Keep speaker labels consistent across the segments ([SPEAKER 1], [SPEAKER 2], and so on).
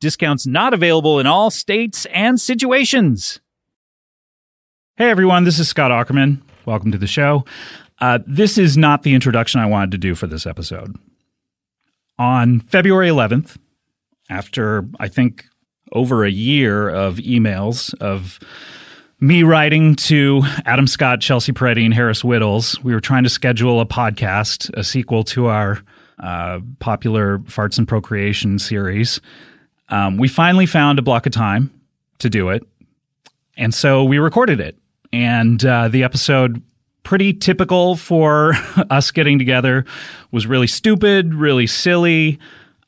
[SPEAKER 1] discounts not available in all states and situations. Hey everyone, this is Scott Ackerman. Welcome to the show. Uh, this is not the introduction I wanted to do for this episode. On February 11th, after I think over a year of emails of me writing to Adam Scott, Chelsea Peretti, and Harris Whittles. We were trying to schedule a podcast, a sequel to our uh, popular Farts and Procreation series. Um, we finally found a block of time to do it. And so we recorded it. And uh, the episode, pretty typical for us getting together, was really stupid, really silly.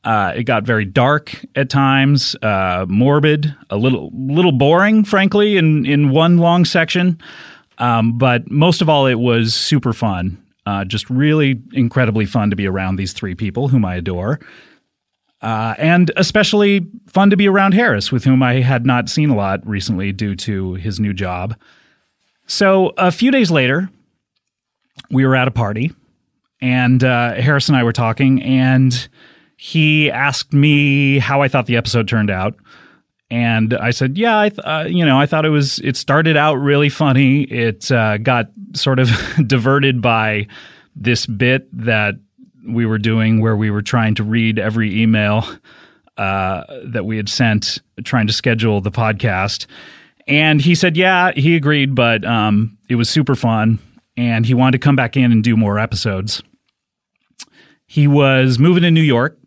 [SPEAKER 1] Uh, it got very dark at times, uh, morbid, a little little boring, frankly, in in one long section. Um, but most of all, it was super fun. Uh, just really incredibly fun to be around these three people whom I adore, uh, and especially fun to be around Harris, with whom I had not seen a lot recently due to his new job. So a few days later, we were at a party, and uh, Harris and I were talking, and he asked me how I thought the episode turned out, and I said, "Yeah, I th- uh, you know, I thought it was. It started out really funny. It uh, got sort of diverted by this bit that we were doing, where we were trying to read every email uh, that we had sent, trying to schedule the podcast." And he said, "Yeah, he agreed, but um, it was super fun." And he wanted to come back in and do more episodes. He was moving to New York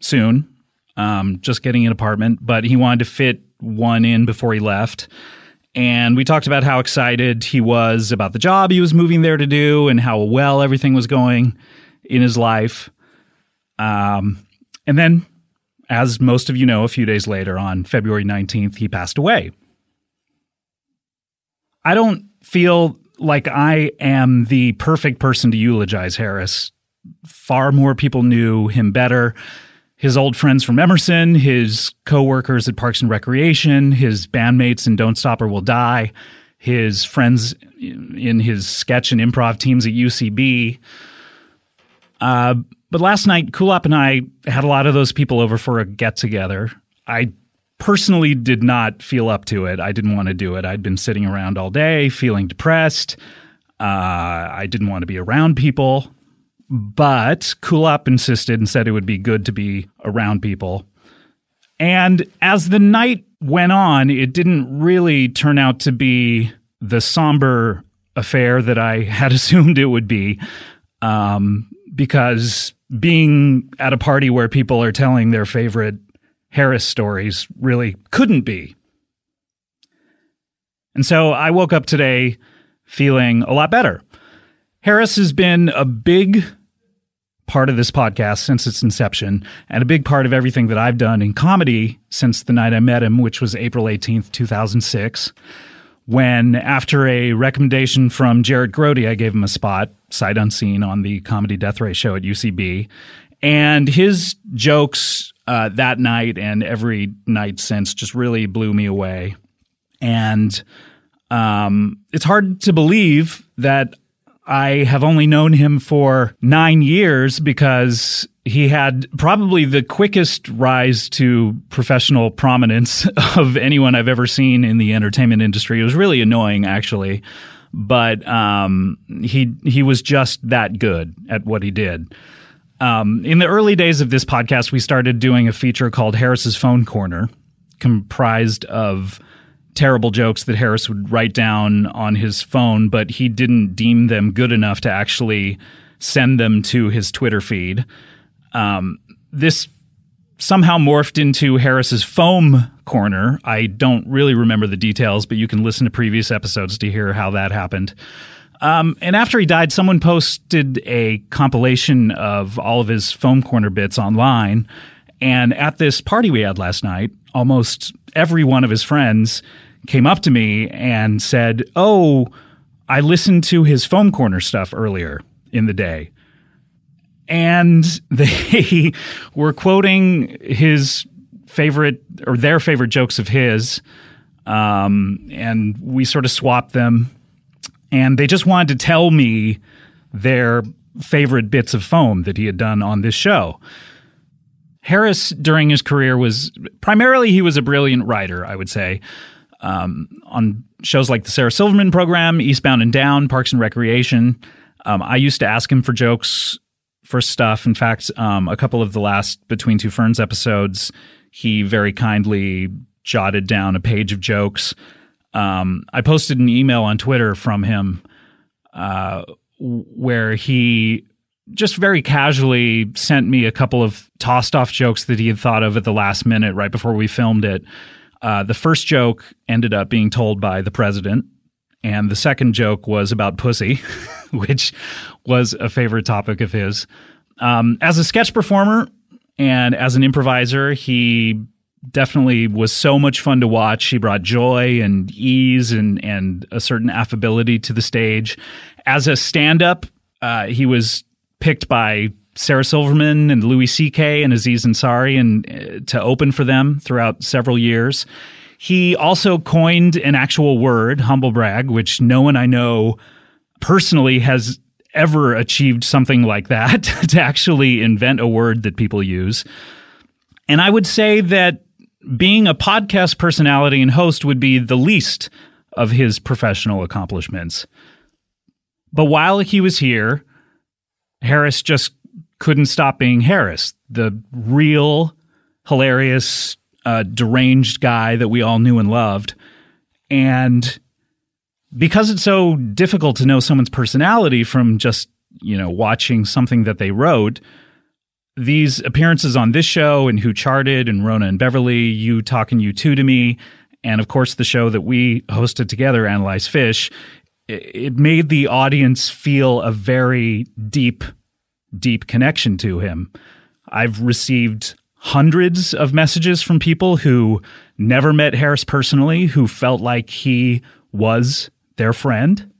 [SPEAKER 1] soon, um, just getting an apartment, but he wanted to fit one in before he left. And we talked about how excited he was about the job he was moving there to do and how well everything was going in his life. Um, and then, as most of you know, a few days later, on February 19th, he passed away. I don't feel like I am the perfect person to eulogize Harris far more people knew him better. His old friends from Emerson, his coworkers at Parks and Recreation, his bandmates in Don't Stop or Will Die, his friends in his sketch and improv teams at UCB. Uh, but last night, Kulop and I had a lot of those people over for a get together. I personally did not feel up to it. I didn't want to do it. I'd been sitting around all day, feeling depressed. Uh, I didn't want to be around people but Kulop insisted and said it would be good to be around people. And as the night went on, it didn't really turn out to be the somber affair that I had assumed it would be, um, because being at a party where people are telling their favorite Harris stories really couldn't be. And so I woke up today feeling a lot better. Harris has been a big part of this podcast since its inception and a big part of everything that I've done in comedy since the night I met him, which was April 18th, 2006, when after a recommendation from Jared Grody, I gave him a spot, sight unseen, on the Comedy Death Ray show at UCB. And his jokes uh, that night and every night since just really blew me away. And um, it's hard to believe that I have only known him for nine years because he had probably the quickest rise to professional prominence of anyone I've ever seen in the entertainment industry. It was really annoying, actually, but um, he he was just that good at what he did. Um, in the early days of this podcast, we started doing a feature called Harris's Phone Corner, comprised of terrible jokes that Harris would write down on his phone, but he didn't deem them good enough to actually send them to his Twitter feed. Um, this somehow morphed into Harris's foam corner. I don't really remember the details, but you can listen to previous episodes to hear how that happened. Um, and after he died, someone posted a compilation of all of his foam corner bits online. And at this party we had last night, almost every one of his friends came up to me and said, Oh, I listened to his foam corner stuff earlier in the day. And they were quoting his favorite or their favorite jokes of his. Um, and we sort of swapped them. And they just wanted to tell me their favorite bits of foam that he had done on this show. Harris, during his career, was primarily he was a brilliant writer, I would say, um, on shows like the Sarah Silverman program, Eastbound and Down, Parks and Recreation. Um, I used to ask him for jokes for stuff. In fact, um, a couple of the last Between Two Ferns episodes, he very kindly jotted down a page of jokes. Um, I posted an email on Twitter from him uh, where he just very casually sent me a couple of tossed off jokes that he had thought of at the last minute right before we filmed it. Uh, the first joke ended up being told by the president, and the second joke was about pussy, which was a favorite topic of his. Um, as a sketch performer and as an improviser, he definitely was so much fun to watch. He brought joy and ease and and a certain affability to the stage. As a stand-up, uh, he was picked by Sarah Silverman and Louis C.K. and Aziz Ansari and uh, to open for them throughout several years. He also coined an actual word, humble brag, which no one I know personally has ever achieved something like that to actually invent a word that people use. And I would say that being a podcast personality and host would be the least of his professional accomplishments. But while he was here, Harris just couldn't stop being Harris, the real, hilarious, uh, deranged guy that we all knew and loved. And because it's so difficult to know someone's personality from just, you know, watching something that they wrote, these appearances on this show and Who Charted and Rona and Beverly, You Talking You Two to Me, and of course the show that we hosted together, Analyze Fish, i- it made the audience feel a very deep, deep connection to him. I've received hundreds of messages from people who never met Harris personally, who felt like he was their friend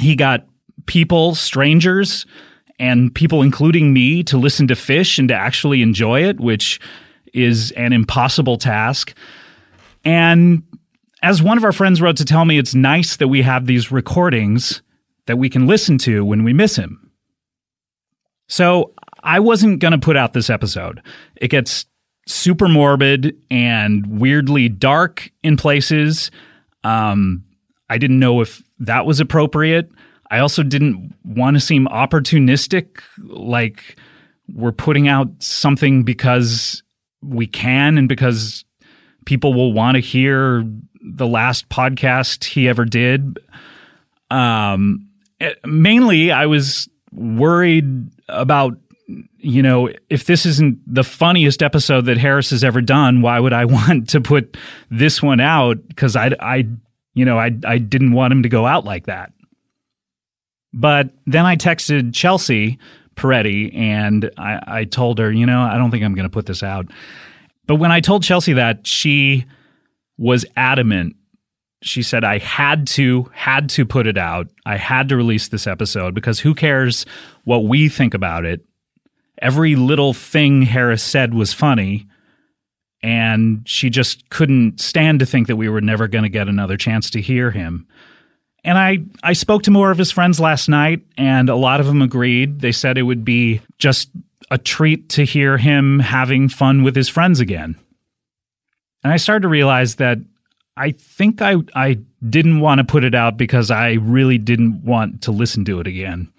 [SPEAKER 1] he got people, strangers, and people, including me, to listen to Fish and to actually enjoy it, which is an impossible task. And as one of our friends wrote to tell me, it's nice that we have these recordings that we can listen to when we miss him. So I wasn't going to put out this episode. It gets super morbid and weirdly dark in places. Um, I didn't know if that was appropriate. I also didn't want to seem opportunistic, like we're putting out something because we can and because people will want to hear the last podcast he ever did. Um, eh, mainly, I was worried about, you know, if this isn't the funniest episode that Harris has ever done, why would I want to put this one out? Because I, I, you know, I, I didn't want him to go out like that. But then I texted Chelsea Peretti and I, I told her, you know, I don't think I'm going to put this out. But when I told Chelsea that, she was adamant. She said, I had to, had to put it out. I had to release this episode because who cares what we think about it? Every little thing Harris said was funny. And she just couldn't stand to think that we were never going to get another chance to hear him. And I, I spoke to more of his friends last night, and a lot of them agreed. They said it would be just a treat to hear him having fun with his friends again. And I started to realize that I think I, I didn't want to put it out because I really didn't want to listen to it again.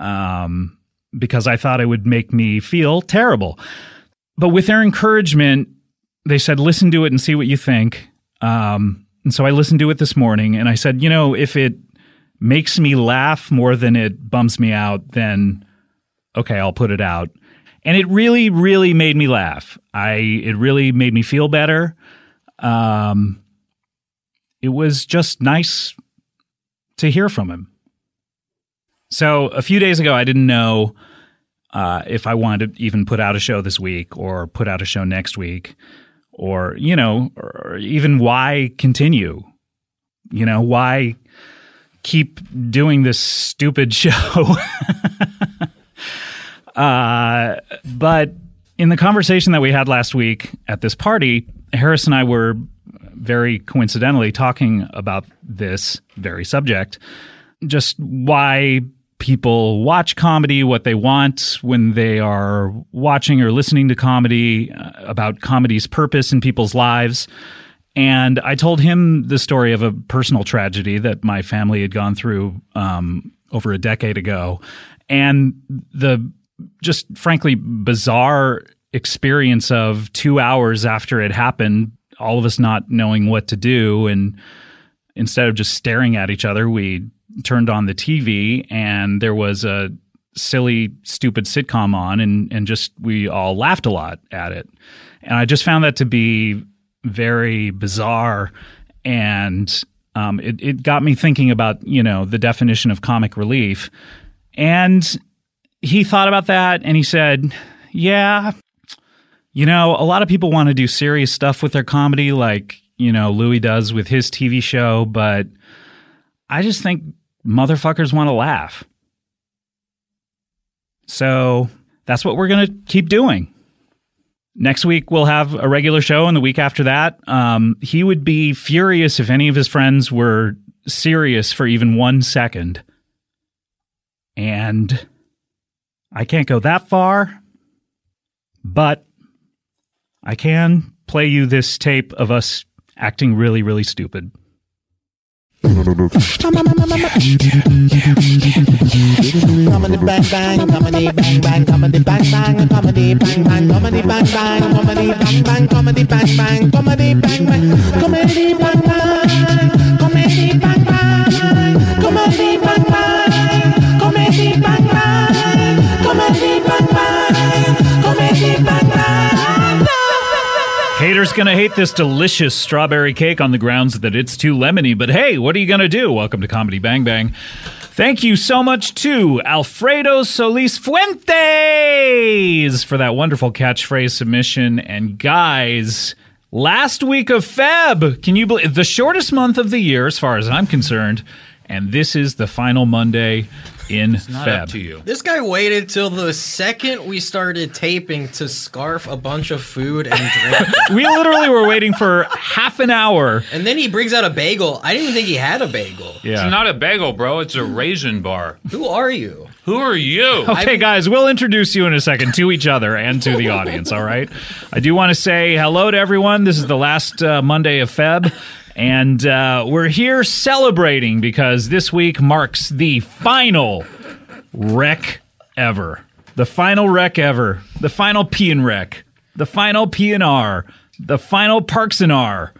[SPEAKER 1] Um, because I thought it would make me feel terrible. But with their encouragement, they said, listen to it and see what you think. Um, and so I listened to it this morning and I said, you know, if it makes me laugh more than it bums me out, then okay, I'll put it out. And it really, really made me laugh. I it really made me feel better. Um, it was just nice to hear from him. So a few days ago, I didn't know uh, if I wanted to even put out a show this week or put out a show next week, or you know, or even why continue? You know, why keep doing this stupid show? uh, but in the conversation that we had last week at this party, Harris and I were very coincidentally talking about this very subject just why people watch comedy, what they want when they are watching or listening to comedy, uh, about comedy's purpose in people's lives. And I told him the story of a personal tragedy that my family had gone through um, over a decade ago. And the just frankly bizarre experience of two hours after it happened, all of us not knowing what to do. And instead of just staring at each other, we turned on the TV and there was a silly, stupid sitcom on, and and just we all laughed a lot at it. And I just found that to be very bizarre, and um, it it got me thinking about you know the definition of comic relief. And he thought about that, and he said, "Yeah, you know, a lot of people want to do serious stuff with their comedy, like." You know, Louis does with his TV show, but I just think motherfuckers want to laugh. So that's what we're going to keep doing. Next week, we'll have a regular show, and the week after that, um, he would be furious if any of his friends were serious for even one second. And I can't go that far, but I can play you this tape of us acting really, really stupid.
[SPEAKER 2] Comedy bang bang, comedy bang bang, comedy bang bang, comedy bang bang, comedy bang bang, comedy bang bang, comedy bang bang, comedy bang bang, comedy bang bang, comedy bang bang, comedy bang bang, comedy bang bang, comedy bang bang, comedy bang bang.
[SPEAKER 1] Haters gonna hate this delicious strawberry cake on the grounds that it's too lemony, but hey, what are you gonna do? Welcome to Comedy Bang Bang. Thank you so much to Alfredo Solis Fuentes for that wonderful catchphrase submission. And guys, last week of Feb, can you believe the shortest month of the year as far as I'm concerned? And this is the final Monday in
[SPEAKER 3] Not
[SPEAKER 1] Feb.
[SPEAKER 3] up to you.
[SPEAKER 4] This guy waited till the second we started taping to scarf a bunch of food and drink.
[SPEAKER 1] We literally were waiting for half an hour.
[SPEAKER 4] and then he brings out a bagel. I didn't even think he had a bagel.
[SPEAKER 1] Yeah.
[SPEAKER 3] It's not a bagel, bro. It's a raisin bar.
[SPEAKER 4] Who are you?
[SPEAKER 3] Who are you?
[SPEAKER 1] Okay, guys, we'll introduce you in a second to each other and to the audience, all right? I do want to say hello to everyone. This is the last uh, Monday of Feb, and uh, we're here celebrating because this week marks the final wreck ever. The final wreck ever. The final P and wreck. The final P and R. The final Parks and R.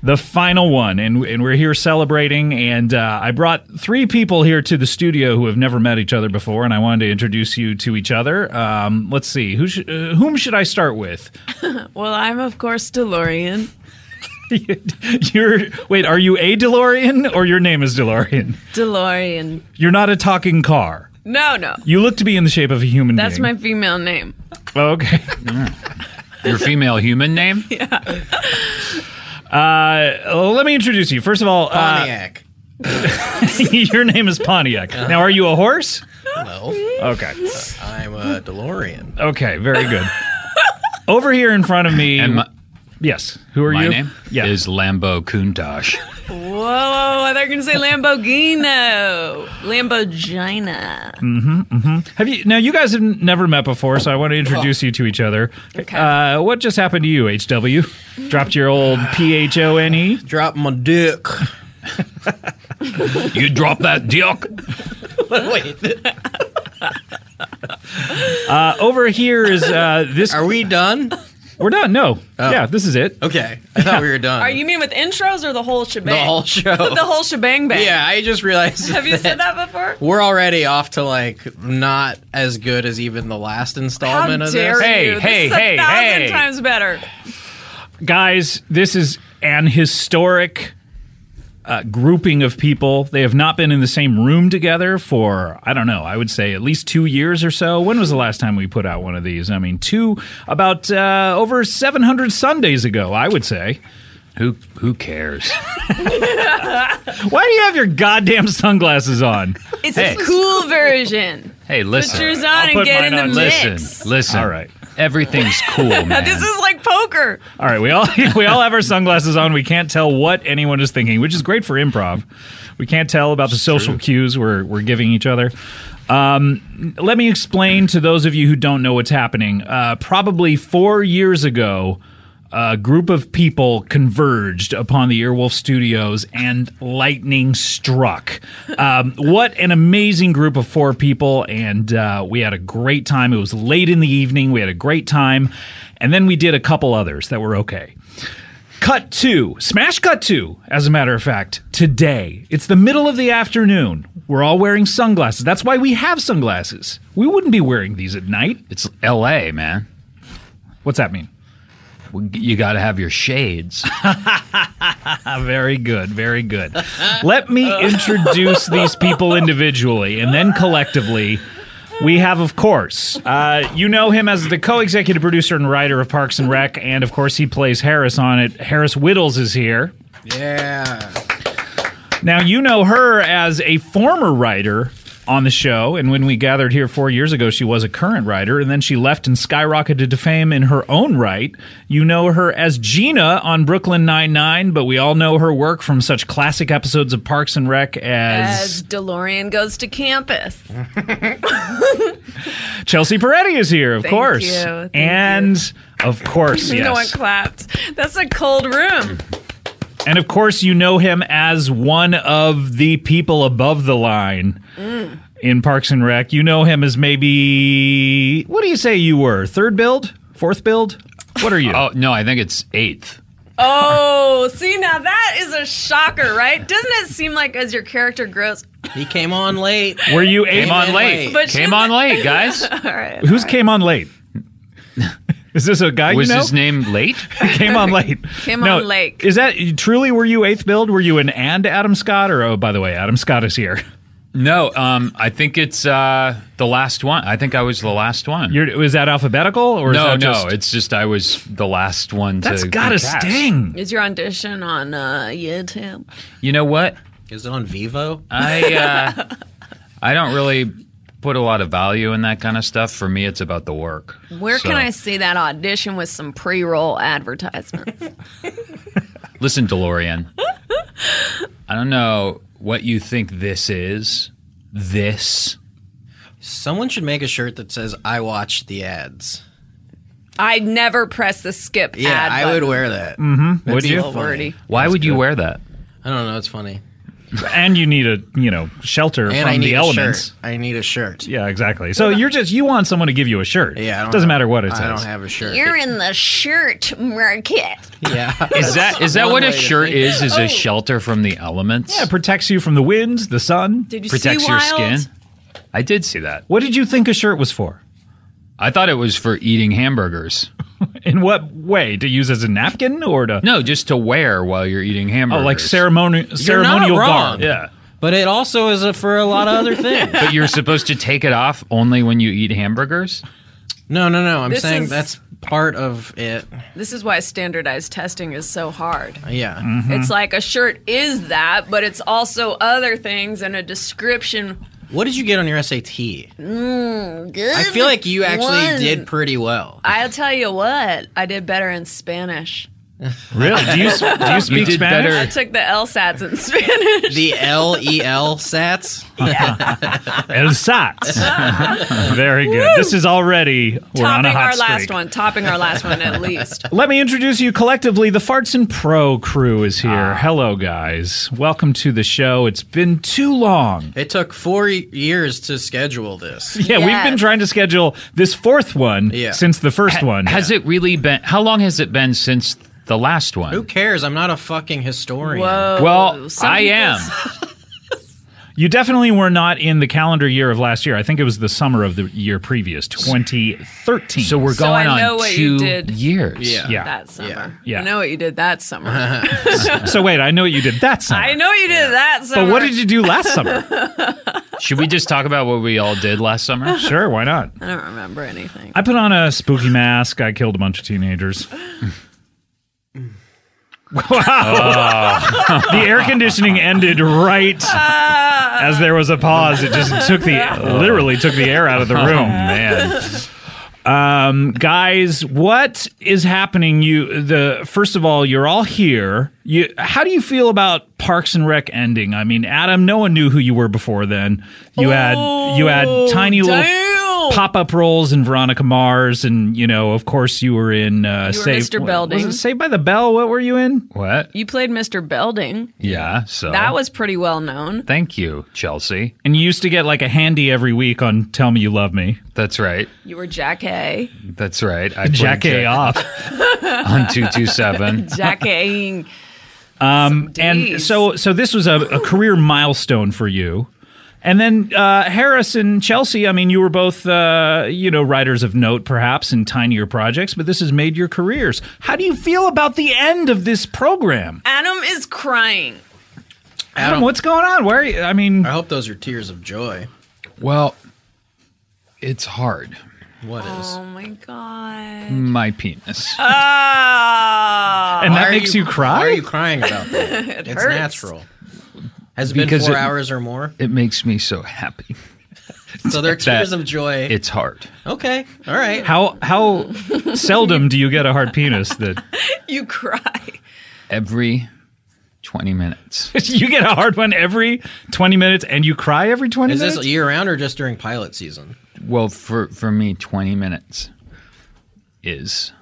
[SPEAKER 1] The final one. And, and we're here celebrating. And uh, I brought three people here to the studio who have never met each other before. And I wanted to introduce you to each other. Um, let's see. Who sh- uh, whom should I start with?
[SPEAKER 5] Well, I'm of course DeLorean.
[SPEAKER 1] You're, wait, are you a DeLorean or your name is DeLorean?
[SPEAKER 5] DeLorean.
[SPEAKER 1] You're not a talking car.
[SPEAKER 5] No, no.
[SPEAKER 1] You look to be in the shape of a human
[SPEAKER 5] That's my
[SPEAKER 1] being.
[SPEAKER 5] female name.
[SPEAKER 1] That's my. Okay.
[SPEAKER 3] Your female human name?
[SPEAKER 1] Uh, let me introduce you. First of all, uh,
[SPEAKER 4] Pontiac.
[SPEAKER 1] your name is Pontiac. Now, are you a horse?
[SPEAKER 4] no,
[SPEAKER 1] Okay.
[SPEAKER 4] I'm a DeLorean.
[SPEAKER 1] Okay. Very good. Over here in front of me.
[SPEAKER 3] And my,
[SPEAKER 1] yes. Who are
[SPEAKER 3] my
[SPEAKER 1] you?
[SPEAKER 3] name
[SPEAKER 1] Yeah.
[SPEAKER 3] is Lambo Kuntosh.
[SPEAKER 5] Whoa, whoa, they're gonna say Lamborghino, Lambogina.
[SPEAKER 1] have you? Now, you guys have n- never met before, so I want to introduce you to each other.
[SPEAKER 5] Okay.
[SPEAKER 1] Uh, what just happened to you, HW? Dropped your old P H O N E.
[SPEAKER 4] Drop my dick.
[SPEAKER 3] you drop that dick.
[SPEAKER 4] Wait,
[SPEAKER 1] Uh, Over here is uh, this.
[SPEAKER 4] are we done?
[SPEAKER 1] We're done. No.
[SPEAKER 3] Oh.
[SPEAKER 1] Yeah. This is it.
[SPEAKER 4] Okay, I thought we were done.
[SPEAKER 5] Are you mean with intros or the whole shebang?
[SPEAKER 4] the whole show?
[SPEAKER 5] The whole shebang bang.
[SPEAKER 4] yeah, I just realized.
[SPEAKER 5] Have you said that before?
[SPEAKER 4] We're already off to like not as good as even the last
[SPEAKER 5] How
[SPEAKER 4] installment of
[SPEAKER 5] dare
[SPEAKER 4] this.
[SPEAKER 3] Hey,
[SPEAKER 5] you?
[SPEAKER 3] hey,
[SPEAKER 5] this is
[SPEAKER 3] hey,
[SPEAKER 5] a thousand
[SPEAKER 3] hey.
[SPEAKER 5] times better.
[SPEAKER 1] guys, this is an historic uh, grouping of people. They have not been in the same room together for, I don't know, I would say at least two years or so. When was the last time we put out one of these? I mean, two, about uh, over 700 Sundays ago, I would say.
[SPEAKER 3] Who who cares?
[SPEAKER 1] Why do you have your goddamn sunglasses on?
[SPEAKER 5] It's a cool version.
[SPEAKER 3] Hey,
[SPEAKER 5] Put yours
[SPEAKER 3] listen.
[SPEAKER 5] on and
[SPEAKER 1] put
[SPEAKER 5] get
[SPEAKER 1] mine
[SPEAKER 5] in the
[SPEAKER 1] on.
[SPEAKER 5] mix.
[SPEAKER 3] Listen, listen.
[SPEAKER 1] All right.
[SPEAKER 3] Everything's cool, man.
[SPEAKER 5] This is like poker.
[SPEAKER 1] All right, we all we all have our sunglasses on. We can't tell what anyone is thinking, which is great for improv. We can't tell about the social cues we're we're giving each other. Um, let me explain to those of you who don't know what's happening. Uh, probably four years ago, a group of people converged upon the Earwolf Studios, and lightning struck. Um, what an amazing group of four people, and uh, we had a great time. It was late in the evening. We had a great time, and then we did a couple others that were okay. Cut two, smash cut two, as a matter of fact, today. It's the middle of the afternoon. We're all wearing sunglasses. That's why we have sunglasses. We wouldn't be wearing these at night.
[SPEAKER 3] It's L.A., man.
[SPEAKER 1] What's that mean?
[SPEAKER 3] You got to have your shades.
[SPEAKER 1] Very good, very good. Let me introduce these people individually and then collectively. We have, of course, uh, you know him as the co-executive producer and writer of Parks and Rec, and of course he plays Harris on it. Harris Whittles is here.
[SPEAKER 4] Yeah.
[SPEAKER 1] Now you know her as a former writer on the show, and when we gathered here four years ago, she was a current writer, and then she left and skyrocketed to fame in her own right. You know her as Gina on Brooklyn Nine Nine, but we all know her work from such classic episodes of Parks and Rec
[SPEAKER 5] As
[SPEAKER 1] as
[SPEAKER 5] DeLorean goes to campus.
[SPEAKER 1] Chelsea Peretti is here, of
[SPEAKER 5] Thank
[SPEAKER 1] course,
[SPEAKER 5] you, thank
[SPEAKER 1] and of course,
[SPEAKER 5] No one
[SPEAKER 1] yes,
[SPEAKER 5] clapped. That's a cold room.
[SPEAKER 1] and of course you know him as one of the people above the line. in Parks and Rec. You know him as maybe what do you say you were? Third build? Fourth build? What are you?
[SPEAKER 3] Oh no, I think it's eighth.
[SPEAKER 5] Oh, see now that is a shocker, right? Doesn't it seem like as your character grows?
[SPEAKER 4] He came on late.
[SPEAKER 1] Were you eighth?
[SPEAKER 3] Came on late.
[SPEAKER 5] But
[SPEAKER 3] Came
[SPEAKER 5] shouldn't-
[SPEAKER 3] on late, guys.
[SPEAKER 5] All right.
[SPEAKER 1] Who's came on late? Is this a guy
[SPEAKER 3] Was
[SPEAKER 1] you know?
[SPEAKER 3] his name late?
[SPEAKER 1] Came on late.
[SPEAKER 5] Came
[SPEAKER 1] No,
[SPEAKER 5] on late.
[SPEAKER 1] Is that truly? Were you eighth build? Were you an and Adam Scott? Or oh, by the way, Adam Scott is here.
[SPEAKER 3] No, um, I think it's uh, the last one. I think I was the last one.
[SPEAKER 1] You're, was that alphabetical or is
[SPEAKER 3] no,
[SPEAKER 1] that
[SPEAKER 3] no,
[SPEAKER 1] just-
[SPEAKER 3] it's just I was the last one to.
[SPEAKER 1] that's got
[SPEAKER 3] be
[SPEAKER 1] to
[SPEAKER 3] cast.
[SPEAKER 1] sting.
[SPEAKER 5] Is your audition on uh, YouTube?
[SPEAKER 3] You know what?
[SPEAKER 4] Is it on Vivo?
[SPEAKER 3] I uh, I don't really put a lot of value in that kind of stuff. For me, it's about the work.
[SPEAKER 5] Where
[SPEAKER 3] So,
[SPEAKER 5] can I see that audition with some pre-roll advertisements?
[SPEAKER 3] listen, DeLorean? I don't know what you think this is. This.
[SPEAKER 4] Someone should make a shirt that says "I watched the ads."
[SPEAKER 5] I never press the skip
[SPEAKER 4] Yeah,
[SPEAKER 5] ad.
[SPEAKER 4] I would
[SPEAKER 5] button. Oh,
[SPEAKER 4] wear that.
[SPEAKER 1] Mm-hmm. Would
[SPEAKER 5] It's a
[SPEAKER 1] you?
[SPEAKER 5] little wordy.
[SPEAKER 3] Why would you wear that?
[SPEAKER 4] I don't know. It's funny.
[SPEAKER 1] And you need a you know shelter
[SPEAKER 4] And
[SPEAKER 1] from
[SPEAKER 4] I need
[SPEAKER 1] the
[SPEAKER 4] a
[SPEAKER 1] elements.
[SPEAKER 4] shirt. I need a shirt.
[SPEAKER 1] Yeah, exactly. So you're just you want someone to give you a shirt.
[SPEAKER 4] Yeah, I don't
[SPEAKER 1] doesn't
[SPEAKER 4] have-
[SPEAKER 1] matter what it
[SPEAKER 4] I
[SPEAKER 1] says.
[SPEAKER 4] don't have a shirt.
[SPEAKER 5] You're in the shirt market.
[SPEAKER 4] yeah.
[SPEAKER 3] Is that is that
[SPEAKER 4] One
[SPEAKER 3] what a
[SPEAKER 4] way to
[SPEAKER 3] shirt
[SPEAKER 4] think.
[SPEAKER 3] is? Is
[SPEAKER 5] Oh.
[SPEAKER 3] a shelter from the elements?
[SPEAKER 1] Yeah, it protects you from the wind, the sun.
[SPEAKER 5] Did you
[SPEAKER 3] protects
[SPEAKER 5] see
[SPEAKER 3] your
[SPEAKER 5] Wild?
[SPEAKER 3] skin. I did see that.
[SPEAKER 1] What did you think a shirt was for?
[SPEAKER 3] I thought it was for eating hamburgers.
[SPEAKER 1] In what way? To use as a napkin or to
[SPEAKER 3] No, just to wear while you're eating hamburgers.
[SPEAKER 1] oh, like ceremonial ceremonial garb?
[SPEAKER 4] wrong.
[SPEAKER 1] Yeah.
[SPEAKER 4] But it also is a, for a lot of other things.
[SPEAKER 3] But you're supposed to take it off only when you eat hamburgers?
[SPEAKER 4] No, no, no. I'm
[SPEAKER 5] This
[SPEAKER 4] saying
[SPEAKER 5] is-
[SPEAKER 4] that's part of it.
[SPEAKER 5] This is why standardized testing is so hard.
[SPEAKER 4] Yeah.
[SPEAKER 1] Mm-hmm.
[SPEAKER 5] It's like a shirt is that, but it's also other things and a description.
[SPEAKER 4] What did you get on your SAT? I feel like you actually
[SPEAKER 5] One.
[SPEAKER 4] did pretty well.
[SPEAKER 5] I'll tell you what, I did better in Spanish.
[SPEAKER 1] Really? Do you, do you speak
[SPEAKER 3] did
[SPEAKER 1] Spanish?
[SPEAKER 5] I
[SPEAKER 3] better.
[SPEAKER 5] took the LSATs in Spanish.
[SPEAKER 4] The L E L SATs.
[SPEAKER 1] El Sats. Very good. This is already we're on a
[SPEAKER 5] topping
[SPEAKER 1] hot
[SPEAKER 5] our
[SPEAKER 1] streak.
[SPEAKER 5] last one, topping our last one at least.
[SPEAKER 1] Let me introduce you collectively. The Farts and Pro crew is here. Hello, guys. Welcome to the show. It's been too long.
[SPEAKER 4] It took four y- years to schedule this.
[SPEAKER 1] Yeah, we've been
[SPEAKER 5] Yes.
[SPEAKER 1] trying to schedule this fourth one
[SPEAKER 4] Yeah.
[SPEAKER 1] since the first one.
[SPEAKER 3] Has it really been how long has it been since the last one?
[SPEAKER 4] Who cares? I'm not a fucking historian.
[SPEAKER 5] Whoa.
[SPEAKER 3] Well,
[SPEAKER 5] Some
[SPEAKER 3] I
[SPEAKER 5] people-
[SPEAKER 3] am.
[SPEAKER 1] You definitely were not in the calendar year of last year. I think it was the summer of the year previous, 2013.
[SPEAKER 3] So we're
[SPEAKER 5] So
[SPEAKER 3] going
[SPEAKER 5] I know
[SPEAKER 3] on
[SPEAKER 5] what
[SPEAKER 3] two
[SPEAKER 5] you did.
[SPEAKER 3] years.
[SPEAKER 4] Yeah.
[SPEAKER 1] yeah.
[SPEAKER 5] that summer.
[SPEAKER 1] Yeah.
[SPEAKER 5] I know what you did that summer.
[SPEAKER 1] so wait, I know what you did that summer.
[SPEAKER 5] I know what you did that summer.
[SPEAKER 1] But what did you do last summer?
[SPEAKER 3] Should we just talk about what we all did last summer?
[SPEAKER 1] sure, why not?
[SPEAKER 5] I don't remember anything.
[SPEAKER 1] I put on a spooky mask. I killed a bunch of teenagers. wow. the air conditioning ended right as there was a pause. It just took the literally took the air out of the room.
[SPEAKER 3] Man,
[SPEAKER 1] Um, guys, what is happening? You the first of all, you're all here. You how do you feel about Parks and Rec ending? I mean, Adam, no one knew who you were before then. You had you had
[SPEAKER 5] Oh,
[SPEAKER 1] tiny little
[SPEAKER 5] damn.
[SPEAKER 1] pop up roles in Veronica Mars, and you know, of course, you were in uh,
[SPEAKER 5] You were
[SPEAKER 1] Saved-
[SPEAKER 5] Mr.
[SPEAKER 1] what-
[SPEAKER 5] Belding.
[SPEAKER 1] Was it Saved by the Bell? What were you in?
[SPEAKER 3] what?
[SPEAKER 5] You played Mr. Belding.
[SPEAKER 3] Yeah. So
[SPEAKER 5] That was pretty well known.
[SPEAKER 3] Thank you, Chelsea.
[SPEAKER 1] And you used to get like a handy every week on "Tell Me You Love Me."
[SPEAKER 3] That's right.
[SPEAKER 5] You were Jack A.
[SPEAKER 3] That's right. I played
[SPEAKER 1] Jack A
[SPEAKER 3] Jack
[SPEAKER 1] off.
[SPEAKER 3] on two two seven.
[SPEAKER 5] Jack A.
[SPEAKER 1] Um, and
[SPEAKER 5] days.
[SPEAKER 1] so, so this was a, a career milestone for you. And then uh, Harris and Chelsea. I mean, you were both, uh, you know, writers of note, perhaps in tinier projects, but this has made your careers. How do you feel about the end of this
[SPEAKER 4] Um,
[SPEAKER 1] program,
[SPEAKER 5] Adam is crying.
[SPEAKER 1] Adam? What's going on? Where? Are you, I mean,
[SPEAKER 4] I hope those are tears of joy.
[SPEAKER 3] Well, it's hard.
[SPEAKER 4] What is?
[SPEAKER 5] Oh my god.
[SPEAKER 3] My penis.
[SPEAKER 5] Ah.
[SPEAKER 1] Mm. and that
[SPEAKER 4] Why are
[SPEAKER 1] makes you, cry.
[SPEAKER 4] Why are you crying about that? it's
[SPEAKER 5] hurts.
[SPEAKER 4] natural. Has it been
[SPEAKER 3] Because
[SPEAKER 4] four
[SPEAKER 3] it-
[SPEAKER 4] hours or more?
[SPEAKER 3] It makes me so happy.
[SPEAKER 4] So they're tears
[SPEAKER 3] that-
[SPEAKER 4] of joy.
[SPEAKER 3] It's hard.
[SPEAKER 4] okay. All right.
[SPEAKER 1] How how seldom do you get a hard penis that
[SPEAKER 5] You cry.
[SPEAKER 3] Every twenty minutes.
[SPEAKER 1] you get a hard one every twenty minutes and you cry every twenty
[SPEAKER 4] Is
[SPEAKER 1] minutes?
[SPEAKER 4] this year round or just during pilot season?
[SPEAKER 3] Well, for for me, twenty minutes is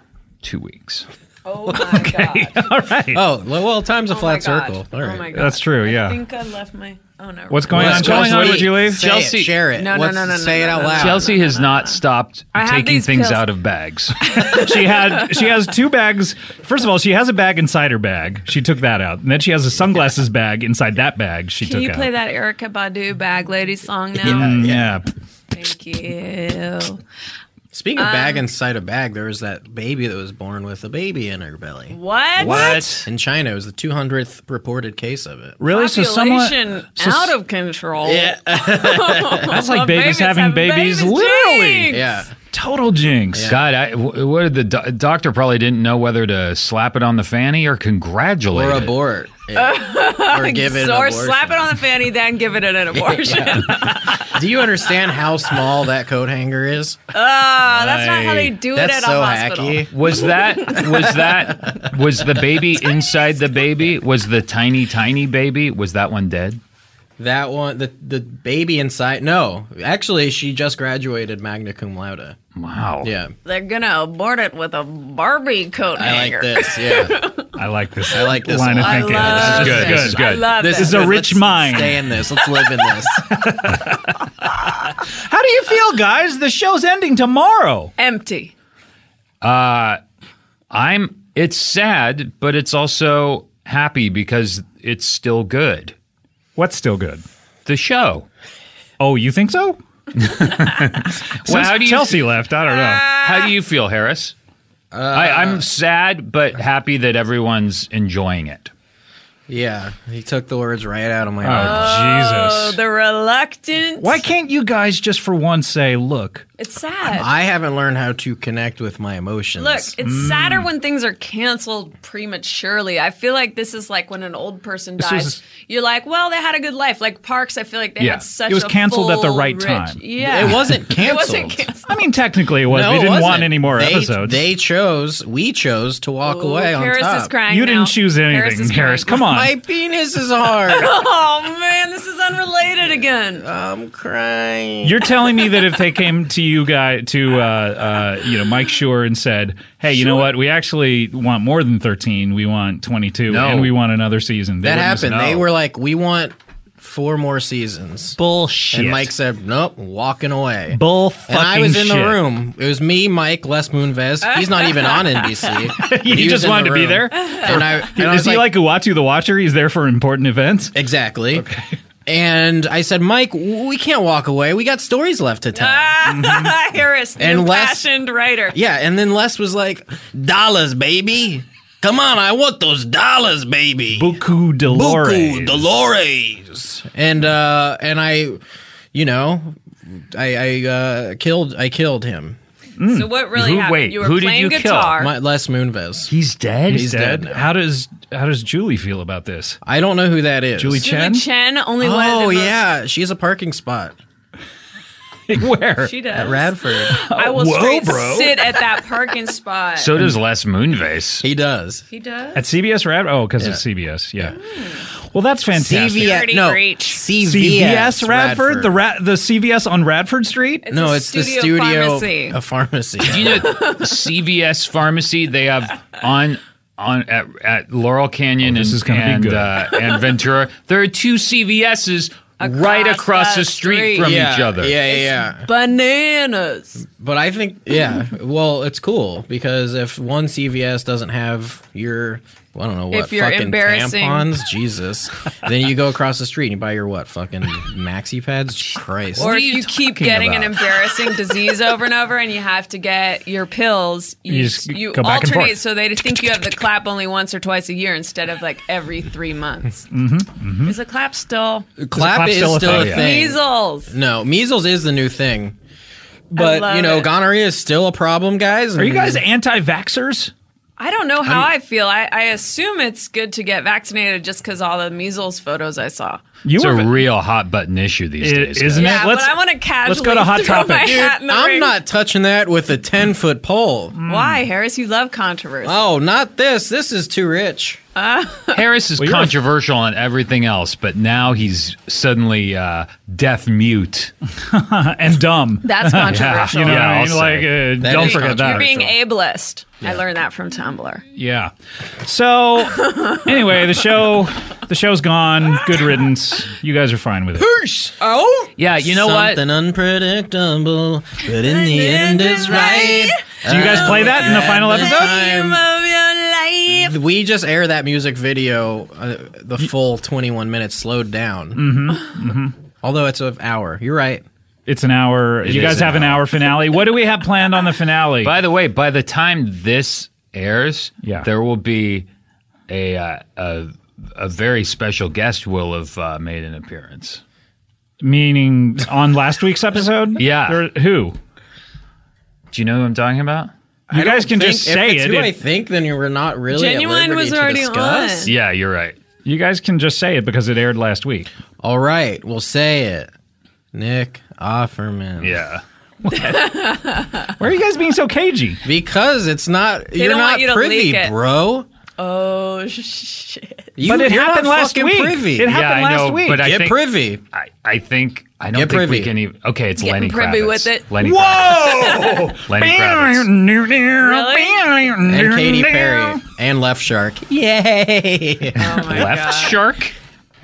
[SPEAKER 3] two weeks.
[SPEAKER 5] Oh my god.
[SPEAKER 1] All right,
[SPEAKER 4] Oh, well, well time's a
[SPEAKER 5] Oh my
[SPEAKER 4] flat
[SPEAKER 5] god.
[SPEAKER 4] circle. All
[SPEAKER 5] Oh
[SPEAKER 4] right.
[SPEAKER 5] my god.
[SPEAKER 1] that's true.
[SPEAKER 5] I
[SPEAKER 1] Yeah.
[SPEAKER 5] think I left my. Oh no.
[SPEAKER 1] What's going
[SPEAKER 4] What's
[SPEAKER 1] on,
[SPEAKER 4] going
[SPEAKER 1] Chelsea? Where
[SPEAKER 4] on?
[SPEAKER 1] did you leave?
[SPEAKER 4] Say it,
[SPEAKER 3] Chelsea-
[SPEAKER 4] share it.
[SPEAKER 5] No, no,
[SPEAKER 4] What's-
[SPEAKER 5] no, no,
[SPEAKER 4] Say
[SPEAKER 5] no,
[SPEAKER 4] it
[SPEAKER 5] no,
[SPEAKER 4] out
[SPEAKER 5] no,
[SPEAKER 4] loud.
[SPEAKER 3] Chelsea has not stopped
[SPEAKER 5] I have
[SPEAKER 3] taking
[SPEAKER 5] these
[SPEAKER 3] things
[SPEAKER 5] pills.
[SPEAKER 3] out of bags.
[SPEAKER 1] she had she has two bags. First of all, she has a bag inside her bag. She took that out, and then she has a sunglasses bag inside that bag. She
[SPEAKER 5] Can
[SPEAKER 1] took
[SPEAKER 5] you
[SPEAKER 1] out.
[SPEAKER 5] play that Erica Badu Bag Lady song now?
[SPEAKER 1] Mm, yeah.
[SPEAKER 5] Thank you.
[SPEAKER 4] Speaking of bag
[SPEAKER 5] Um,
[SPEAKER 4] inside a bag, there was that baby that was born with a baby in her belly.
[SPEAKER 5] What?
[SPEAKER 3] What?
[SPEAKER 4] In China, it was the 200th reported case of it.
[SPEAKER 1] Really? So someone.
[SPEAKER 5] Population
[SPEAKER 1] so s-
[SPEAKER 5] out of control.
[SPEAKER 1] That's like babies
[SPEAKER 5] babies
[SPEAKER 1] having
[SPEAKER 5] have
[SPEAKER 1] babies.
[SPEAKER 5] babies,
[SPEAKER 1] Literally.
[SPEAKER 5] jinx.
[SPEAKER 4] Yeah.
[SPEAKER 1] Total jinx.
[SPEAKER 3] God, I, wh- what did the do- doctor probably didn't know whether to slap it on the fanny or congratulate
[SPEAKER 4] Or
[SPEAKER 3] it.
[SPEAKER 4] abort. Yeah. or give it an
[SPEAKER 5] or
[SPEAKER 4] abortion.
[SPEAKER 5] slap it on the fanny, then give it an abortion.
[SPEAKER 4] Do you understand how small that coat hanger is?
[SPEAKER 5] Ah, that's not how they do it
[SPEAKER 4] That's
[SPEAKER 5] at
[SPEAKER 4] so
[SPEAKER 5] a hospital.
[SPEAKER 4] hacky.
[SPEAKER 3] Was that was that was the baby inside the baby? Was the tiny tiny baby? Was that one dead?
[SPEAKER 4] That one, the the baby inside. No, actually, she just graduated magna cum laude.
[SPEAKER 3] Wow.
[SPEAKER 4] Yeah,
[SPEAKER 5] They're gonna abort it with a Barbie coat
[SPEAKER 4] I like
[SPEAKER 5] hanger.
[SPEAKER 4] this. Yeah,
[SPEAKER 1] I like this.
[SPEAKER 4] I like this.
[SPEAKER 1] line
[SPEAKER 4] a
[SPEAKER 1] of
[SPEAKER 4] lot.
[SPEAKER 5] I
[SPEAKER 1] thinking.
[SPEAKER 5] love
[SPEAKER 1] this is good. This is
[SPEAKER 5] it. I
[SPEAKER 1] good.
[SPEAKER 5] love
[SPEAKER 4] This
[SPEAKER 5] it.
[SPEAKER 4] is
[SPEAKER 1] a
[SPEAKER 4] good.
[SPEAKER 1] rich
[SPEAKER 4] Let's
[SPEAKER 1] mind.
[SPEAKER 4] Stay in this. Let's live in this.
[SPEAKER 1] How do you feel, guys? The show's ending tomorrow.
[SPEAKER 5] empty.
[SPEAKER 3] I'm it's sad, but it's also happy because it's still good.
[SPEAKER 1] What's still good?
[SPEAKER 3] The show.
[SPEAKER 1] Oh, you think so?
[SPEAKER 3] Well,
[SPEAKER 1] Since
[SPEAKER 3] how do you
[SPEAKER 1] Chelsea left. I don't know.
[SPEAKER 3] how do you feel, Harris? I,
[SPEAKER 1] Uh,
[SPEAKER 3] I'm sad but happy that everyone's enjoying it.
[SPEAKER 4] Yeah, he took the words right out of my mouth.
[SPEAKER 1] Oh,
[SPEAKER 5] Oh, the reluctant.
[SPEAKER 1] Why can't you guys just for once say, look,
[SPEAKER 5] It's sad.
[SPEAKER 4] I haven't learned how to connect with my emotions.
[SPEAKER 5] Oh. Look, it's
[SPEAKER 1] Mm.
[SPEAKER 5] sadder when things are canceled prematurely. I feel like this is like when an old person dies.
[SPEAKER 1] was-
[SPEAKER 5] You're like, well, they had a good life. Like Parks, I feel like they
[SPEAKER 3] Yeah.
[SPEAKER 5] had such.
[SPEAKER 1] It was
[SPEAKER 5] a
[SPEAKER 1] canceled at the
[SPEAKER 5] full,
[SPEAKER 1] right
[SPEAKER 5] rich-
[SPEAKER 1] time.
[SPEAKER 5] Yeah,
[SPEAKER 4] it wasn't
[SPEAKER 5] It
[SPEAKER 4] canceled.
[SPEAKER 5] wasn't canceled.
[SPEAKER 1] I mean, technically it was.
[SPEAKER 4] No,
[SPEAKER 1] they
[SPEAKER 4] it
[SPEAKER 1] didn't want
[SPEAKER 4] wasn't.
[SPEAKER 1] any more
[SPEAKER 4] They-
[SPEAKER 1] episodes.
[SPEAKER 4] They chose. We chose to walk
[SPEAKER 5] Ooh,
[SPEAKER 4] away on
[SPEAKER 5] Harris
[SPEAKER 4] top.
[SPEAKER 5] is crying.
[SPEAKER 1] you
[SPEAKER 5] now.
[SPEAKER 1] didn't choose
[SPEAKER 5] Harris,
[SPEAKER 1] anything,
[SPEAKER 5] is
[SPEAKER 1] Harris.
[SPEAKER 5] crying.
[SPEAKER 1] Come on.
[SPEAKER 4] My penis is hard.
[SPEAKER 5] Oh man, this is unrelated again.
[SPEAKER 4] I'm crying.
[SPEAKER 1] You're telling me that if they came to you guy to uh, uh, you know Mike Shore and said, "Hey, you know what? We actually want more than 13. We want 22,
[SPEAKER 3] No.
[SPEAKER 1] and we want another season." They
[SPEAKER 4] that
[SPEAKER 1] wouldn't
[SPEAKER 4] happened.
[SPEAKER 1] say no.
[SPEAKER 4] They were like, "We want four more seasons."
[SPEAKER 1] bullshit.
[SPEAKER 4] And Mike said, "Nope, walking away."
[SPEAKER 1] "Bull
[SPEAKER 4] and I
[SPEAKER 1] fucking
[SPEAKER 4] was in the
[SPEAKER 1] shit.
[SPEAKER 4] room. It was me, Mike, Les Moonves. He's not even on NBC.
[SPEAKER 1] You
[SPEAKER 4] He was
[SPEAKER 1] just
[SPEAKER 4] in the
[SPEAKER 1] wanted to be
[SPEAKER 4] room.
[SPEAKER 1] there?
[SPEAKER 4] And I, and I
[SPEAKER 1] Is
[SPEAKER 4] was
[SPEAKER 1] he like, Uatu the Watcher? He's there for important events.
[SPEAKER 4] exactly? And I said, Mike, we can't walk away. We got stories left to tell.
[SPEAKER 5] Ah,
[SPEAKER 1] Mm-hmm.
[SPEAKER 5] Harris, the
[SPEAKER 4] And less-
[SPEAKER 5] impassioned writer.
[SPEAKER 4] Yeah, and then Les was like, dollars, baby. Come on, I want those dollars, baby.
[SPEAKER 1] Buku Dolores.
[SPEAKER 4] Buku, Dolores. And uh and I you know, I I uh killed I killed him.
[SPEAKER 1] Mm.
[SPEAKER 5] So what really
[SPEAKER 3] Who-
[SPEAKER 5] happened?
[SPEAKER 3] wait,
[SPEAKER 5] you were
[SPEAKER 3] who did
[SPEAKER 5] playing
[SPEAKER 3] you kill?
[SPEAKER 5] guitar.
[SPEAKER 4] My Les Moonves.
[SPEAKER 3] He's dead.
[SPEAKER 1] He's dead.
[SPEAKER 4] dead now.
[SPEAKER 3] How does how does Julie feel about this?
[SPEAKER 4] I don't know who that is.
[SPEAKER 3] Julie
[SPEAKER 5] Julie
[SPEAKER 3] Chen.
[SPEAKER 5] Chen, only one of the
[SPEAKER 4] Oh
[SPEAKER 5] most-
[SPEAKER 4] yeah, she has a parking spot
[SPEAKER 3] Where?
[SPEAKER 5] she
[SPEAKER 4] at
[SPEAKER 5] does.
[SPEAKER 4] Radford.
[SPEAKER 5] I will
[SPEAKER 3] Whoa,
[SPEAKER 5] straight
[SPEAKER 3] bro.
[SPEAKER 5] sit at that parking spot.
[SPEAKER 3] So does Les Moonves.
[SPEAKER 4] he does.
[SPEAKER 5] he does.
[SPEAKER 3] At CBS, Rad? Oh, because
[SPEAKER 4] Yeah.
[SPEAKER 3] it's CBS. Yeah. Well, that's fantastic.
[SPEAKER 4] CVS,
[SPEAKER 5] Pretty
[SPEAKER 4] no,
[SPEAKER 5] great.
[SPEAKER 4] CVS,
[SPEAKER 1] CVS Radford, the ra- the CVS on Radford Street.
[SPEAKER 4] no,
[SPEAKER 5] a
[SPEAKER 4] it's the
[SPEAKER 5] studio
[SPEAKER 4] studio,
[SPEAKER 5] pharmacy.
[SPEAKER 4] a pharmacy.
[SPEAKER 3] Do you know CVS Pharmacy? They have on on at, at Laurel Canyon
[SPEAKER 1] Oh, this
[SPEAKER 3] and
[SPEAKER 1] is gonna be
[SPEAKER 3] and,
[SPEAKER 1] good.
[SPEAKER 3] Uh, and Ventura. There are two CVSs right
[SPEAKER 5] Across
[SPEAKER 3] across
[SPEAKER 5] the
[SPEAKER 3] the street,
[SPEAKER 5] street.
[SPEAKER 3] from
[SPEAKER 4] yeah,
[SPEAKER 3] each other.
[SPEAKER 4] Yeah, yeah, yeah.
[SPEAKER 5] Bananas.
[SPEAKER 4] But I think, yeah, well, it's cool because if one CVS doesn't have your, I don't know what,
[SPEAKER 5] If you're
[SPEAKER 4] fucking
[SPEAKER 5] embarrassing.
[SPEAKER 4] tampons, Jesus, then you go across the street and you buy your what, fucking maxi pads, Christ.
[SPEAKER 5] Or
[SPEAKER 3] are
[SPEAKER 5] if
[SPEAKER 3] you
[SPEAKER 5] you keep
[SPEAKER 3] talking
[SPEAKER 5] getting an
[SPEAKER 3] about?
[SPEAKER 5] embarrassing disease over and over and you have to get your pills, you,
[SPEAKER 1] You
[SPEAKER 5] you,
[SPEAKER 1] just go back and
[SPEAKER 5] alternate
[SPEAKER 1] forth.
[SPEAKER 5] so they think you have the clap only once or twice a year instead of like every three months. Mm-hmm, Is the clap still?
[SPEAKER 4] clap,
[SPEAKER 1] clap
[SPEAKER 4] is
[SPEAKER 1] still
[SPEAKER 4] still,
[SPEAKER 1] a
[SPEAKER 4] a
[SPEAKER 1] thing?
[SPEAKER 4] thing.
[SPEAKER 5] Measles.
[SPEAKER 4] No, measles is the new thing, but
[SPEAKER 5] love
[SPEAKER 4] you know,
[SPEAKER 5] it.
[SPEAKER 4] gonorrhea is still a problem, guys.
[SPEAKER 1] Are you
[SPEAKER 4] and-
[SPEAKER 1] guys anti-vaxxers?
[SPEAKER 5] I don't know how i feel. I, I assume it's good to get vaccinated just because all the measles photos I saw.
[SPEAKER 1] You
[SPEAKER 3] It's
[SPEAKER 1] were
[SPEAKER 3] a real hot button issue these
[SPEAKER 1] It-
[SPEAKER 3] days,
[SPEAKER 1] isn't
[SPEAKER 3] guys.
[SPEAKER 1] it?
[SPEAKER 5] Yeah,
[SPEAKER 1] let's-
[SPEAKER 5] but I want to casually
[SPEAKER 1] let's go to Hot
[SPEAKER 5] throw my
[SPEAKER 1] Topic. Dude,
[SPEAKER 5] hat in the
[SPEAKER 4] I'm
[SPEAKER 5] ring.
[SPEAKER 4] not touching that with a ten foot pole.
[SPEAKER 5] Why, Harris? You love controversy.
[SPEAKER 4] Oh, not this. This is too rich.
[SPEAKER 3] Harris is
[SPEAKER 1] Well, you're a-
[SPEAKER 3] controversial on everything else, but now he's suddenly uh, deaf mute.
[SPEAKER 1] and dumb.
[SPEAKER 5] That's controversial.
[SPEAKER 1] you know
[SPEAKER 3] Yeah,
[SPEAKER 1] what
[SPEAKER 3] I'll
[SPEAKER 1] I mean? Like, uh,
[SPEAKER 4] That
[SPEAKER 1] don't
[SPEAKER 4] is
[SPEAKER 1] forget that.
[SPEAKER 5] You're being
[SPEAKER 4] controversial.
[SPEAKER 5] ableist. I learned that from Tumblr.
[SPEAKER 1] Yeah. So anyway, the show the show's gone. Good riddance. You guys are fine with it.
[SPEAKER 4] Oh,
[SPEAKER 3] Yeah, you know what?
[SPEAKER 4] Something unpredictable, but in the end it's right.
[SPEAKER 1] Do you guys play that in the final episode?
[SPEAKER 5] of your life.
[SPEAKER 4] We just air that music video, uh, the full 21 minutes slowed down. Mm-hmm. Although it's an hour. You're right.
[SPEAKER 1] It's an hour. you
[SPEAKER 3] is
[SPEAKER 1] guys have an
[SPEAKER 3] an
[SPEAKER 1] hour. finale. What do we have planned on the finale?
[SPEAKER 3] By the way, by the time this airs,
[SPEAKER 1] Yeah.
[SPEAKER 3] there will be a uh, a, a very special guest will have uh, made an appearance.
[SPEAKER 1] Meaning on last week's episode?
[SPEAKER 3] Yeah.
[SPEAKER 1] There- who?
[SPEAKER 3] Do you know who I'm talking about?
[SPEAKER 1] You guys
[SPEAKER 4] I
[SPEAKER 1] can
[SPEAKER 4] think
[SPEAKER 1] just say
[SPEAKER 4] if it's
[SPEAKER 1] it.
[SPEAKER 4] Who
[SPEAKER 1] if-
[SPEAKER 4] I think then you were not really at
[SPEAKER 5] Genuine was
[SPEAKER 4] liberty to
[SPEAKER 5] already
[SPEAKER 4] discuss.
[SPEAKER 5] on.
[SPEAKER 3] Yeah, you're right.
[SPEAKER 1] you guys can just say it because it aired last week.
[SPEAKER 4] All right, we'll say it. Nick Offerman.
[SPEAKER 3] Yeah.
[SPEAKER 1] Why are you guys being so cagey?
[SPEAKER 4] Because it's not. you're
[SPEAKER 5] don't
[SPEAKER 4] not
[SPEAKER 5] want you to
[SPEAKER 4] privy,
[SPEAKER 5] leak it.
[SPEAKER 4] bro.
[SPEAKER 5] Oh shit!
[SPEAKER 4] You,
[SPEAKER 1] But it
[SPEAKER 4] you're not
[SPEAKER 1] happened last
[SPEAKER 4] fucking
[SPEAKER 1] week.
[SPEAKER 4] Privy.
[SPEAKER 1] It happened
[SPEAKER 3] yeah, I
[SPEAKER 1] last
[SPEAKER 3] know,
[SPEAKER 1] week.
[SPEAKER 3] but I
[SPEAKER 4] Get
[SPEAKER 3] think
[SPEAKER 4] privy.
[SPEAKER 3] I, I think I don't
[SPEAKER 4] Get
[SPEAKER 3] think
[SPEAKER 4] privy.
[SPEAKER 3] we can even. Okay, it's Lenny
[SPEAKER 5] Getting privy
[SPEAKER 3] Kravitz.
[SPEAKER 5] with it.
[SPEAKER 3] Lenny
[SPEAKER 1] Whoa!
[SPEAKER 3] Kravitz. Lenny Kravitz.
[SPEAKER 4] and Katy Perry and Left Shark. Yay!
[SPEAKER 5] Oh my
[SPEAKER 3] Left
[SPEAKER 5] god!
[SPEAKER 3] shark?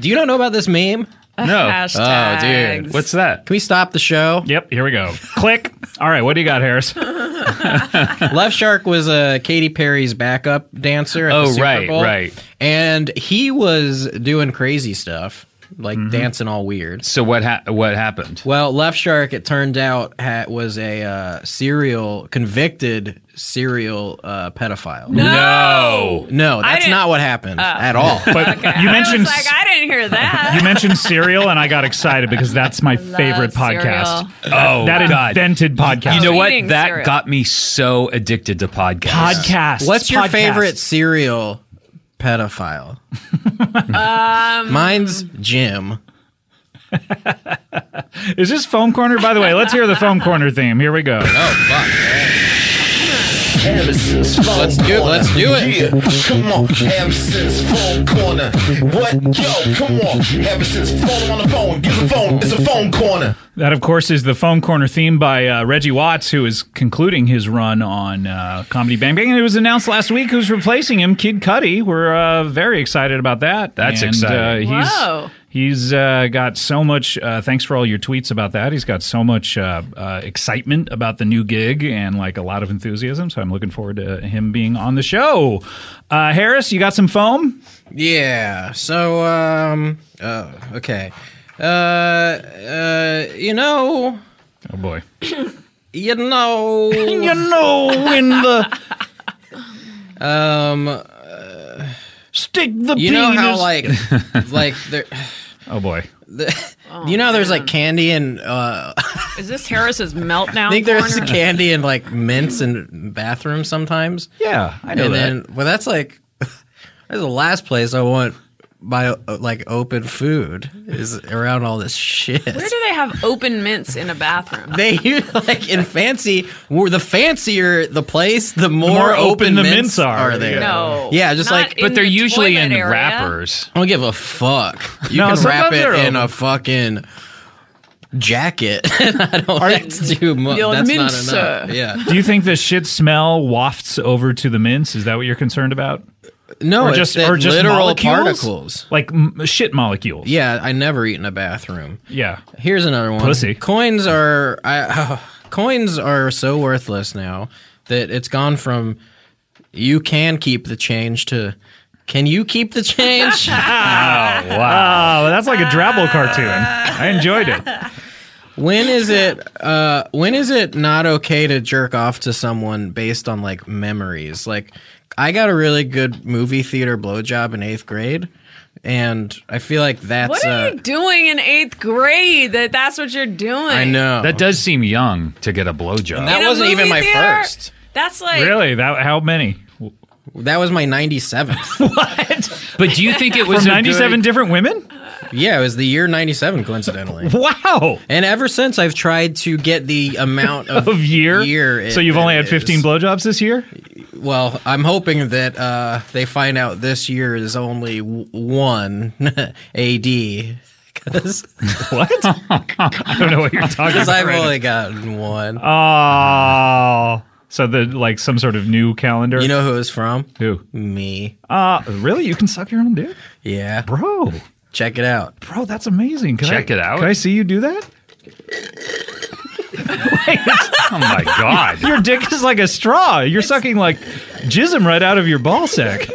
[SPEAKER 4] Do you not know about this meme?
[SPEAKER 3] No.
[SPEAKER 5] Hashtags.
[SPEAKER 4] dude.
[SPEAKER 3] What's that?
[SPEAKER 4] Can we stop the show?
[SPEAKER 1] Yep, here we go. Click. All right, what do you got, Harris?
[SPEAKER 4] Left Shark was a uh, Katy Perry's backup dancer. At
[SPEAKER 3] Oh,
[SPEAKER 4] the Super
[SPEAKER 3] right,
[SPEAKER 4] Bowl,
[SPEAKER 3] right.
[SPEAKER 4] And he was doing crazy stuff, like
[SPEAKER 3] Mm-hmm.
[SPEAKER 4] dancing all weird.
[SPEAKER 3] So what ha- what happened?
[SPEAKER 4] Well, Left Shark, it turned out, ha- was a uh, serial convicted serial uh, pedophile. No,
[SPEAKER 3] No.
[SPEAKER 5] I
[SPEAKER 4] that's
[SPEAKER 5] didn't-
[SPEAKER 4] not what happened at all.
[SPEAKER 1] But you
[SPEAKER 5] Oh! I
[SPEAKER 1] mentioned
[SPEAKER 5] was like, I didn't hear that.
[SPEAKER 1] you mentioned cereal, and I got excited because that's my favorite podcast.
[SPEAKER 3] Oh,
[SPEAKER 1] That
[SPEAKER 3] God.
[SPEAKER 1] invented podcast.
[SPEAKER 3] You know
[SPEAKER 5] Eating
[SPEAKER 3] what? That
[SPEAKER 5] cereal.
[SPEAKER 3] got me so addicted to podcasts.
[SPEAKER 1] podcast.
[SPEAKER 4] What's your favorite serial pedophile? Mine's Jim.
[SPEAKER 1] Is this foam corner? By the way, let's hear the foam corner theme. Here we go.
[SPEAKER 4] Oh fuck!
[SPEAKER 6] Harrison's phone
[SPEAKER 4] Let's do it,
[SPEAKER 6] corner.
[SPEAKER 4] let's do it.
[SPEAKER 6] Yeah, come on, Harrison's phone corner. What? Yo, come on, Harrison's phone on the phone. Get the phone. It's a phone corner.
[SPEAKER 1] That, of course, is the foam corner theme by uh, Reggie Watts, who is concluding his run on uh, Comedy Bang Bang. And it was announced last week who's replacing him, Kid Cudi. We're uh, very excited about that.
[SPEAKER 3] That's
[SPEAKER 1] And,
[SPEAKER 3] exciting.
[SPEAKER 1] Uh, he's
[SPEAKER 5] Whoa.
[SPEAKER 1] he's uh, got so much. Uh, thanks for all your tweets about that. He's got so much uh, uh, excitement about the new gig and like a lot of enthusiasm. So I'm looking forward to him being on the show. Uh, Harris, you got some foam?
[SPEAKER 4] Yeah. So um. Oh, uh, okay. Uh, uh, you know,
[SPEAKER 3] Oh boy.
[SPEAKER 4] you know,
[SPEAKER 1] You know, in the
[SPEAKER 4] um,
[SPEAKER 1] stick the
[SPEAKER 4] you know how like, like there,
[SPEAKER 3] Oh boy.
[SPEAKER 4] you know, there's like candy and uh,
[SPEAKER 5] Is this Harris's meltdown?
[SPEAKER 4] I think there's
[SPEAKER 5] corner?
[SPEAKER 4] candy and like mints in bathrooms sometimes.
[SPEAKER 3] Yeah, I know
[SPEAKER 4] and
[SPEAKER 3] that.
[SPEAKER 4] then well that's like that's the last place i want my uh, like open food is around all this shit
[SPEAKER 5] Where do they have open mints in a bathroom?
[SPEAKER 4] they use like in fancy where the fancier the place the more,
[SPEAKER 1] more
[SPEAKER 4] open,
[SPEAKER 1] open the
[SPEAKER 4] mints,
[SPEAKER 1] mints are,
[SPEAKER 4] are there
[SPEAKER 5] No.
[SPEAKER 4] yeah just
[SPEAKER 5] Not
[SPEAKER 4] like
[SPEAKER 5] in
[SPEAKER 3] but they're
[SPEAKER 5] the
[SPEAKER 3] usually
[SPEAKER 5] toilet
[SPEAKER 3] in
[SPEAKER 5] area.
[SPEAKER 3] wrappers.
[SPEAKER 4] i don't give a fuck you
[SPEAKER 1] No,
[SPEAKER 4] can wrap
[SPEAKER 1] sometimes
[SPEAKER 4] it
[SPEAKER 1] they're open.
[SPEAKER 4] in a fucking jacket i don't that's too much
[SPEAKER 5] Your
[SPEAKER 4] that's
[SPEAKER 5] mints,
[SPEAKER 4] not
[SPEAKER 5] sir.
[SPEAKER 4] enough yeah
[SPEAKER 1] Do you think the shit smell wafts over to the mints? Is that what you're concerned about?
[SPEAKER 4] no
[SPEAKER 1] Or
[SPEAKER 4] it's
[SPEAKER 1] just
[SPEAKER 4] that
[SPEAKER 1] or just
[SPEAKER 4] literal
[SPEAKER 1] molecules?
[SPEAKER 4] particles
[SPEAKER 1] like m- shit molecules?
[SPEAKER 4] yeah i never eat in a bathroom
[SPEAKER 1] yeah.
[SPEAKER 4] Here's another one.
[SPEAKER 1] Pussy.
[SPEAKER 4] Coins are I, coins are so worthless now that it's gone from you can keep the change to can you keep the change?
[SPEAKER 1] Oh, that's like a Drabble cartoon. I enjoyed it.
[SPEAKER 4] when is it uh when is it not okay to jerk off to someone based on like memories? Like I got a really good movie theater blowjob in 8th grade and I feel like that's
[SPEAKER 5] What are
[SPEAKER 4] uh,
[SPEAKER 5] you doing in eighth grade that that's what you're doing?
[SPEAKER 4] I know.
[SPEAKER 3] That does seem young to get a blowjob.
[SPEAKER 4] that
[SPEAKER 5] In a
[SPEAKER 4] wasn't even
[SPEAKER 5] movie
[SPEAKER 4] my
[SPEAKER 5] theater?
[SPEAKER 4] first.
[SPEAKER 5] That's like
[SPEAKER 1] Really? That how many?
[SPEAKER 4] That was my 97th.
[SPEAKER 3] But do you think it was
[SPEAKER 1] From
[SPEAKER 3] a good-
[SPEAKER 1] 97 different women?
[SPEAKER 4] yeah, it was the year 97 coincidentally.
[SPEAKER 1] Wow.
[SPEAKER 4] And ever since, I've tried to get the amount of,
[SPEAKER 1] Of year?
[SPEAKER 4] year
[SPEAKER 1] so
[SPEAKER 4] it-
[SPEAKER 1] you've only
[SPEAKER 4] it
[SPEAKER 1] had 15
[SPEAKER 4] is.
[SPEAKER 1] blowjobs this year?
[SPEAKER 4] Well, I'm hoping that uh, they find out this year is only w- one AD because
[SPEAKER 1] What? I don't know what you're talking about.
[SPEAKER 4] I've
[SPEAKER 1] right
[SPEAKER 4] only gotten one.
[SPEAKER 3] Uh,
[SPEAKER 1] now. Oh. So the like some sort of new calendar.
[SPEAKER 4] you know who it's from?
[SPEAKER 1] who?
[SPEAKER 4] Me.
[SPEAKER 1] Uh, really? You can suck your own dick,
[SPEAKER 4] Yeah,
[SPEAKER 1] bro?
[SPEAKER 4] check it out.
[SPEAKER 1] Bro, that's amazing. Can
[SPEAKER 3] Check
[SPEAKER 1] I,
[SPEAKER 3] it out.
[SPEAKER 1] Can I see you do that?
[SPEAKER 3] Oh my god.
[SPEAKER 1] Your dick is like a straw. You're sucking like jism right out of your ball sack.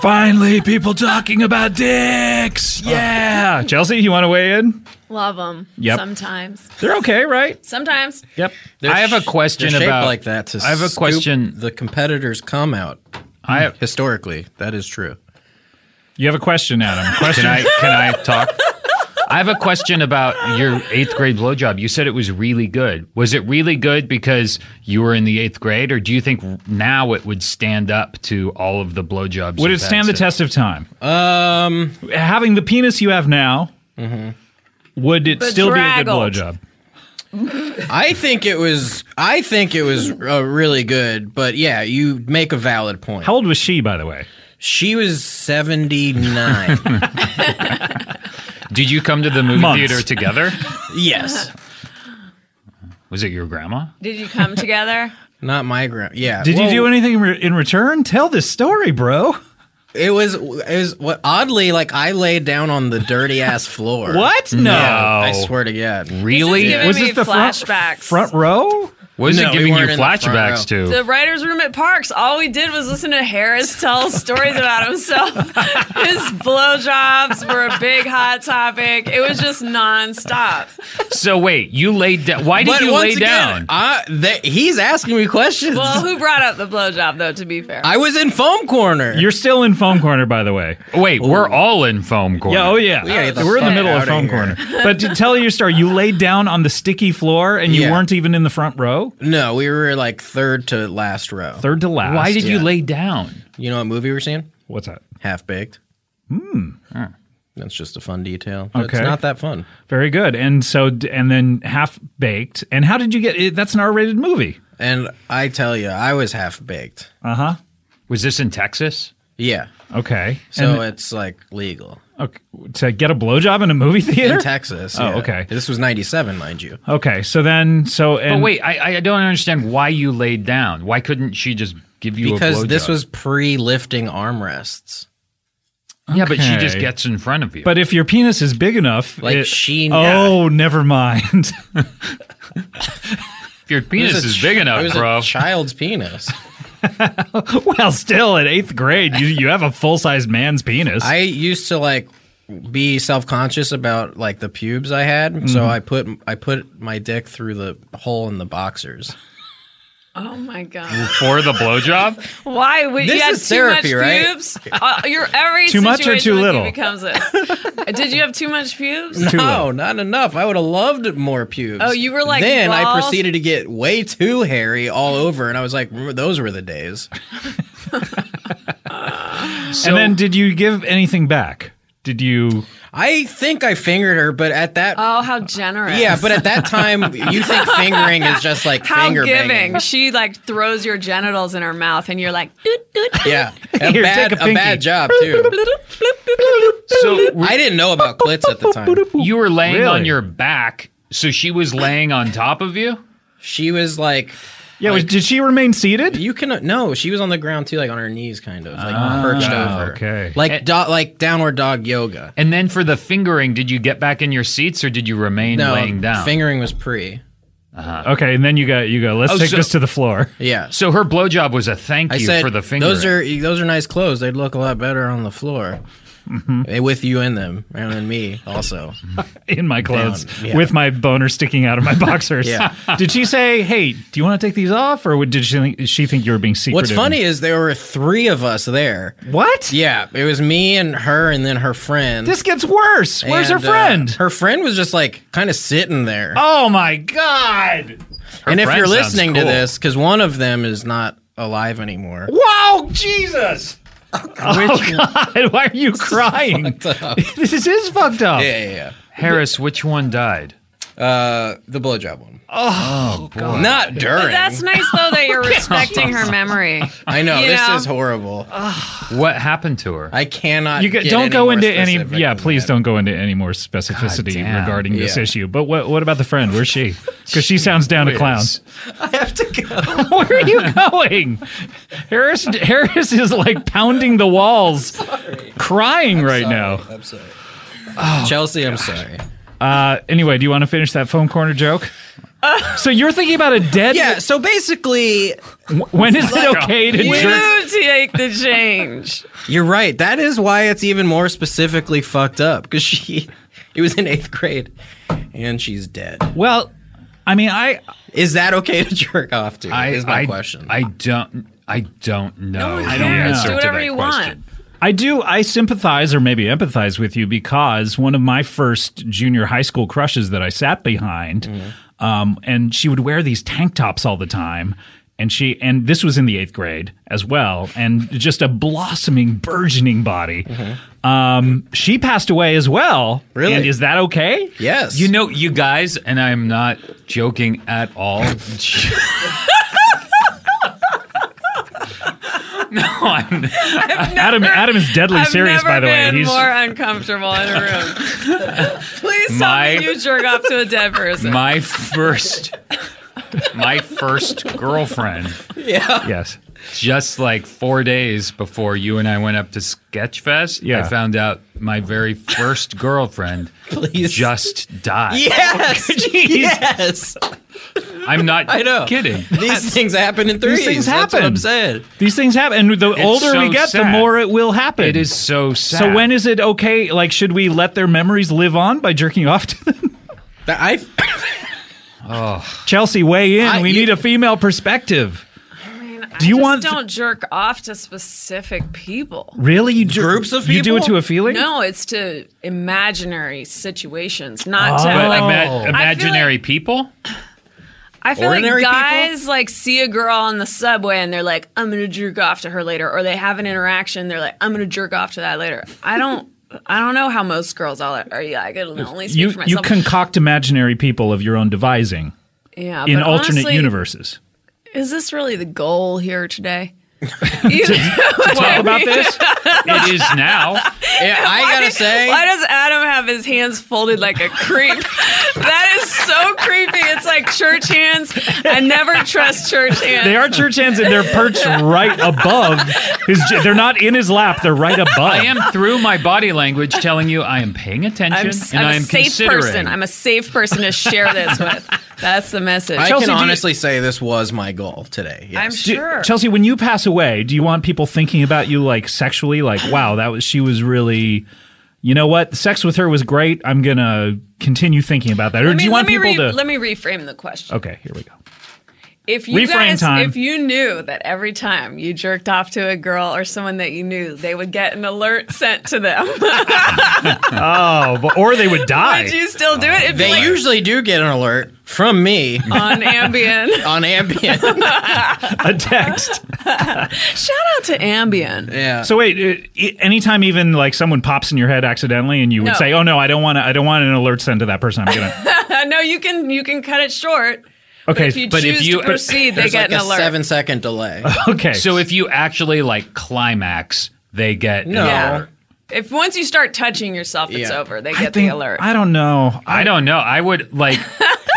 [SPEAKER 1] Finally, people talking about dicks. Yeah. Chelsea, you want to weigh in?
[SPEAKER 5] love them
[SPEAKER 1] Yep.
[SPEAKER 5] sometimes.
[SPEAKER 1] They're okay, right?
[SPEAKER 5] Sometimes
[SPEAKER 1] Yep.
[SPEAKER 3] I have a
[SPEAKER 4] They're
[SPEAKER 3] question
[SPEAKER 4] shaped
[SPEAKER 3] about
[SPEAKER 4] like that. To
[SPEAKER 3] I have a
[SPEAKER 4] scoop
[SPEAKER 3] question.
[SPEAKER 4] The competitors come out
[SPEAKER 3] I have,
[SPEAKER 4] historically. That is true.
[SPEAKER 1] You have a question, Adam. Question.
[SPEAKER 3] can I can I talk? I have a question about your eighth grade blowjob. You said it was really good. Was it really good because you were in the eighth grade, or do you think now it would stand up to all of the blowjobs?
[SPEAKER 1] Would it
[SPEAKER 3] you've had
[SPEAKER 1] stand the
[SPEAKER 3] since?
[SPEAKER 1] test of time?
[SPEAKER 4] Um,
[SPEAKER 1] Having the penis you have now, Mm-hmm. would it still be a good
[SPEAKER 5] Bedraggled.
[SPEAKER 1] blowjob?
[SPEAKER 4] I think it was. I think it was uh, really good. But yeah, you make a valid point.
[SPEAKER 1] How old was she, by the way?
[SPEAKER 4] She was 79.
[SPEAKER 3] Did you come to the movie
[SPEAKER 1] Months.
[SPEAKER 3] theater together?
[SPEAKER 4] yes.
[SPEAKER 3] Was it your grandma?
[SPEAKER 5] did you come together?
[SPEAKER 4] Not my grand. Yeah.
[SPEAKER 1] Did you
[SPEAKER 4] Well,
[SPEAKER 1] do anything re- in return? Tell this story, bro.
[SPEAKER 4] It was it was what oddly like I laid down on the dirty ass floor.
[SPEAKER 1] What? No.
[SPEAKER 4] I swear to God.
[SPEAKER 5] This
[SPEAKER 3] Really?
[SPEAKER 5] is giving
[SPEAKER 1] Was
[SPEAKER 5] me
[SPEAKER 1] this the front,
[SPEAKER 5] flashbacks.
[SPEAKER 1] front row?
[SPEAKER 3] What is
[SPEAKER 4] No,
[SPEAKER 3] it
[SPEAKER 4] we
[SPEAKER 3] giving you
[SPEAKER 4] weren't in the front
[SPEAKER 3] flashbacks
[SPEAKER 4] row.
[SPEAKER 3] to?
[SPEAKER 5] The writers' room at Parks. All we did was listen to Harris tell stories about himself. His blowjobs were a big hot topic. It was just nonstop.
[SPEAKER 3] So wait, you laid down. Why did
[SPEAKER 4] But
[SPEAKER 3] you
[SPEAKER 4] once
[SPEAKER 3] lay
[SPEAKER 4] again,
[SPEAKER 3] down?
[SPEAKER 4] I, th- he's asking me questions.
[SPEAKER 5] Well, who brought up the blowjob though? To be fair,
[SPEAKER 4] I was in foam corner.
[SPEAKER 1] You're still in foam corner, by the way.
[SPEAKER 3] Wait, we're all in foam corner.
[SPEAKER 1] Yeah, oh yeah.
[SPEAKER 4] gotta get the
[SPEAKER 1] We're in the
[SPEAKER 4] fuck
[SPEAKER 1] middle of
[SPEAKER 4] outta
[SPEAKER 1] foam corner.
[SPEAKER 4] here.
[SPEAKER 1] But to tell your story, you laid down on the sticky floor and you
[SPEAKER 4] Yeah.
[SPEAKER 1] weren't even in the front row,
[SPEAKER 4] no, we were like third to last row.
[SPEAKER 1] third to last.
[SPEAKER 3] Why did you lay down?
[SPEAKER 4] You know what movie we're seeing?
[SPEAKER 1] What's that?
[SPEAKER 4] Half baked. Hmm. That's just a fun detail. It's
[SPEAKER 1] Okay.
[SPEAKER 4] not that fun.
[SPEAKER 1] Very good. And so d- and then half baked. And how did you get it? That's an R-rated movie.
[SPEAKER 4] And I tell you, I was half baked.
[SPEAKER 1] Uh-huh.
[SPEAKER 3] Was this in Texas?
[SPEAKER 4] Yeah.
[SPEAKER 1] Okay.
[SPEAKER 4] So it's like legal
[SPEAKER 1] and, okay, to get a blowjob in a movie theater?
[SPEAKER 4] in Texas.
[SPEAKER 1] Oh,
[SPEAKER 4] yeah.
[SPEAKER 1] okay.
[SPEAKER 4] This was '97, mind you.
[SPEAKER 1] okay. So then so and
[SPEAKER 3] But Oh, wait, I, I don't understand why you laid down. Why couldn't she just give you a
[SPEAKER 4] Because this
[SPEAKER 3] blowjob?
[SPEAKER 4] was pre-lifting armrests.
[SPEAKER 3] yeah, but she
[SPEAKER 1] Okay.
[SPEAKER 3] just gets in front of you.
[SPEAKER 1] But if your penis is big enough,
[SPEAKER 4] Like
[SPEAKER 1] it-
[SPEAKER 4] she-
[SPEAKER 1] Oh, never mind.
[SPEAKER 3] if your penis
[SPEAKER 4] It was a
[SPEAKER 3] is
[SPEAKER 4] ch-
[SPEAKER 3] big
[SPEAKER 4] it
[SPEAKER 3] enough,
[SPEAKER 4] was
[SPEAKER 3] bro,
[SPEAKER 4] A child's penis.
[SPEAKER 1] well, still at eighth grade, you, you have a full sized man's penis.
[SPEAKER 4] I used to like be self conscious about like the pubes I had,
[SPEAKER 3] Mm-hmm.
[SPEAKER 4] so I put I put my dick through the hole in the boxers.
[SPEAKER 5] Oh my god!
[SPEAKER 3] for the blowjob.
[SPEAKER 5] Why would you
[SPEAKER 4] This
[SPEAKER 5] had
[SPEAKER 4] is
[SPEAKER 5] too
[SPEAKER 4] therapy,
[SPEAKER 5] much
[SPEAKER 4] right?
[SPEAKER 5] pubes? Uh, your every
[SPEAKER 1] Too much or
[SPEAKER 5] situation
[SPEAKER 1] too
[SPEAKER 5] with you
[SPEAKER 1] little?
[SPEAKER 5] becomes this. Did you have too much pubes?
[SPEAKER 1] Too
[SPEAKER 4] No,
[SPEAKER 1] low.
[SPEAKER 4] Oh, not enough. I would have loved more pubes.
[SPEAKER 5] Oh, you were like,
[SPEAKER 4] Then I
[SPEAKER 5] balls?
[SPEAKER 4] proceeded to get way too hairy all over, and I was like, "Mm, those were the days.
[SPEAKER 3] So,
[SPEAKER 1] and then, did you give anything back? Did you?
[SPEAKER 4] I think I fingered her, but at that.
[SPEAKER 5] Oh, how generous!
[SPEAKER 4] yeah, but at that time, you think fingering is just like
[SPEAKER 5] how
[SPEAKER 4] finger
[SPEAKER 5] giving.
[SPEAKER 4] banging.
[SPEAKER 5] She like throws your genitals in her mouth, and you're like, "Oot, oot,
[SPEAKER 4] Yeah, a
[SPEAKER 1] Here,
[SPEAKER 4] bad,
[SPEAKER 1] take a
[SPEAKER 4] a, bad
[SPEAKER 1] pinky.
[SPEAKER 4] job too.
[SPEAKER 5] bloop, bloop, bloop, bloop."
[SPEAKER 3] so
[SPEAKER 4] I didn't know about clits at the time.
[SPEAKER 3] you were laying on
[SPEAKER 1] Really?
[SPEAKER 3] your back, so she was laying on top of you.
[SPEAKER 4] She was like,
[SPEAKER 1] Yeah, was, did she remain seated?
[SPEAKER 4] you can no. She was on the ground too, like on her knees, kind of like perched over.
[SPEAKER 1] okay.
[SPEAKER 4] like do, like downward dog yoga.
[SPEAKER 3] And then for the fingering, did you get back in your seats or did you remain
[SPEAKER 4] No,
[SPEAKER 3] laying down?
[SPEAKER 4] fingering was pre.
[SPEAKER 1] Okay, and then you got you go. Let's
[SPEAKER 3] Oh,
[SPEAKER 1] take
[SPEAKER 3] so-
[SPEAKER 1] this to the floor.
[SPEAKER 4] Yeah,
[SPEAKER 3] so her blowjob was a thank
[SPEAKER 4] I
[SPEAKER 3] you
[SPEAKER 4] said
[SPEAKER 3] for the fingering.
[SPEAKER 4] those are those are nice clothes. They'd look a lot better on the floor. Eh, With you in them, and then me also.
[SPEAKER 1] in my clothes
[SPEAKER 4] Down, yeah.
[SPEAKER 1] with my boner sticking out of my boxers.
[SPEAKER 4] Yeah.
[SPEAKER 1] Did she say, "Hey, do you want to take these off," or would- did she think, she think you were being secretive?
[SPEAKER 4] What's funny is there were three of us there.
[SPEAKER 1] What?
[SPEAKER 4] Yeah, it was me and her, and then her friend.
[SPEAKER 1] This gets worse. Where's her
[SPEAKER 4] And, uh,
[SPEAKER 1] friend?
[SPEAKER 4] her friend was just like kind of sitting there.
[SPEAKER 1] oh my god!
[SPEAKER 4] and if
[SPEAKER 3] friend
[SPEAKER 4] you're
[SPEAKER 3] sounds
[SPEAKER 4] listening to
[SPEAKER 3] cool.
[SPEAKER 4] this, because one of them is not alive anymore.
[SPEAKER 1] Wow, Jesus! Oh God! Why are you crying? This is fucked up.
[SPEAKER 4] Yeah, yeah,
[SPEAKER 3] Harris, which one died?
[SPEAKER 4] yeah. Uh, the blowjob one.
[SPEAKER 3] Oh, boy.
[SPEAKER 4] Not during.
[SPEAKER 5] That's nice though that you're respecting her memory.
[SPEAKER 4] I know
[SPEAKER 5] You
[SPEAKER 4] this
[SPEAKER 5] know?
[SPEAKER 4] is horrible.
[SPEAKER 3] What happened to her?
[SPEAKER 4] I cannot.
[SPEAKER 1] You get,
[SPEAKER 4] get
[SPEAKER 1] don't
[SPEAKER 4] any
[SPEAKER 1] go
[SPEAKER 4] more
[SPEAKER 1] into any.
[SPEAKER 4] specific
[SPEAKER 1] Yeah,
[SPEAKER 4] than
[SPEAKER 1] please
[SPEAKER 4] that.
[SPEAKER 1] don't go into any more specificity
[SPEAKER 3] God damn.
[SPEAKER 1] regarding this
[SPEAKER 4] Yeah.
[SPEAKER 1] issue. But what what about the friend? Where's she? Because she sounds down to
[SPEAKER 3] Whiz.
[SPEAKER 1] clowns.
[SPEAKER 4] I have to go.
[SPEAKER 1] Where are you going? Harris Harris is like pounding the walls, crying right now.
[SPEAKER 4] I'm sorry. Chelsea, I'm sorry.
[SPEAKER 1] Uh, anyway, do you want to finish that phone corner joke? so you're thinking about a dead?
[SPEAKER 4] Uh, Yeah. So basically,
[SPEAKER 1] When is it okay to jerk?
[SPEAKER 5] You take the change.
[SPEAKER 4] you're right. That is why it's even more specifically fucked up because she, it was in eighth grade, and she's dead.
[SPEAKER 1] Well, I mean, I
[SPEAKER 4] Is that okay to jerk off to?
[SPEAKER 3] I,
[SPEAKER 4] is my
[SPEAKER 3] I-
[SPEAKER 4] question.
[SPEAKER 3] I don't. I don't know.
[SPEAKER 5] one
[SPEAKER 3] the
[SPEAKER 5] cares.
[SPEAKER 3] answer
[SPEAKER 5] Do
[SPEAKER 3] to
[SPEAKER 5] whatever
[SPEAKER 3] that
[SPEAKER 5] you
[SPEAKER 3] question.
[SPEAKER 5] want.
[SPEAKER 1] I do. I sympathize or maybe empathize with you because one of my first junior high school crushes that I sat behind,
[SPEAKER 3] Mm-hmm.
[SPEAKER 1] um, and she would wear these tank tops all the time. And she and this was in the eighth grade as well, and just a blossoming, burgeoning body.
[SPEAKER 3] Mm-hmm.
[SPEAKER 1] Um, she passed away as well.
[SPEAKER 4] Really?
[SPEAKER 1] And is that okay?
[SPEAKER 4] yes.
[SPEAKER 3] You know, you guys, and I'm not joking at all. no, I'm.
[SPEAKER 1] Adam Adam is deadly
[SPEAKER 5] I've
[SPEAKER 1] serious,
[SPEAKER 5] never
[SPEAKER 1] by the way.
[SPEAKER 5] been more uncomfortable in a room. Please tell
[SPEAKER 3] My-
[SPEAKER 5] me you jerk off to a dead person.
[SPEAKER 3] My first, my first girlfriend.
[SPEAKER 1] yes.
[SPEAKER 3] Just like four days before you and I went up to Sketchfest,
[SPEAKER 1] Yeah.
[SPEAKER 3] I found out my very first girlfriend
[SPEAKER 4] please.
[SPEAKER 3] just died.
[SPEAKER 4] yes. yes.
[SPEAKER 3] I'm not
[SPEAKER 4] I know.
[SPEAKER 3] kidding.
[SPEAKER 4] These things happen in threes.
[SPEAKER 1] things
[SPEAKER 4] That's what
[SPEAKER 1] happen.
[SPEAKER 4] I'm saying.
[SPEAKER 1] These things happen, and the older
[SPEAKER 3] so
[SPEAKER 1] we get, the
[SPEAKER 3] sad.
[SPEAKER 1] more it will happen.
[SPEAKER 3] It is so sad.
[SPEAKER 1] So when is it okay? Like, should we let their memories live on by jerking off to them?
[SPEAKER 4] That- I
[SPEAKER 1] Chelsea, weigh in.
[SPEAKER 4] I-
[SPEAKER 1] we
[SPEAKER 4] you-
[SPEAKER 1] need a female perspective.
[SPEAKER 5] do
[SPEAKER 1] you want-
[SPEAKER 5] Don't jerk off to specific people.
[SPEAKER 1] Really, you jer-
[SPEAKER 4] Groups of
[SPEAKER 1] You do it
[SPEAKER 4] people?
[SPEAKER 1] to a feeling?
[SPEAKER 5] No, it's to imaginary situations, not
[SPEAKER 1] Oh.
[SPEAKER 5] to
[SPEAKER 3] But
[SPEAKER 5] like.
[SPEAKER 3] ima- imaginary people?
[SPEAKER 5] I feel
[SPEAKER 4] Ordinary
[SPEAKER 5] like
[SPEAKER 4] people?
[SPEAKER 5] guys like see a girl on the subway and they're like, "I'm gonna jerk off to her later," or they have an interaction, they're like, "I'm gonna jerk off to that later." I don't, I don't know how most girls all are. Yeah, I can only speak
[SPEAKER 1] You
[SPEAKER 5] for
[SPEAKER 1] you
[SPEAKER 5] myself.
[SPEAKER 1] concoct imaginary people of your own devising
[SPEAKER 5] yeah,
[SPEAKER 1] in
[SPEAKER 5] but
[SPEAKER 1] alternate
[SPEAKER 5] honestly,
[SPEAKER 1] universes.
[SPEAKER 5] Is this really the goal here today? You know what I
[SPEAKER 1] Talk about
[SPEAKER 5] mean?
[SPEAKER 1] this.
[SPEAKER 3] It is now.
[SPEAKER 4] Yeah, I gotta say,
[SPEAKER 5] Why does Adam have his hands folded like a creep? that is so creepy. It's like church hands. I never trust church hands.
[SPEAKER 1] They are church hands and they're perched right above His, j- they're not in his lap. They're right above.
[SPEAKER 3] I am through my body language telling you I am paying attention
[SPEAKER 5] I'm,
[SPEAKER 3] and
[SPEAKER 5] I'm
[SPEAKER 3] I
[SPEAKER 5] a
[SPEAKER 3] am
[SPEAKER 5] safe
[SPEAKER 3] considering.
[SPEAKER 5] person. I'm a safe person to share this with. That's the message.
[SPEAKER 4] I
[SPEAKER 1] Chelsea, do
[SPEAKER 4] can
[SPEAKER 1] you-
[SPEAKER 4] honestly say this was my goal today.
[SPEAKER 5] I'm
[SPEAKER 4] Yes.
[SPEAKER 1] Do-
[SPEAKER 5] sure.
[SPEAKER 1] Chelsea, when you pass away, do you want people thinking about you like sexually? Like, wow, that was she was really. You know what? Sex with her was great. I'm gonna continue thinking about that. Or
[SPEAKER 5] Let me-
[SPEAKER 1] do you want
[SPEAKER 5] let me
[SPEAKER 1] people
[SPEAKER 5] re-
[SPEAKER 1] to?
[SPEAKER 5] Let me reframe the question.
[SPEAKER 1] okay, here we go.
[SPEAKER 5] If you
[SPEAKER 1] Reframe
[SPEAKER 5] guys,
[SPEAKER 1] time.
[SPEAKER 5] if you knew that every time you jerked off to a girl or someone that you knew, they would get an alert sent to them,
[SPEAKER 1] Oh, but, or they would die.
[SPEAKER 5] would you still do it? It'd be
[SPEAKER 4] They
[SPEAKER 5] like
[SPEAKER 4] usually do get an alert from me
[SPEAKER 5] on Ambien.
[SPEAKER 4] on Ambien.
[SPEAKER 1] a text.
[SPEAKER 5] Shout out to Ambien.
[SPEAKER 4] yeah.
[SPEAKER 1] So wait, it, it- anytime even like someone pops in your head accidentally, and you would
[SPEAKER 5] No.
[SPEAKER 1] say, "Oh no, I don't want to. I don't want an alert sent to that person. I'm gonna."
[SPEAKER 5] I know Uh, you can you can cut it short.
[SPEAKER 1] Okay,
[SPEAKER 5] But if you
[SPEAKER 3] but if
[SPEAKER 5] choose
[SPEAKER 3] you-
[SPEAKER 5] to proceed, they
[SPEAKER 4] There's
[SPEAKER 5] get
[SPEAKER 4] like a
[SPEAKER 5] an alert.
[SPEAKER 4] seven second delay.
[SPEAKER 1] okay.
[SPEAKER 3] So if you actually like climax, they get
[SPEAKER 4] No.
[SPEAKER 5] Yeah. If once you start touching yourself, it's
[SPEAKER 4] Yeah.
[SPEAKER 5] over. They
[SPEAKER 1] I
[SPEAKER 5] get
[SPEAKER 1] think-
[SPEAKER 5] the alert.
[SPEAKER 1] I don't know.
[SPEAKER 3] I don't know. I would like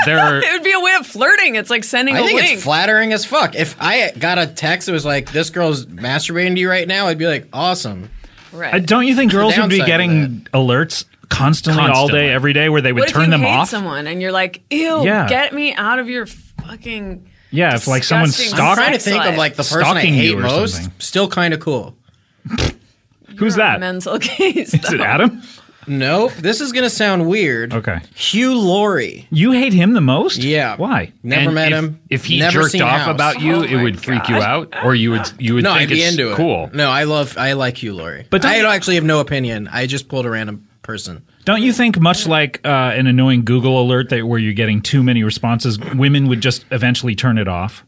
[SPEAKER 3] there are
[SPEAKER 5] it would be a way of flirting. It's like sending a
[SPEAKER 4] I think
[SPEAKER 5] link.
[SPEAKER 4] it's flattering as fuck. If I got a text that was like, "This girl's masturbating to you right now," I'd be like, "Awesome."
[SPEAKER 5] right.
[SPEAKER 1] Uh, don't you think girls would be
[SPEAKER 4] downside of
[SPEAKER 1] getting alerts constantly, all
[SPEAKER 3] Constantly.
[SPEAKER 1] day, every day, where they would
[SPEAKER 5] what if
[SPEAKER 1] turn
[SPEAKER 5] you
[SPEAKER 1] them
[SPEAKER 5] hate
[SPEAKER 1] off?
[SPEAKER 5] someone and you're like, ew,
[SPEAKER 1] Yeah.
[SPEAKER 5] get me out of your fucking.
[SPEAKER 1] Yeah, if like someone
[SPEAKER 5] Disgusting.
[SPEAKER 4] I'm
[SPEAKER 1] stalked,
[SPEAKER 4] trying to think of like the person I
[SPEAKER 1] Stalking you
[SPEAKER 4] hate
[SPEAKER 1] or
[SPEAKER 4] most.
[SPEAKER 1] something.
[SPEAKER 4] Still kind of cool.
[SPEAKER 1] who's
[SPEAKER 5] You're a
[SPEAKER 1] that?
[SPEAKER 5] Mental case.
[SPEAKER 1] Is it Adam?
[SPEAKER 4] Nope. This is gonna sound weird.
[SPEAKER 1] Okay,
[SPEAKER 4] Hugh Laurie.
[SPEAKER 1] you hate him the most.
[SPEAKER 4] Yeah.
[SPEAKER 1] why?
[SPEAKER 4] Never
[SPEAKER 3] and
[SPEAKER 4] met
[SPEAKER 3] if,
[SPEAKER 4] him.
[SPEAKER 3] If he
[SPEAKER 4] never
[SPEAKER 3] jerked
[SPEAKER 4] seen
[SPEAKER 3] off
[SPEAKER 4] House.
[SPEAKER 3] about you,
[SPEAKER 5] Oh
[SPEAKER 3] it
[SPEAKER 5] my
[SPEAKER 3] would freak you out, or you would you would
[SPEAKER 4] No,
[SPEAKER 3] think
[SPEAKER 4] I'd be
[SPEAKER 3] it's
[SPEAKER 4] into it.
[SPEAKER 3] cool.
[SPEAKER 4] No, I love. I like Hugh Laurie.
[SPEAKER 1] But
[SPEAKER 4] But
[SPEAKER 1] don't
[SPEAKER 4] I
[SPEAKER 1] you-
[SPEAKER 4] don't actually have no opinion. I just pulled a random person.
[SPEAKER 1] Don't you think much like uh, an annoying Google alert that where you're getting too many responses, women would just eventually turn it off?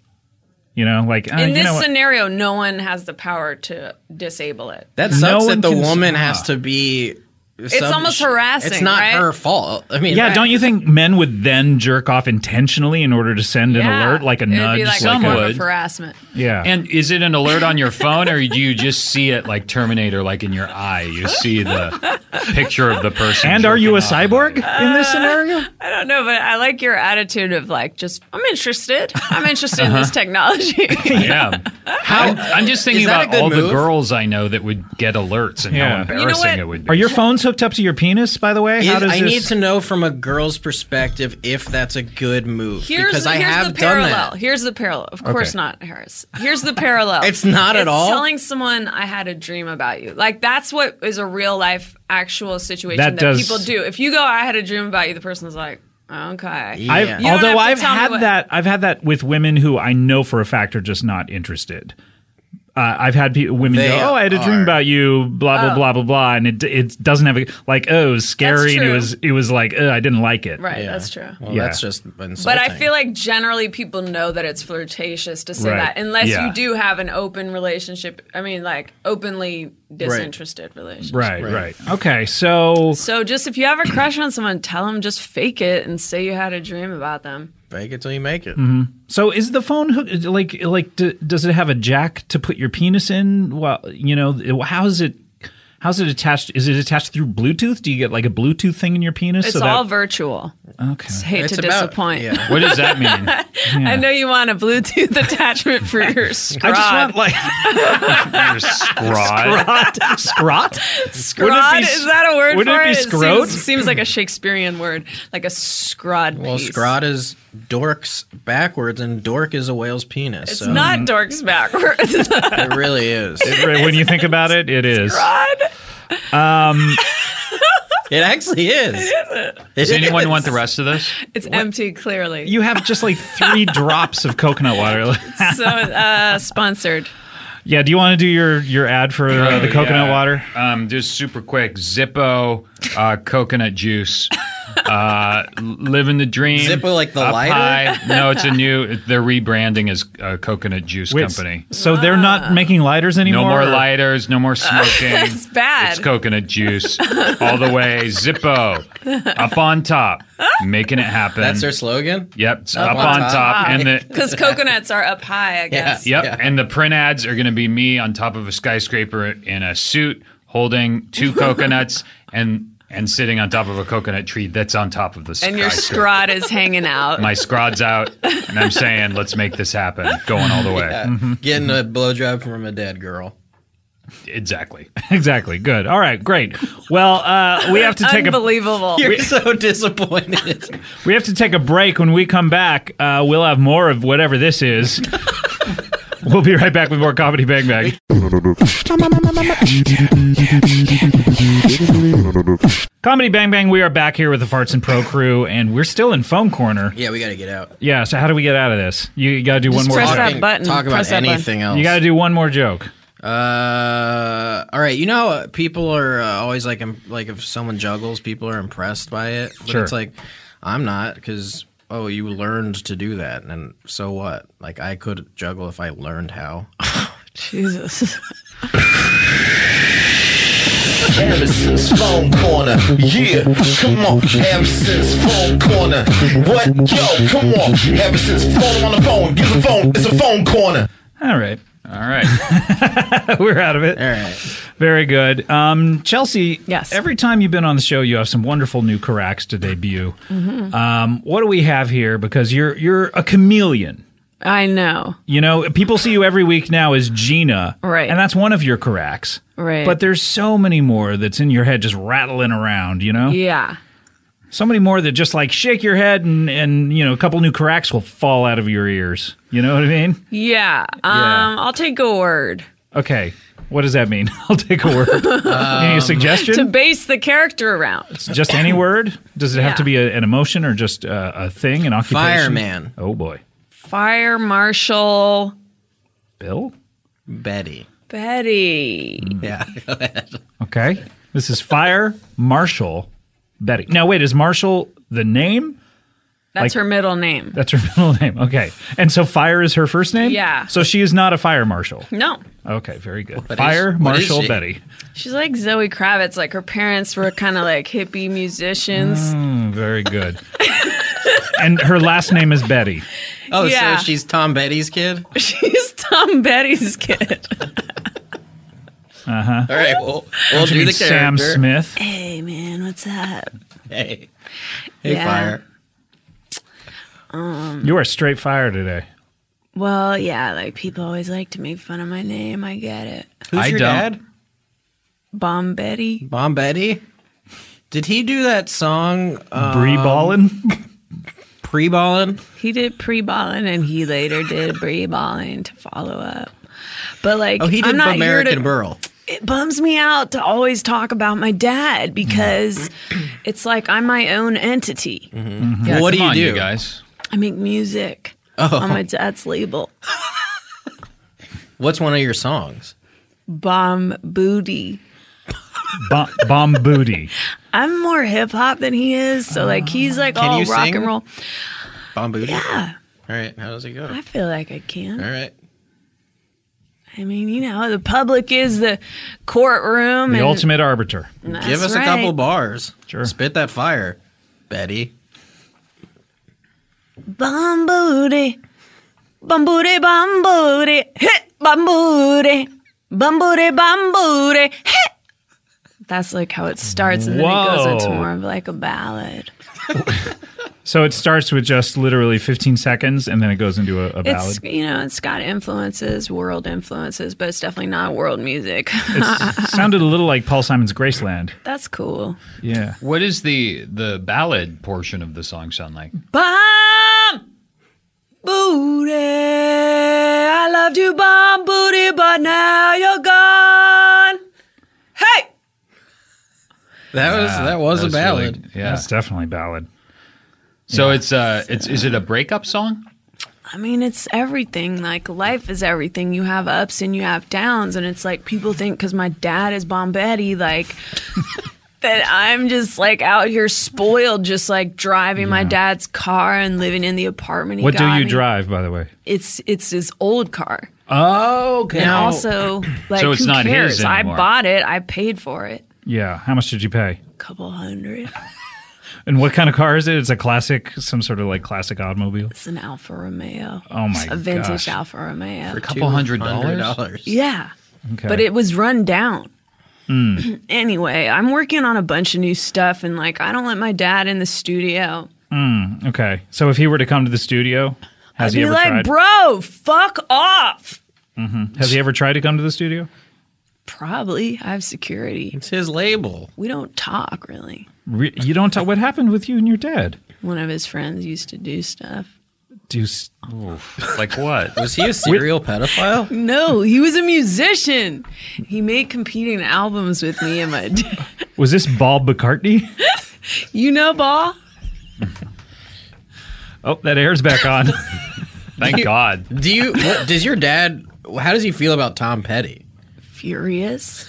[SPEAKER 1] You know, like uh,
[SPEAKER 5] In
[SPEAKER 1] you
[SPEAKER 5] this
[SPEAKER 1] know what?
[SPEAKER 5] scenario, no one has the power to disable it.
[SPEAKER 4] That
[SPEAKER 1] No
[SPEAKER 4] sucks
[SPEAKER 1] one
[SPEAKER 4] that the
[SPEAKER 1] can- Ah.
[SPEAKER 4] woman
[SPEAKER 1] yeah.
[SPEAKER 4] has to be. It's
[SPEAKER 5] almost harassing,
[SPEAKER 4] It's not
[SPEAKER 5] right?
[SPEAKER 4] her fault. I mean,
[SPEAKER 1] yeah,
[SPEAKER 4] I-
[SPEAKER 1] don't you think men would then jerk off intentionally in order to send an
[SPEAKER 5] Yeah.
[SPEAKER 1] alert, like a
[SPEAKER 5] It'd
[SPEAKER 1] nudge?
[SPEAKER 5] Be like
[SPEAKER 3] Some
[SPEAKER 5] a form
[SPEAKER 3] would.
[SPEAKER 5] of harassment.
[SPEAKER 1] yeah,
[SPEAKER 3] And is it an alert on your phone, or do you just see it like Terminator, like in your eye? You see the picture of the person.
[SPEAKER 1] and are you a
[SPEAKER 3] jerking off.
[SPEAKER 1] cyborg in this scenario?
[SPEAKER 5] I don't know, but I like your attitude of like, just I'm interested. I'm interested in
[SPEAKER 1] Uh-huh.
[SPEAKER 5] this technology.
[SPEAKER 3] Yeah. How? I'm, I'm just thinking
[SPEAKER 4] Is that a
[SPEAKER 3] about
[SPEAKER 4] good
[SPEAKER 3] all the
[SPEAKER 4] move?
[SPEAKER 3] girls I know that would get alerts and
[SPEAKER 1] Yeah.
[SPEAKER 3] how
[SPEAKER 1] You know
[SPEAKER 3] embarrassing
[SPEAKER 5] what?
[SPEAKER 3] it would be.
[SPEAKER 1] Are your phones hooked up to your penis? By the way,
[SPEAKER 4] Is-
[SPEAKER 1] how does
[SPEAKER 4] I
[SPEAKER 1] this-
[SPEAKER 4] need to know from a girl's perspective if that's a good move
[SPEAKER 5] Here's,
[SPEAKER 4] because I
[SPEAKER 5] here's
[SPEAKER 4] have
[SPEAKER 5] the parallel.
[SPEAKER 4] done that.
[SPEAKER 5] Here's the parallel. Of course
[SPEAKER 1] Okay.
[SPEAKER 5] not, Harris. Here's the parallel.
[SPEAKER 4] It's not at
[SPEAKER 5] It's
[SPEAKER 4] all?
[SPEAKER 5] Telling someone I had a dream about you. Like that's what is a real life actual situation
[SPEAKER 1] That
[SPEAKER 5] that,
[SPEAKER 1] does-
[SPEAKER 5] people do. If you go, I had a dream about you, the person's like, okay.
[SPEAKER 4] Yeah.
[SPEAKER 1] I've,
[SPEAKER 4] You don't
[SPEAKER 5] have
[SPEAKER 1] although
[SPEAKER 5] to
[SPEAKER 1] I've
[SPEAKER 5] tell me
[SPEAKER 1] had
[SPEAKER 5] what-
[SPEAKER 1] that, I've had that with women who I know for a fact are just not interested. Uh, I've had pe- women
[SPEAKER 4] They
[SPEAKER 1] go, "Oh, I had a dream
[SPEAKER 4] are.
[SPEAKER 1] about you," blah blah
[SPEAKER 5] Oh.
[SPEAKER 1] blah blah blah, and it it doesn't have a like, "Oh, it was scary," and it
[SPEAKER 5] true.
[SPEAKER 1] was it was like, "Ugh, "I didn't like it."
[SPEAKER 5] Right,
[SPEAKER 4] Yeah.
[SPEAKER 5] that's true.
[SPEAKER 4] Well,
[SPEAKER 1] Yeah.
[SPEAKER 4] that's just insulting.
[SPEAKER 5] But I feel like generally people know that it's flirtatious to say
[SPEAKER 1] Right.
[SPEAKER 5] that unless
[SPEAKER 1] Yeah.
[SPEAKER 5] you do have an open relationship. I mean, like openly disinterested relationship.
[SPEAKER 1] right,
[SPEAKER 4] Right.
[SPEAKER 1] right. Okay, so
[SPEAKER 5] So just if you have a crush on someone, tell them just fake it and say you had a dream about them.
[SPEAKER 4] fake it till you make it.
[SPEAKER 5] Mm-hmm.
[SPEAKER 1] so is the phone hook like like d- does it have a jack to put your penis in? Well, you know, it- how is it? How's it attached? Is it attached through Bluetooth? Do you get like a Bluetooth thing in your penis?
[SPEAKER 5] It's
[SPEAKER 1] so
[SPEAKER 5] all
[SPEAKER 1] that,
[SPEAKER 5] virtual.
[SPEAKER 1] okay.
[SPEAKER 5] Hate
[SPEAKER 4] It's
[SPEAKER 5] to
[SPEAKER 4] about
[SPEAKER 5] disappoint.
[SPEAKER 4] Yeah.
[SPEAKER 3] what does that mean?
[SPEAKER 5] I know you want a Bluetooth attachment for your scrod.
[SPEAKER 1] I just want like
[SPEAKER 3] Your scrod.
[SPEAKER 1] scrot.
[SPEAKER 5] scrod.
[SPEAKER 1] wouldn't it be-
[SPEAKER 5] is that a word
[SPEAKER 1] wouldn't
[SPEAKER 5] for
[SPEAKER 1] it
[SPEAKER 5] it?
[SPEAKER 1] be scrod?
[SPEAKER 5] seems, seems like a Shakespearean word, like a scrod.
[SPEAKER 4] Well,
[SPEAKER 5] piece.
[SPEAKER 4] scrod is dorks backwards, and dork is a whale's penis.
[SPEAKER 5] It's
[SPEAKER 4] so
[SPEAKER 1] um,
[SPEAKER 5] not dorks backwards. scrod.
[SPEAKER 4] It really is. It,
[SPEAKER 1] when you think about it, it is.
[SPEAKER 4] actually is. It isn't.
[SPEAKER 3] Does anyone want the rest of this?
[SPEAKER 5] It's empty, clearly.
[SPEAKER 1] You have just like three drops of coconut water.
[SPEAKER 5] so uh, sponsored.
[SPEAKER 1] yeah. Do you want to do your your ad for uh, the
[SPEAKER 3] Oh,
[SPEAKER 1] coconut
[SPEAKER 3] yeah.
[SPEAKER 1] water?
[SPEAKER 3] Um, just super quick. Zippo, uh, coconut juice. Uh, living the dream.
[SPEAKER 4] Zippo, like the
[SPEAKER 3] Up
[SPEAKER 4] lighter?
[SPEAKER 3] High. No, it's a new. They're rebranding as uh, coconut juice
[SPEAKER 1] Wait,
[SPEAKER 3] company. Ah.
[SPEAKER 1] So they're not making lighters anymore.
[SPEAKER 3] No more
[SPEAKER 1] or-
[SPEAKER 3] lighters. No more smoking.
[SPEAKER 5] That's bad.
[SPEAKER 3] It's coconut juice all the way. Zippo up on top, making it happen.
[SPEAKER 4] That's their slogan.
[SPEAKER 3] Yep, it's up, on top, and the.
[SPEAKER 5] Because coconuts are up high, I guess.
[SPEAKER 3] Yep,
[SPEAKER 4] Yeah.
[SPEAKER 3] and the print ads are going to be me on top of a skyscraper in a suit holding two coconuts and and sitting on top of a coconut tree that's on top of the skyscraper.
[SPEAKER 5] And your scrod is hanging out.
[SPEAKER 3] My scrod's out, and
[SPEAKER 4] Mm-hmm.
[SPEAKER 3] I'm saying, let's make this happen, going all the way.
[SPEAKER 4] Getting a blowjob from a dead girl.
[SPEAKER 3] Exactly.
[SPEAKER 1] Exactly. Good. All right. Great. Well, uh, we have to take a
[SPEAKER 5] Unbelievable.
[SPEAKER 4] You're so disappointed.
[SPEAKER 1] we have to take a break. When we come back, uh, we'll have more of whatever this is. we'll be right back with more comedy bang bang. Comedy bang bang. We are back here with the Farts and Pro crew, and we're still in foam corner.
[SPEAKER 4] yeah, we got to get out.
[SPEAKER 1] Yeah. So how do we get out of this? You got to do one more.
[SPEAKER 5] press
[SPEAKER 1] joke.
[SPEAKER 5] that button.
[SPEAKER 4] Talk about
[SPEAKER 5] Press that button.
[SPEAKER 4] anything else.
[SPEAKER 1] You got to do one more joke.
[SPEAKER 4] Uh, all right. You know, uh, people are uh, always like, im- like if someone juggles, people are impressed by it. But
[SPEAKER 1] Sure.
[SPEAKER 4] it's like, I'm not because oh, you learned to do that, and so what? Like I could juggle if I learned how.
[SPEAKER 5] Jesus.
[SPEAKER 6] Harrison's phone corner. Yeah, come on. Harrison's phone corner. What? Yo, come on. Harrison's phone on the phone. Get the phone. It's a phone corner.
[SPEAKER 1] All right.
[SPEAKER 3] All right.
[SPEAKER 1] We're out of it.
[SPEAKER 4] All right.
[SPEAKER 1] Very good. Um, Chelsea,
[SPEAKER 5] Yes.
[SPEAKER 1] every time you've been on the show, you have some wonderful new corrects to debut.
[SPEAKER 5] Mm-hmm.
[SPEAKER 1] Um, what do we have here? Because you're you're a chameleon.
[SPEAKER 5] I know.
[SPEAKER 1] You know, people see you every week now as Gina.
[SPEAKER 5] Right.
[SPEAKER 1] And that's one of your corrects.
[SPEAKER 5] Right.
[SPEAKER 1] But there's so many more that's in your head just rattling around, you know?
[SPEAKER 5] Yeah.
[SPEAKER 1] So many more that just like shake your head and, and you know, a couple new corrects will fall out of your ears. You know what I mean?
[SPEAKER 5] Yeah. Um,
[SPEAKER 1] Yeah.
[SPEAKER 5] I'll take a word.
[SPEAKER 1] Okay. What does that mean? I'll take a word.
[SPEAKER 4] Um,
[SPEAKER 1] Any suggestion?
[SPEAKER 5] To base the character around.
[SPEAKER 1] Just any word? Does it have
[SPEAKER 5] Yeah.
[SPEAKER 1] to be a, an emotion or just uh, a thing, an occupation?
[SPEAKER 4] Fireman.
[SPEAKER 1] Oh boy,
[SPEAKER 5] Fire Marshal
[SPEAKER 1] Bill.
[SPEAKER 4] Betty.
[SPEAKER 5] Betty.
[SPEAKER 4] Yeah.
[SPEAKER 1] Okay, this is Fire Marshal Betty. Now wait, is Marshall the name? Like-
[SPEAKER 5] That's her middle name.
[SPEAKER 1] That's her middle name. Okay, and so Fire is her first name.
[SPEAKER 5] Yeah.
[SPEAKER 1] So she is not a fire marshal.
[SPEAKER 5] No.
[SPEAKER 1] Okay, very good.
[SPEAKER 4] is-
[SPEAKER 1] fire
[SPEAKER 4] what is
[SPEAKER 1] Marshal
[SPEAKER 4] she?
[SPEAKER 1] Betty.
[SPEAKER 5] She's like Zoe Kravitz. Like her parents were kind of like hippie musicians.
[SPEAKER 1] Mm, very good. and her last name is Betty.
[SPEAKER 4] Oh,
[SPEAKER 5] Yeah.
[SPEAKER 4] so she's Tom Betty's kid.
[SPEAKER 5] She's Tom Betty's kid.
[SPEAKER 4] All right. Well, we'll do the character.
[SPEAKER 1] Sam Smith.
[SPEAKER 5] Hey man, what's up?
[SPEAKER 4] Hey. Hey,
[SPEAKER 5] Yeah.
[SPEAKER 4] fire.
[SPEAKER 1] You are straight fire today.
[SPEAKER 5] Well, yeah, like people always like to make fun of my name. I get it.
[SPEAKER 4] Who's
[SPEAKER 3] I
[SPEAKER 4] your
[SPEAKER 3] don't-
[SPEAKER 4] dad?
[SPEAKER 5] Bomb Betty.
[SPEAKER 4] Bomb Betty. Did he do that song
[SPEAKER 5] Um,
[SPEAKER 4] uh,
[SPEAKER 1] Bree Ballin.
[SPEAKER 4] pre-ballin?
[SPEAKER 5] He did pre balling and he later did Bree balling to follow up. But like,
[SPEAKER 4] Oh, he did
[SPEAKER 5] I'm not
[SPEAKER 4] American
[SPEAKER 5] here to,
[SPEAKER 4] Burl.
[SPEAKER 5] it bums me out to always talk about my dad because
[SPEAKER 4] Mm-hmm.
[SPEAKER 5] it's like I'm my own entity.
[SPEAKER 4] what do
[SPEAKER 3] Come
[SPEAKER 4] you
[SPEAKER 3] on,
[SPEAKER 4] do,
[SPEAKER 3] you guys?
[SPEAKER 5] I make music
[SPEAKER 4] Oh.
[SPEAKER 5] on my dad's label,
[SPEAKER 4] What's one of your songs?
[SPEAKER 5] Bomb Booty.
[SPEAKER 1] Bom- bomb booty.
[SPEAKER 5] I'm more hip hop than he is, so like he's like all
[SPEAKER 4] Ah. you
[SPEAKER 5] rock
[SPEAKER 4] sing?
[SPEAKER 5] and roll.
[SPEAKER 4] Bamboo.
[SPEAKER 5] Yeah,
[SPEAKER 4] All right. How does it go?
[SPEAKER 5] I feel like I can.
[SPEAKER 4] All right.
[SPEAKER 5] I mean, you know, the public is the courtroom.
[SPEAKER 1] The
[SPEAKER 5] and
[SPEAKER 1] ultimate arbiter.
[SPEAKER 5] that's
[SPEAKER 4] Give us
[SPEAKER 5] right.
[SPEAKER 4] a couple bars.
[SPEAKER 1] Sure.
[SPEAKER 4] Spit that fire, Betty.
[SPEAKER 5] Bomb booty, bomb booty, bomb booty, hit bomb booty, bomb booty, bomb booty, hit. That's like how it starts, and then it
[SPEAKER 1] Whoa.
[SPEAKER 5] goes into more of like a ballad.
[SPEAKER 1] So it starts with just literally 15 seconds, and then it goes into a, a ballad.
[SPEAKER 5] It's you know, it's got influences, world influences, but it's definitely not world music.
[SPEAKER 1] It sounded a little like Paul Simon's Graceland.
[SPEAKER 5] That's cool.
[SPEAKER 1] Yeah.
[SPEAKER 3] What does the the ballad portion of the song sound like?
[SPEAKER 5] Bomb booty. I loved you, bomb booty, but now you're gone. Hey.
[SPEAKER 4] That was that was a ballad.
[SPEAKER 3] really- yeah.
[SPEAKER 1] That's definitely ballad.
[SPEAKER 3] So it's uh it's is it a breakup song?
[SPEAKER 5] I mean, it's everything. Like, life is everything. You have ups and you have downs. And it's like people think because my dad is Bombetti, like, that I'm just like out here spoiled, just like driving my dad's car and living in the apartment. He
[SPEAKER 1] What do
[SPEAKER 5] got
[SPEAKER 1] you
[SPEAKER 5] me.
[SPEAKER 1] drive, by the way?
[SPEAKER 5] It's it's his old car.
[SPEAKER 1] Oh, okay.
[SPEAKER 5] And also, like,
[SPEAKER 3] So it's
[SPEAKER 5] who
[SPEAKER 3] not his
[SPEAKER 5] cares? I
[SPEAKER 3] anymore.
[SPEAKER 5] bought it. I paid for it.
[SPEAKER 1] Yeah. How much did you pay?
[SPEAKER 5] Couple hundred.
[SPEAKER 1] And what kind of car is it? It's a classic, some sort of like classic automobile.
[SPEAKER 5] It's an Alfa Romeo.
[SPEAKER 1] Oh my
[SPEAKER 5] a vintage
[SPEAKER 1] gosh.
[SPEAKER 5] Alfa Romeo.
[SPEAKER 3] couple hundred
[SPEAKER 4] dollars.
[SPEAKER 5] Yeah.
[SPEAKER 1] Okay. Mm.
[SPEAKER 5] but it was run down. anyway, I'm working on a bunch of new stuff, and like I don't let my dad in the studio.
[SPEAKER 1] okay. So if he were to come to the studio, has he
[SPEAKER 5] Be
[SPEAKER 1] ever tried?
[SPEAKER 5] like, bro, fuck off.
[SPEAKER 1] has he ever tried to come to the studio?
[SPEAKER 5] Probably. I have security.
[SPEAKER 4] It's his label.
[SPEAKER 5] We don't talk really.
[SPEAKER 1] Re- you don't tell what happened with you and your dad.
[SPEAKER 5] One of his friends used to do stuff.
[SPEAKER 1] Do you s-
[SPEAKER 3] Like what?
[SPEAKER 4] Was he a serial pedophile?
[SPEAKER 5] No, he was a musician. He made competing albums with me and my.
[SPEAKER 1] was this Bob McCartney?
[SPEAKER 5] you know, Ball.
[SPEAKER 1] Oh, that air's back on.
[SPEAKER 3] Thank God.
[SPEAKER 4] Do you? What, does your dad? How does he feel about Tom Petty?
[SPEAKER 5] furious.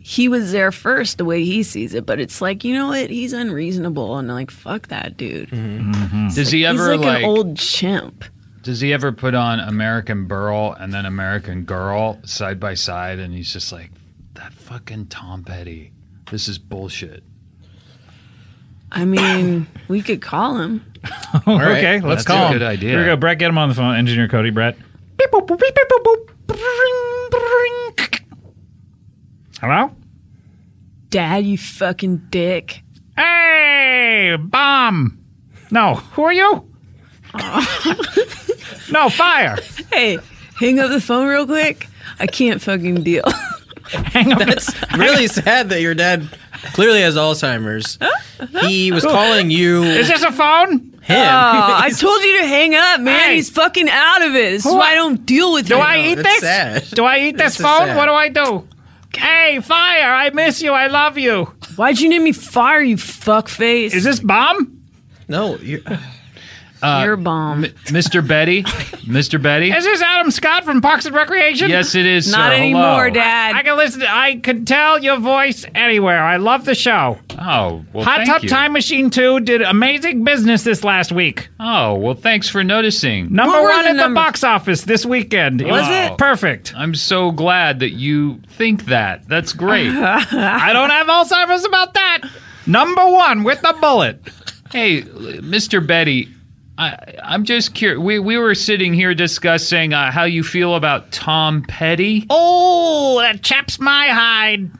[SPEAKER 5] He was there first, the way he sees it, but it's like you know what? He's unreasonable and like fuck that dude.
[SPEAKER 3] Does he
[SPEAKER 5] He's
[SPEAKER 3] ever
[SPEAKER 5] like,
[SPEAKER 3] like,
[SPEAKER 5] an old chimp.
[SPEAKER 3] Does he ever put on American Burl and then American Girl side by side and he's just like that fucking Tom Petty. This is bullshit.
[SPEAKER 5] I mean, we could call him.
[SPEAKER 4] right.
[SPEAKER 1] okay, let's
[SPEAKER 3] That's
[SPEAKER 1] call
[SPEAKER 3] a
[SPEAKER 1] him.
[SPEAKER 3] good idea.
[SPEAKER 1] Here we go, Brett. Get him on the phone. Engineer Cody, Brett. Beep, boop, boop, beep, beep, boop, boop. Bring, bring. Hello.
[SPEAKER 5] Dad, you fucking dick.
[SPEAKER 1] Hey, bomb. No, who are you? no, fire.
[SPEAKER 5] Hey, hang up the phone real quick. I can't fucking deal.
[SPEAKER 1] Hang up.
[SPEAKER 4] Really sad that your dad clearly has Alzheimer's. He was calling you him.
[SPEAKER 1] Is this a phone? Oh.
[SPEAKER 5] Aw, I told you to hang up, man.
[SPEAKER 1] Hey.
[SPEAKER 5] He's fucking out of it. This is
[SPEAKER 1] Who-
[SPEAKER 5] why I don't deal with
[SPEAKER 1] Do
[SPEAKER 5] him.
[SPEAKER 1] I eat
[SPEAKER 4] that's
[SPEAKER 1] this?
[SPEAKER 4] sad.
[SPEAKER 1] Do I eat this
[SPEAKER 4] This is
[SPEAKER 1] phone?
[SPEAKER 4] sad.
[SPEAKER 1] What do I do? Hey, fire! I miss you. I love you.
[SPEAKER 5] Why'd you name me Fire, you fuckface?
[SPEAKER 1] Is this bomb?
[SPEAKER 4] no, you,
[SPEAKER 5] your bomb?
[SPEAKER 3] Mr. Betty? Mr. Betty?
[SPEAKER 1] Is this Adam Scott from Parks and Recreation?
[SPEAKER 3] Yes, it is.
[SPEAKER 5] Not
[SPEAKER 3] sir.
[SPEAKER 5] anymore,
[SPEAKER 3] Hello.
[SPEAKER 5] Dad.
[SPEAKER 1] I can listen. To, I could tell your voice anywhere. I love the show.
[SPEAKER 3] Oh, well,
[SPEAKER 1] Hot
[SPEAKER 3] thank
[SPEAKER 1] Tub
[SPEAKER 3] you.
[SPEAKER 1] Time Machine Two did amazing business this last week.
[SPEAKER 3] Oh, well, thanks for noticing.
[SPEAKER 1] Number
[SPEAKER 5] What were
[SPEAKER 1] one
[SPEAKER 5] the
[SPEAKER 1] at the
[SPEAKER 5] numbers?
[SPEAKER 1] box office this weekend.
[SPEAKER 3] Was
[SPEAKER 1] was
[SPEAKER 3] it?
[SPEAKER 1] perfect?
[SPEAKER 3] I'm so glad that you think that. That's great.
[SPEAKER 1] I don't have Alzheimer's about that. Number one with a bullet.
[SPEAKER 3] Hey, l- Mr. Betty, I, I'm just curious. We, we were sitting here discussing uh, how you feel about Tom Petty.
[SPEAKER 1] Oh, that chaps my hide.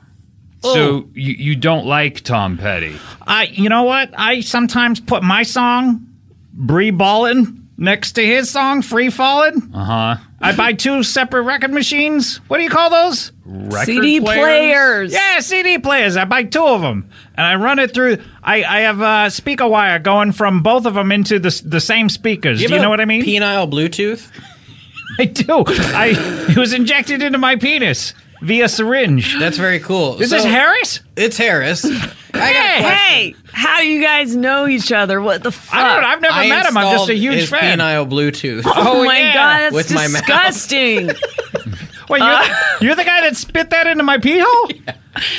[SPEAKER 3] So you, you don't like Tom Petty.
[SPEAKER 1] I, you know what? I sometimes put my song, Bree Ballin, next to his song, Free Fallin'.
[SPEAKER 3] Uh huh.
[SPEAKER 1] I buy two separate record machines. What do you call those?
[SPEAKER 5] CD players.
[SPEAKER 1] Yeah, CD players. I buy two of them, and I run it through. I, I have uh, speaker wire going from both of them into the s- the same speakers. Do you know what I mean?
[SPEAKER 4] Penile Bluetooth.
[SPEAKER 1] I do. I it was injected into my penis via syringe.
[SPEAKER 4] That's very cool.
[SPEAKER 1] Is this
[SPEAKER 4] So-
[SPEAKER 1] Harris?
[SPEAKER 4] It's Harris. I got a
[SPEAKER 1] Hey,
[SPEAKER 4] question.
[SPEAKER 5] Hey, how do you guys know each other? What the fuck?
[SPEAKER 1] I don't. I've never
[SPEAKER 4] I
[SPEAKER 1] met him. I'm just a
[SPEAKER 4] installed
[SPEAKER 1] huge
[SPEAKER 4] his
[SPEAKER 1] fan.
[SPEAKER 4] Penile Bluetooth.
[SPEAKER 5] Oh, my
[SPEAKER 1] yeah.
[SPEAKER 5] god, that's
[SPEAKER 4] With my mouth.
[SPEAKER 5] disgusting.
[SPEAKER 1] Wait, you're, you're the guy that spit that into my pee hole?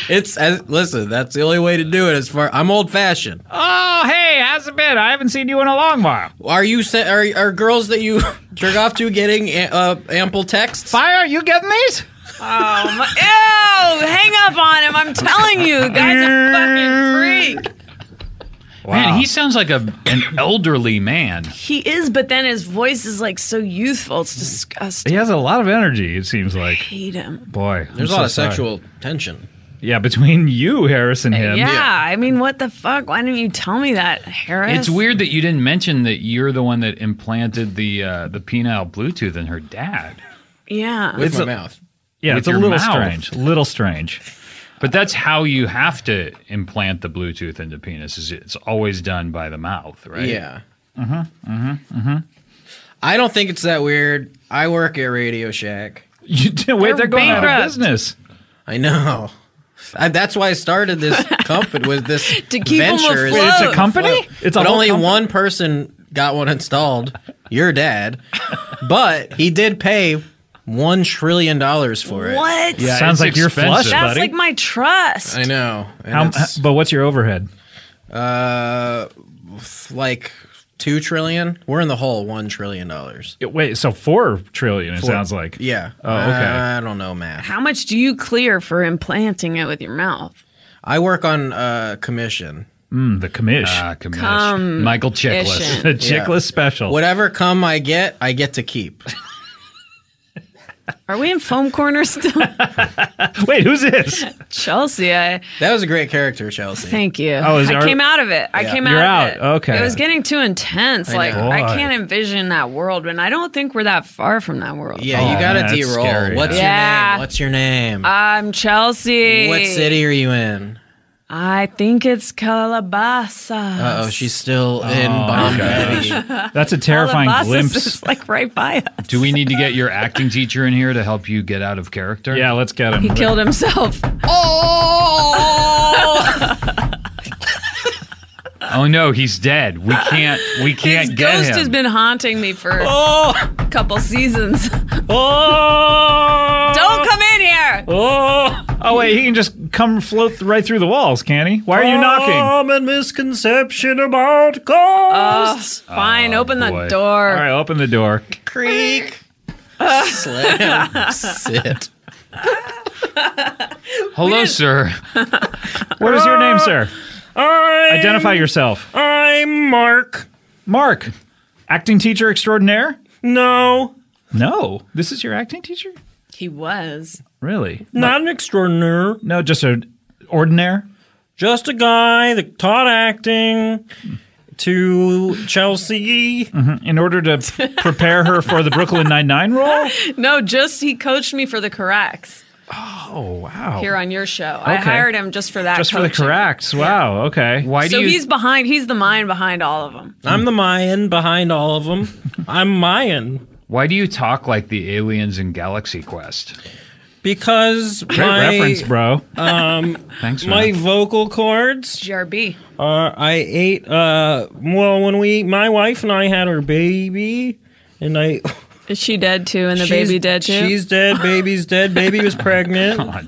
[SPEAKER 4] It's as, listen. That's the only way to do it. As far I'm old fashioned.
[SPEAKER 1] Oh, hey, how's it been? I haven't seen you in a long while.
[SPEAKER 4] Are you se- are are girls that you jerk off to getting a- uh, ample texts?
[SPEAKER 1] Fire, you getting these?
[SPEAKER 5] oh my, ew, hang up on him. I'm telling you, the guy's a fucking freak.
[SPEAKER 3] Man, he sounds like a an elderly man.
[SPEAKER 5] He is, but then his voice is like so youthful. It's disgusting.
[SPEAKER 1] He has a lot of energy. It seems like.
[SPEAKER 5] I hate him.
[SPEAKER 1] Boy, I'm
[SPEAKER 4] There's a
[SPEAKER 1] so
[SPEAKER 4] lot of
[SPEAKER 1] sorry.
[SPEAKER 4] sexual tension.
[SPEAKER 1] Yeah, between you, Harris, and him.
[SPEAKER 5] Yeah, I mean, what the fuck? Why didn't you tell me that, Harris?
[SPEAKER 3] It's weird that you didn't mention that you're the one that implanted the uh, the penile Bluetooth in her dad.
[SPEAKER 5] Yeah.
[SPEAKER 4] With my mouth.
[SPEAKER 1] Yeah,
[SPEAKER 3] With
[SPEAKER 1] it's a
[SPEAKER 3] your
[SPEAKER 1] little
[SPEAKER 3] mouth.
[SPEAKER 1] strange. Little strange.
[SPEAKER 3] But that's how you have to implant the Bluetooth into penis. Is it's always done by the mouth, right?
[SPEAKER 4] Yeah. Mm-hmm. Mm-hmm. Mm-hmm. I don't think it's that weird. I work at Radio Shack.
[SPEAKER 1] You did, wait, they're,
[SPEAKER 5] They're
[SPEAKER 1] going out of
[SPEAKER 5] bankrupt.
[SPEAKER 1] business.
[SPEAKER 4] I know. I, that's why I started this company with this
[SPEAKER 5] To keep 'em
[SPEAKER 4] venture.
[SPEAKER 5] afloat. It's a
[SPEAKER 1] Oh, company? It's
[SPEAKER 4] It's
[SPEAKER 1] a
[SPEAKER 4] but
[SPEAKER 1] whole
[SPEAKER 4] only
[SPEAKER 1] company?
[SPEAKER 4] one person got one installed. Your dad, but he did pay one trillion dollars for it.
[SPEAKER 5] What?
[SPEAKER 1] Yeah, sounds
[SPEAKER 3] Sounds
[SPEAKER 1] like
[SPEAKER 3] like
[SPEAKER 1] you're flush,
[SPEAKER 3] expensive.
[SPEAKER 5] That's
[SPEAKER 1] buddy.
[SPEAKER 5] like my trust.
[SPEAKER 4] I know. And
[SPEAKER 1] How-
[SPEAKER 4] it's,
[SPEAKER 1] but what's your overhead?
[SPEAKER 4] uh, f- like two trillion. We're in the hole. One trillion dollars.
[SPEAKER 1] It- wait, so four trillion. It sounds like.
[SPEAKER 4] Yeah.
[SPEAKER 1] Oh, okay.
[SPEAKER 4] I don't know math.
[SPEAKER 5] How much do you clear for implanting it with your mouth?
[SPEAKER 4] I work on uh, commission.
[SPEAKER 1] Mm, the commish,
[SPEAKER 3] Ah, commish.
[SPEAKER 5] Come-
[SPEAKER 3] Michael Chiklis.
[SPEAKER 5] Ish.
[SPEAKER 1] the chickless special.
[SPEAKER 4] Whatever cum I get, I get to keep.
[SPEAKER 5] Are we in foam corner still?
[SPEAKER 1] Wait, who's this?
[SPEAKER 5] Chelsea, I
[SPEAKER 7] That was a great character, Chelsea.
[SPEAKER 5] thank you.
[SPEAKER 1] Oh, is-
[SPEAKER 5] I
[SPEAKER 1] are-
[SPEAKER 5] came out of it. I came out
[SPEAKER 1] You're
[SPEAKER 5] of
[SPEAKER 1] out.
[SPEAKER 5] it.
[SPEAKER 1] Okay.
[SPEAKER 5] It was getting too intense. like
[SPEAKER 1] know.
[SPEAKER 5] I
[SPEAKER 1] Boy.
[SPEAKER 5] can't envision that world, and I don't think we're that far from that world.
[SPEAKER 7] yeah,
[SPEAKER 1] Oh,
[SPEAKER 7] you gotta
[SPEAKER 1] man, that's
[SPEAKER 7] de-roll.
[SPEAKER 1] scary.
[SPEAKER 7] What's your
[SPEAKER 5] Yeah.
[SPEAKER 7] name? What's your name?
[SPEAKER 5] I'm Chelsea.
[SPEAKER 7] what city are you in?
[SPEAKER 5] I think it's Calabasas.
[SPEAKER 7] Uh oh, she's still in
[SPEAKER 4] Oh,
[SPEAKER 7] Bombay.
[SPEAKER 1] That's a terrifying
[SPEAKER 5] Calabasas
[SPEAKER 1] glimpse.
[SPEAKER 5] is like right by us.
[SPEAKER 3] Do we need to get your acting teacher in here to help you get out of character?
[SPEAKER 1] Yeah, let's get him.
[SPEAKER 5] He killed himself.
[SPEAKER 3] Oh no, he's dead. We can't. We can't
[SPEAKER 5] His
[SPEAKER 3] get
[SPEAKER 5] ghost
[SPEAKER 3] him.
[SPEAKER 5] has been haunting me for a couple seasons.
[SPEAKER 1] Oh!
[SPEAKER 5] Don't come in here.
[SPEAKER 1] Oh! Oh wait, he can just come float th- right through the walls, can he? Why are you knocking?
[SPEAKER 7] Common misconception about ghosts.
[SPEAKER 5] Oh, fine, open
[SPEAKER 3] boy.
[SPEAKER 5] the door.
[SPEAKER 1] All right, open the door.
[SPEAKER 7] Creek. Slam. Sit.
[SPEAKER 3] Hello, sir.
[SPEAKER 1] What is your name, sir? Identify yourself.
[SPEAKER 7] I'm Mark.
[SPEAKER 1] Mark, acting teacher extraordinaire?
[SPEAKER 7] No,
[SPEAKER 1] No, this is your acting teacher.
[SPEAKER 5] He was.
[SPEAKER 1] Really?
[SPEAKER 7] not an extraordinaire.
[SPEAKER 1] No, just an ordinaire.
[SPEAKER 7] Just a guy that taught acting to Chelsea.
[SPEAKER 1] In order to p- prepare her for the Brooklyn Nine Nine role.
[SPEAKER 5] No, just he coached me for the corrects
[SPEAKER 1] Oh wow!
[SPEAKER 5] here on your show. I
[SPEAKER 1] Okay.
[SPEAKER 5] hired him just for that.
[SPEAKER 1] just for the
[SPEAKER 5] coaching.
[SPEAKER 1] corrects. Wow. Okay.
[SPEAKER 3] Why do
[SPEAKER 5] So
[SPEAKER 3] you?
[SPEAKER 5] he's behind. He's the mind behind all of them.
[SPEAKER 4] I'm the Mayan behind all of them. I'm Mayan
[SPEAKER 3] why do you talk like the aliens in Galaxy Quest?
[SPEAKER 4] because
[SPEAKER 1] Great
[SPEAKER 4] my
[SPEAKER 1] reference, bro.
[SPEAKER 3] Thanks,
[SPEAKER 4] my
[SPEAKER 3] man.
[SPEAKER 4] vocal cords
[SPEAKER 5] GRB.
[SPEAKER 4] are. I ate. Uh, well, when we my wife and I had our baby, and I
[SPEAKER 5] Is she dead too? And the
[SPEAKER 4] she's-
[SPEAKER 5] baby dead too?
[SPEAKER 4] She's dead. Baby's dead. Baby was pregnant.
[SPEAKER 3] God.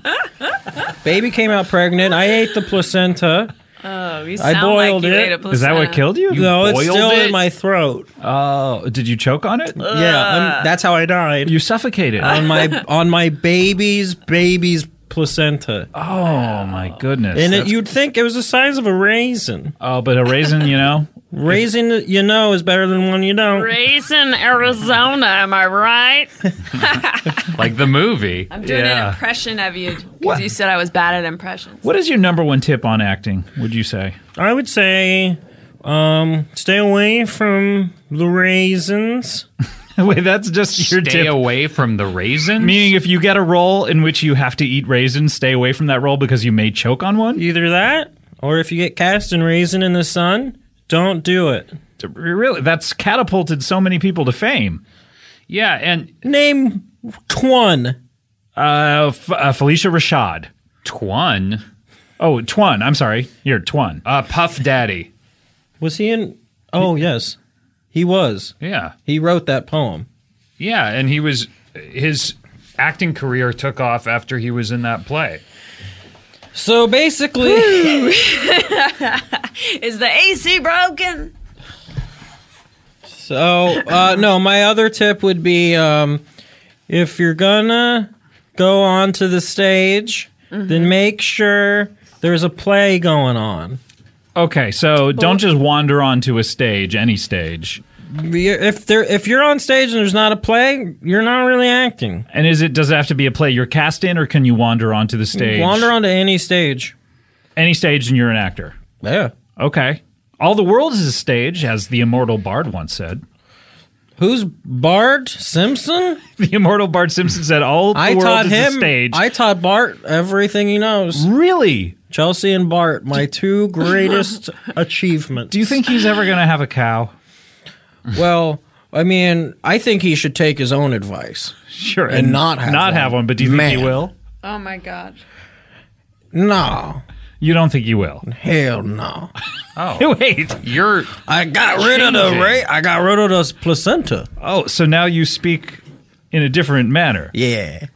[SPEAKER 4] baby came out pregnant. I ate the placenta.
[SPEAKER 5] oh, you
[SPEAKER 4] I
[SPEAKER 5] sound
[SPEAKER 4] boiled
[SPEAKER 5] like you
[SPEAKER 4] it.
[SPEAKER 5] ate a
[SPEAKER 1] Is that what
[SPEAKER 5] placenta.
[SPEAKER 1] killed you?
[SPEAKER 4] No, it's
[SPEAKER 3] boiled
[SPEAKER 4] still
[SPEAKER 3] it?
[SPEAKER 4] in my throat.
[SPEAKER 1] Oh, did you choke on it?
[SPEAKER 4] Yeah, I'm, that's how I died.
[SPEAKER 1] You suffocated.
[SPEAKER 4] on my on my baby's baby's placenta.
[SPEAKER 1] oh my goodness.
[SPEAKER 4] And it,
[SPEAKER 1] That's-
[SPEAKER 4] you'd think it was the size of a raisin.
[SPEAKER 1] oh, but a raisin, you know.
[SPEAKER 4] Raisin that you know is better than one you don't.
[SPEAKER 5] Grayson, Arizona. Am I right?
[SPEAKER 3] like the movie.
[SPEAKER 5] I'm doing
[SPEAKER 1] Yeah.
[SPEAKER 5] an impression of you because
[SPEAKER 1] What?
[SPEAKER 5] you said I was bad at impressions.
[SPEAKER 1] What is your number one tip on acting? Would you say?
[SPEAKER 4] I would say, um, stay away from the raisins.
[SPEAKER 1] Wait, that's just your
[SPEAKER 3] Stay
[SPEAKER 1] tip.
[SPEAKER 3] away from the raisins.
[SPEAKER 1] Meaning, if you get a role in which you have to eat raisins, stay away from that role because you may choke on one.
[SPEAKER 4] Either that, or if you get cast in raisin in the sun, don't do it.
[SPEAKER 1] Really, that's catapulted so many people to fame.
[SPEAKER 3] yeah, and
[SPEAKER 4] Name Twan.
[SPEAKER 1] Uh, F- uh, Felicia Rashad.
[SPEAKER 3] Twan,
[SPEAKER 1] Oh, Twan. I'm sorry. You're Twan.
[SPEAKER 3] uh, Puff Daddy.
[SPEAKER 4] Was he in? Oh yes, he was.
[SPEAKER 3] Yeah,
[SPEAKER 4] He wrote that poem.
[SPEAKER 3] yeah, and he was his acting career took off after he was in that play.
[SPEAKER 4] So basically,
[SPEAKER 5] Is the AC broken?
[SPEAKER 4] so uh, no. My other tip would be, um, if you're gonna go onto the stage, then make sure there's a play going on.
[SPEAKER 1] Okay, so don't just wander onto a stage, any stage.
[SPEAKER 4] if there if you're on stage and there's not a play, you're not really acting.
[SPEAKER 1] And is it does it have to be a play you're cast in, or can you wander onto the stage?
[SPEAKER 4] Wander onto any stage.
[SPEAKER 1] any stage, and you're an actor.
[SPEAKER 4] Yeah.
[SPEAKER 1] Okay, all the world is a stage, as the immortal Bard once said.
[SPEAKER 4] Who's Bart Simpson?
[SPEAKER 1] The immortal Bard Simpson said, "All the
[SPEAKER 4] I
[SPEAKER 1] world
[SPEAKER 4] taught
[SPEAKER 1] is
[SPEAKER 4] him.
[SPEAKER 1] a stage."
[SPEAKER 4] I taught Bart everything he knows.
[SPEAKER 1] really?
[SPEAKER 4] Chelsea and Bart, my two greatest achievements.
[SPEAKER 1] Do you think he's ever going to have a cow?
[SPEAKER 4] Well, I mean, I think he should take his own advice.
[SPEAKER 1] Sure,
[SPEAKER 4] And not have
[SPEAKER 1] not
[SPEAKER 4] one.
[SPEAKER 1] have one. But do you think
[SPEAKER 4] Man.
[SPEAKER 1] he will?
[SPEAKER 5] Oh my god.
[SPEAKER 4] No,
[SPEAKER 1] You don't think he will?
[SPEAKER 4] hell no.
[SPEAKER 1] Wait.
[SPEAKER 3] You're
[SPEAKER 4] I got rid of the ra- I got rid of those placenta.
[SPEAKER 1] Oh, so now you speak in a different manner.
[SPEAKER 4] Yeah.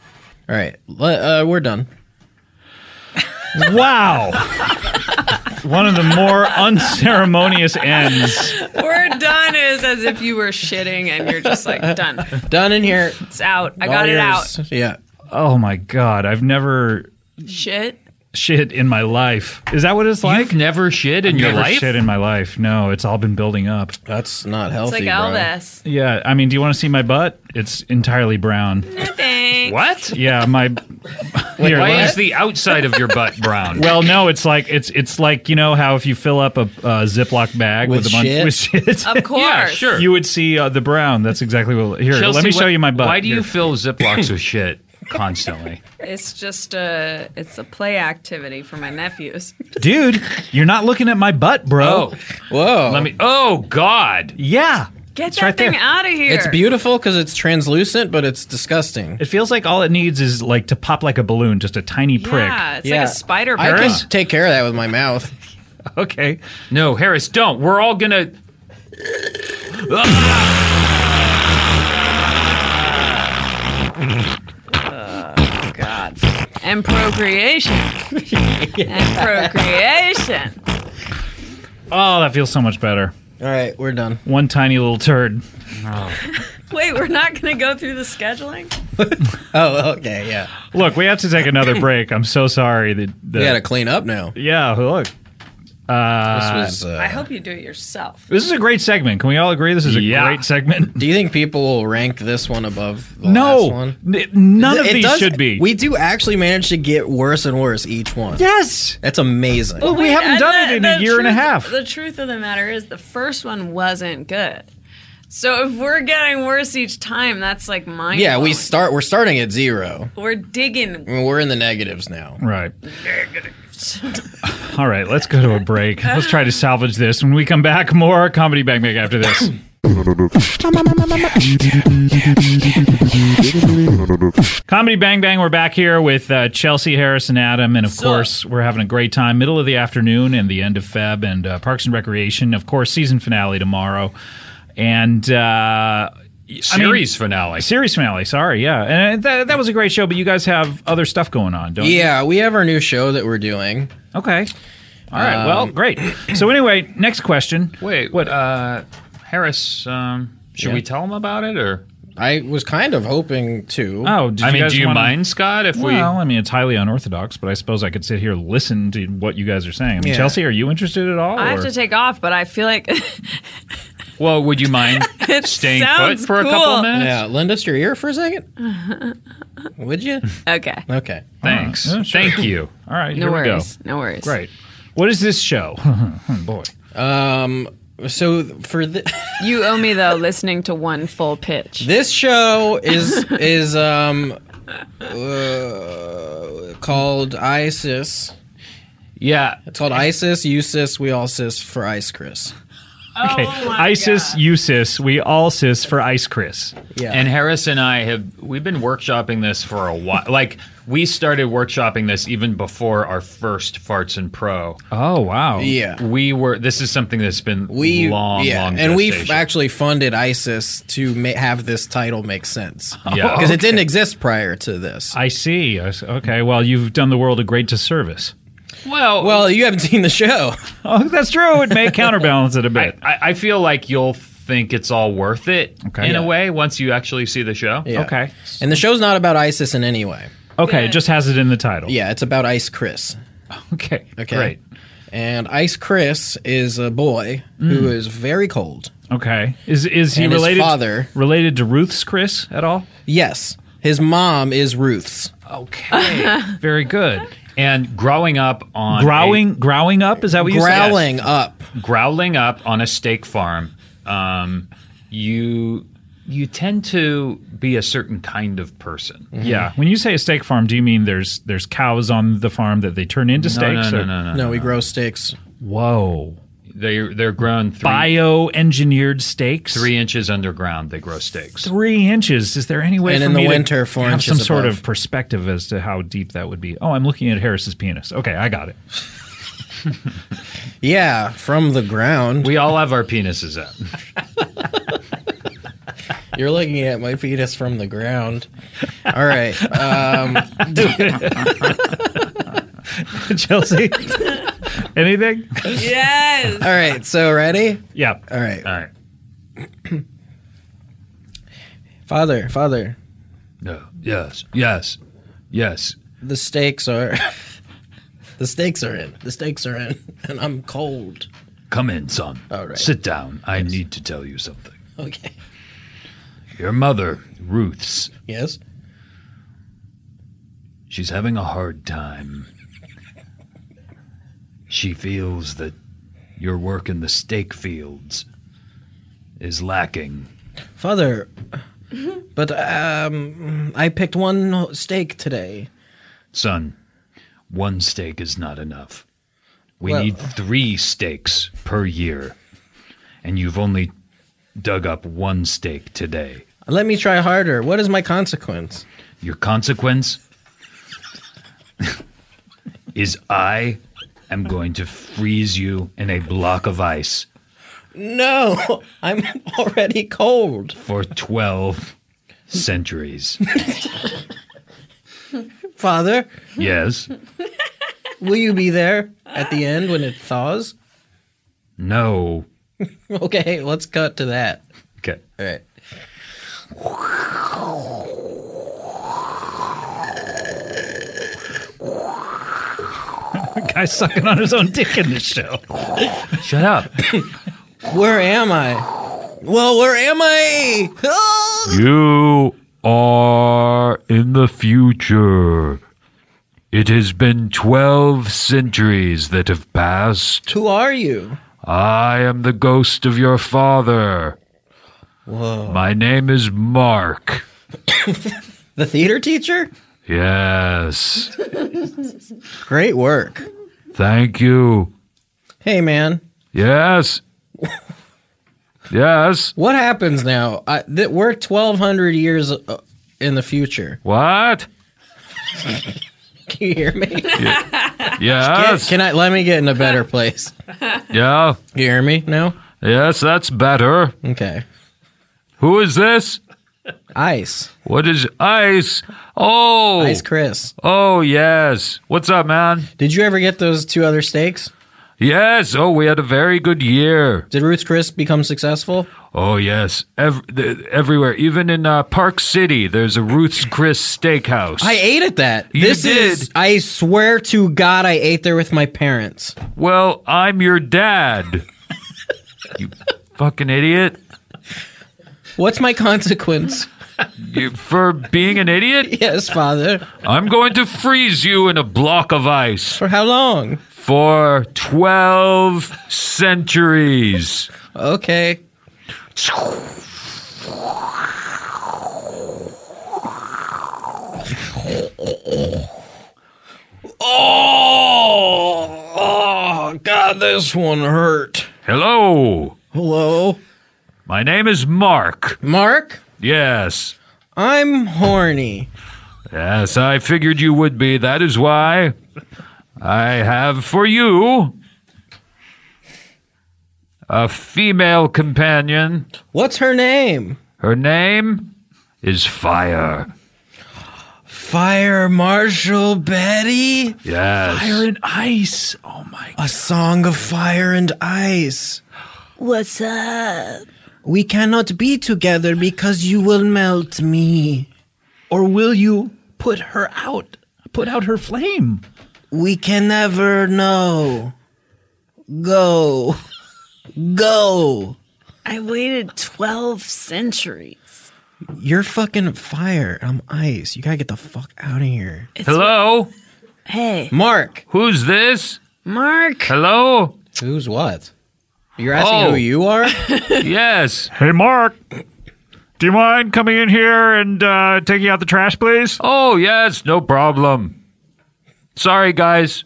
[SPEAKER 4] All right, le- uh, we're done.
[SPEAKER 1] Wow. One of the more unceremonious ends.
[SPEAKER 5] We're done is as if you were shitting and you're just like done.
[SPEAKER 4] Done in here.
[SPEAKER 5] It's out. I got it out.
[SPEAKER 4] Yeah.
[SPEAKER 1] Oh my God. I've never.
[SPEAKER 5] Shit.
[SPEAKER 1] shit in my life. Is that what it's like?
[SPEAKER 3] You've never shit in your
[SPEAKER 1] Never
[SPEAKER 3] life?
[SPEAKER 1] shit in my life. No, it's all been building up.
[SPEAKER 4] That's not
[SPEAKER 5] It's
[SPEAKER 4] healthy.
[SPEAKER 5] like
[SPEAKER 4] bro.
[SPEAKER 5] Elvis.
[SPEAKER 1] Yeah, I mean, do you want to see my butt? It's entirely brown.
[SPEAKER 5] No thanks.
[SPEAKER 3] What?
[SPEAKER 1] Yeah, my Here,
[SPEAKER 3] Why
[SPEAKER 1] let-
[SPEAKER 3] is the outside of your butt brown?
[SPEAKER 1] Well, no, it's like it's it's like you know how if you fill up a, a Ziploc bag with,
[SPEAKER 4] With
[SPEAKER 1] a bunch
[SPEAKER 4] shit?
[SPEAKER 1] with shit,
[SPEAKER 5] Of course.
[SPEAKER 3] yeah, sure.
[SPEAKER 1] you would see uh, the brown. That's exactly what. Here,
[SPEAKER 3] Chelsea,
[SPEAKER 1] let me
[SPEAKER 3] wh-
[SPEAKER 1] show you my butt.
[SPEAKER 3] Why do you
[SPEAKER 1] Here.
[SPEAKER 3] fill Ziplocs with shit constantly?
[SPEAKER 5] It's just a it's a play activity for my nephews.
[SPEAKER 1] dude? You're not looking at my butt, bro.
[SPEAKER 3] Oh,
[SPEAKER 4] Whoa.
[SPEAKER 3] let me. Oh God.
[SPEAKER 1] Yeah,
[SPEAKER 5] Get
[SPEAKER 1] It's
[SPEAKER 5] that
[SPEAKER 1] right
[SPEAKER 5] thing
[SPEAKER 1] there.
[SPEAKER 5] out of here.
[SPEAKER 4] It's beautiful because it's translucent, but it's disgusting.
[SPEAKER 1] It feels like all it needs is like to pop like a balloon, just a tiny
[SPEAKER 5] Yeah, it's like
[SPEAKER 4] Yeah.
[SPEAKER 5] a spider
[SPEAKER 4] I
[SPEAKER 5] burrow.
[SPEAKER 4] can take care of that with my mouth.
[SPEAKER 1] prick. Okay,
[SPEAKER 3] No, Harris, don't. We're all gonna.
[SPEAKER 5] and procreation. and procreation.
[SPEAKER 1] oh, that feels so much better.
[SPEAKER 4] All right, we're done.
[SPEAKER 1] One tiny little turd.
[SPEAKER 5] Wait, we're not going to go through the scheduling?
[SPEAKER 4] Oh, okay, yeah.
[SPEAKER 1] Look, we have to take another break. I'm so sorry that. that
[SPEAKER 4] We got to clean up now. This
[SPEAKER 1] yeah, look.
[SPEAKER 4] was. Uh,
[SPEAKER 5] I hope you do it yourself.
[SPEAKER 1] This is a great segment. Can we all agree this is a
[SPEAKER 3] Yeah.
[SPEAKER 1] great segment?
[SPEAKER 4] do you think people will rank this one above the
[SPEAKER 1] No,
[SPEAKER 4] last one?
[SPEAKER 1] n- none
[SPEAKER 4] It
[SPEAKER 1] of these
[SPEAKER 4] does-
[SPEAKER 1] should be.
[SPEAKER 4] We do actually manage to get worse and worse each one.
[SPEAKER 1] yes,
[SPEAKER 4] That's amazing.
[SPEAKER 1] we
[SPEAKER 5] Wait,
[SPEAKER 1] haven't
[SPEAKER 5] and
[SPEAKER 1] done
[SPEAKER 5] the-
[SPEAKER 1] it in a
[SPEAKER 5] the
[SPEAKER 1] year and a
[SPEAKER 5] truth-
[SPEAKER 1] half.
[SPEAKER 5] The truth of the matter is, the first one wasn't good. So if we're getting worse each time, that's like mind.
[SPEAKER 4] yeah, we
[SPEAKER 5] blowing.
[SPEAKER 4] start. We're starting at zero.
[SPEAKER 5] we're digging.
[SPEAKER 4] I mean, we're in the negatives now.
[SPEAKER 1] Right. All right, let's go to a break. Let's try to salvage this. When we come back, more comedy bang bang after this. comedy bang bang. We're back here with uh, Chelsea Harris and Adam, and of course, we're having a great time. Middle of the afternoon and the end of Feb, and uh, Parks and Recreation. Of course, season finale tomorrow, and. Uh,
[SPEAKER 3] Series finale.
[SPEAKER 1] Series finale, sorry, yeah, and uh, that, that was a great show. But you guys have other stuff going on, don't you?
[SPEAKER 4] Yeah, we have our new show that we're doing.
[SPEAKER 1] Okay. All right. well, great. So anyway, next question.
[SPEAKER 3] Um, Wait,
[SPEAKER 1] What?
[SPEAKER 3] Uh, Harris, um, should we tell him about it or?
[SPEAKER 4] I was kind of hoping to.
[SPEAKER 1] oh, did
[SPEAKER 3] I
[SPEAKER 1] you
[SPEAKER 3] mean,
[SPEAKER 1] guys
[SPEAKER 3] do you
[SPEAKER 1] wanna-
[SPEAKER 3] mind, Scott? If we
[SPEAKER 1] Well, I mean, it's highly unorthodox, but I suppose I could sit here and listen to what you guys are saying. I mean,
[SPEAKER 4] Yeah.
[SPEAKER 1] Chelsea, are you interested at all?
[SPEAKER 5] I have
[SPEAKER 1] or-
[SPEAKER 5] to take off, but I feel like
[SPEAKER 3] well, would you mind
[SPEAKER 5] It
[SPEAKER 3] staying put
[SPEAKER 5] sounds
[SPEAKER 3] for a
[SPEAKER 5] cool.
[SPEAKER 3] couple minutes?
[SPEAKER 4] yeah, lend us your ear for a second. Would you?
[SPEAKER 5] okay,
[SPEAKER 4] Okay.
[SPEAKER 3] Thanks.
[SPEAKER 1] Yeah, sure.
[SPEAKER 3] Thank you.
[SPEAKER 1] all right.
[SPEAKER 5] no
[SPEAKER 1] here
[SPEAKER 5] worries,
[SPEAKER 1] we
[SPEAKER 5] no worries.
[SPEAKER 1] go. Great. What is this show? Oh, Boy.
[SPEAKER 4] Um. So for the.
[SPEAKER 5] You owe me though listening to one full pitch.
[SPEAKER 4] This show is is um uh, called ISIS.
[SPEAKER 3] Yeah.
[SPEAKER 4] It's called ISIS, USIS, we all sis for Ice Chris.
[SPEAKER 1] Okay.
[SPEAKER 5] Oh,
[SPEAKER 1] ISIS, USIS, we all sis for Ice Chris.
[SPEAKER 4] Yeah.
[SPEAKER 3] And Harris and I have we've been workshopping this for a while. Like we started workshopping this even before our first farts and pro.
[SPEAKER 1] Oh wow.
[SPEAKER 4] yeah.
[SPEAKER 3] We were. This is something that's been
[SPEAKER 4] We
[SPEAKER 3] long,
[SPEAKER 4] yeah,
[SPEAKER 3] long.
[SPEAKER 4] and we
[SPEAKER 3] gestation.
[SPEAKER 4] actually funded ISIS to ma- have this title make sense.
[SPEAKER 3] Yeah.
[SPEAKER 4] Because it didn't exist prior to this.
[SPEAKER 1] I see. I s- Okay. Well, you've done the world a great disservice.
[SPEAKER 3] Oh, Well, well,
[SPEAKER 4] Well, you haven't seen the show.
[SPEAKER 1] Oh, that's true. It may counterbalance it a
[SPEAKER 3] I,
[SPEAKER 1] bit.
[SPEAKER 3] I I feel like you'll think it's all worth it
[SPEAKER 1] Okay.
[SPEAKER 3] in
[SPEAKER 1] Yeah.
[SPEAKER 3] a way once you actually see the show.
[SPEAKER 4] Yeah.
[SPEAKER 1] Okay.
[SPEAKER 4] And the show's not about ISIS in any way.
[SPEAKER 1] Okay, it just has it in the title.
[SPEAKER 4] Yeah, it's about Ice Chris.
[SPEAKER 1] Okay.
[SPEAKER 4] Okay.
[SPEAKER 1] Great.
[SPEAKER 4] And Ice Chris is a boy who is very cold.
[SPEAKER 1] Okay. Is is he
[SPEAKER 4] And his
[SPEAKER 1] related
[SPEAKER 4] father-
[SPEAKER 1] related to Ruth's Chris at all?
[SPEAKER 4] Yes. His mom is Ruth's.
[SPEAKER 1] Okay. Very good.
[SPEAKER 3] And growing up on a-
[SPEAKER 1] Growling growling up, is that what you said?
[SPEAKER 4] Growling up.
[SPEAKER 3] growling up on a steak farm, um, you you tend to be a certain kind of person.
[SPEAKER 1] Yeah. When you say a steak farm, do you mean there's there's cows on the farm that they turn into
[SPEAKER 3] No, no,
[SPEAKER 1] steaks?
[SPEAKER 3] no,
[SPEAKER 1] or-
[SPEAKER 3] no, no.
[SPEAKER 4] No, we grow steaks.
[SPEAKER 1] Whoa.
[SPEAKER 3] They they're grown three
[SPEAKER 1] Bioengineered steaks?
[SPEAKER 3] three inches underground. They grow steaks.
[SPEAKER 1] Three inches. Is there any way
[SPEAKER 4] And
[SPEAKER 1] for
[SPEAKER 4] in the
[SPEAKER 1] me to
[SPEAKER 4] winter, four
[SPEAKER 1] have some
[SPEAKER 4] inches
[SPEAKER 1] sort
[SPEAKER 4] above.
[SPEAKER 1] of perspective as to how deep that would be? Oh, I'm looking at Harris's penis. Okay, I got it.
[SPEAKER 4] Yeah, from the ground.
[SPEAKER 3] We all have our penises up.
[SPEAKER 4] You're looking at my fetus from the ground. All right. Um,
[SPEAKER 1] Chelsea. Anything?
[SPEAKER 5] Yes.
[SPEAKER 4] all right. So ready?
[SPEAKER 1] Yeah.
[SPEAKER 4] All right.
[SPEAKER 3] All right.
[SPEAKER 4] Father, father,
[SPEAKER 3] No. Yes. Yes. Yes.
[SPEAKER 4] the stakes are The stakes are in. The stakes are in, and I'm cold.
[SPEAKER 3] Come in, son.
[SPEAKER 4] All right.
[SPEAKER 3] Sit down. I need to tell you something.
[SPEAKER 4] Okay.
[SPEAKER 3] Your mother, Ruth's,
[SPEAKER 4] Yes.
[SPEAKER 3] she's having a hard time. She feels that your work in the steak fields is lacking.
[SPEAKER 4] Father, but um, I picked one steak today.
[SPEAKER 3] Son, one steak is not enough. We
[SPEAKER 4] Well-
[SPEAKER 3] need three steaks per year. And you've only dug up one steak today.
[SPEAKER 4] Let me try harder. What is my consequence?
[SPEAKER 3] Your consequence is I am going to freeze you in a block of ice
[SPEAKER 4] No, I'm already cold.
[SPEAKER 3] for 12 centuries.
[SPEAKER 4] Father,
[SPEAKER 3] Yes?
[SPEAKER 4] will you be there at the end when it thaws?
[SPEAKER 3] No.
[SPEAKER 4] Okay, let's cut to that.
[SPEAKER 3] Okay.
[SPEAKER 4] All right.
[SPEAKER 1] Guy's sucking on his own dick in this show.
[SPEAKER 3] Shut up.
[SPEAKER 4] Where am I? Well, where am I? Ah!
[SPEAKER 3] You are in the future. It has been 12 centuries that have passed.
[SPEAKER 4] Who are you?
[SPEAKER 3] I am the ghost of your father.
[SPEAKER 4] Whoa.
[SPEAKER 3] My name is Mark.
[SPEAKER 4] The theater teacher?
[SPEAKER 3] Yes.
[SPEAKER 4] Great work.
[SPEAKER 3] Thank you.
[SPEAKER 4] Hey, man.
[SPEAKER 3] Yes. Yes.
[SPEAKER 4] What happens now? I, th- we're 1,200 years uh, in the future.
[SPEAKER 3] What?
[SPEAKER 4] Can you hear me?
[SPEAKER 3] Yes.
[SPEAKER 4] Can I? Let me get in a better place.
[SPEAKER 3] Yeah.
[SPEAKER 4] You hear me now?
[SPEAKER 3] Yes, that's better.
[SPEAKER 4] Okay.
[SPEAKER 3] Who is this?
[SPEAKER 4] Ice.
[SPEAKER 3] What is ice? Oh.
[SPEAKER 4] Ice Chris.
[SPEAKER 3] Oh, yes. What's up, man?
[SPEAKER 4] Did you ever get those two other steaks?
[SPEAKER 3] Yes. Oh, we had a very good year.
[SPEAKER 4] Did Ruth's Chris become successful?
[SPEAKER 3] Oh, yes. Ev- th- everywhere. Even in uh, Park City, there's a Ruth's Chris Steakhouse.
[SPEAKER 4] I ate at that.
[SPEAKER 3] You
[SPEAKER 4] this is
[SPEAKER 3] did.
[SPEAKER 4] I swear to God I ate there with my parents.
[SPEAKER 3] well, I'm your dad. you fucking idiot.
[SPEAKER 4] What's my consequence?
[SPEAKER 3] You, for being an idiot?
[SPEAKER 4] Yes, father.
[SPEAKER 3] I'm going to freeze you in a block of ice
[SPEAKER 4] For how long?
[SPEAKER 3] for 12 centuries.
[SPEAKER 4] Okay. Oh, oh, God, this one hurt.
[SPEAKER 3] Hello.
[SPEAKER 4] Hello,
[SPEAKER 3] My name is Mark.
[SPEAKER 4] Mark.
[SPEAKER 3] Yes.
[SPEAKER 4] I'm horny.
[SPEAKER 3] Yes, I figured you would be. That is why I have for you a female companion.
[SPEAKER 4] What's her name?
[SPEAKER 3] Her name is Fire.
[SPEAKER 4] Fire Marshal Betty.
[SPEAKER 3] Yes.
[SPEAKER 1] and ice. Oh my
[SPEAKER 4] A song of fire and ice.
[SPEAKER 5] What's up?
[SPEAKER 4] We cannot be together because you will melt me.
[SPEAKER 1] Or will you put her out? Put out her flame.
[SPEAKER 4] We can never know. Go. Go.
[SPEAKER 5] I waited 12 centuries.
[SPEAKER 4] You're fucking fire. I'm ice. You gotta get the fuck out of here.
[SPEAKER 3] Hello?
[SPEAKER 5] Hey,
[SPEAKER 4] Mark.
[SPEAKER 3] Who's this?
[SPEAKER 5] Mark.
[SPEAKER 3] Hello?
[SPEAKER 4] Who's what? You're
[SPEAKER 3] asking who
[SPEAKER 4] you are?
[SPEAKER 3] Yes.
[SPEAKER 8] Hey, Mark. Do you mind coming in here and uh, taking out the trash, please?
[SPEAKER 3] Oh, yes, no problem. Sorry, guys.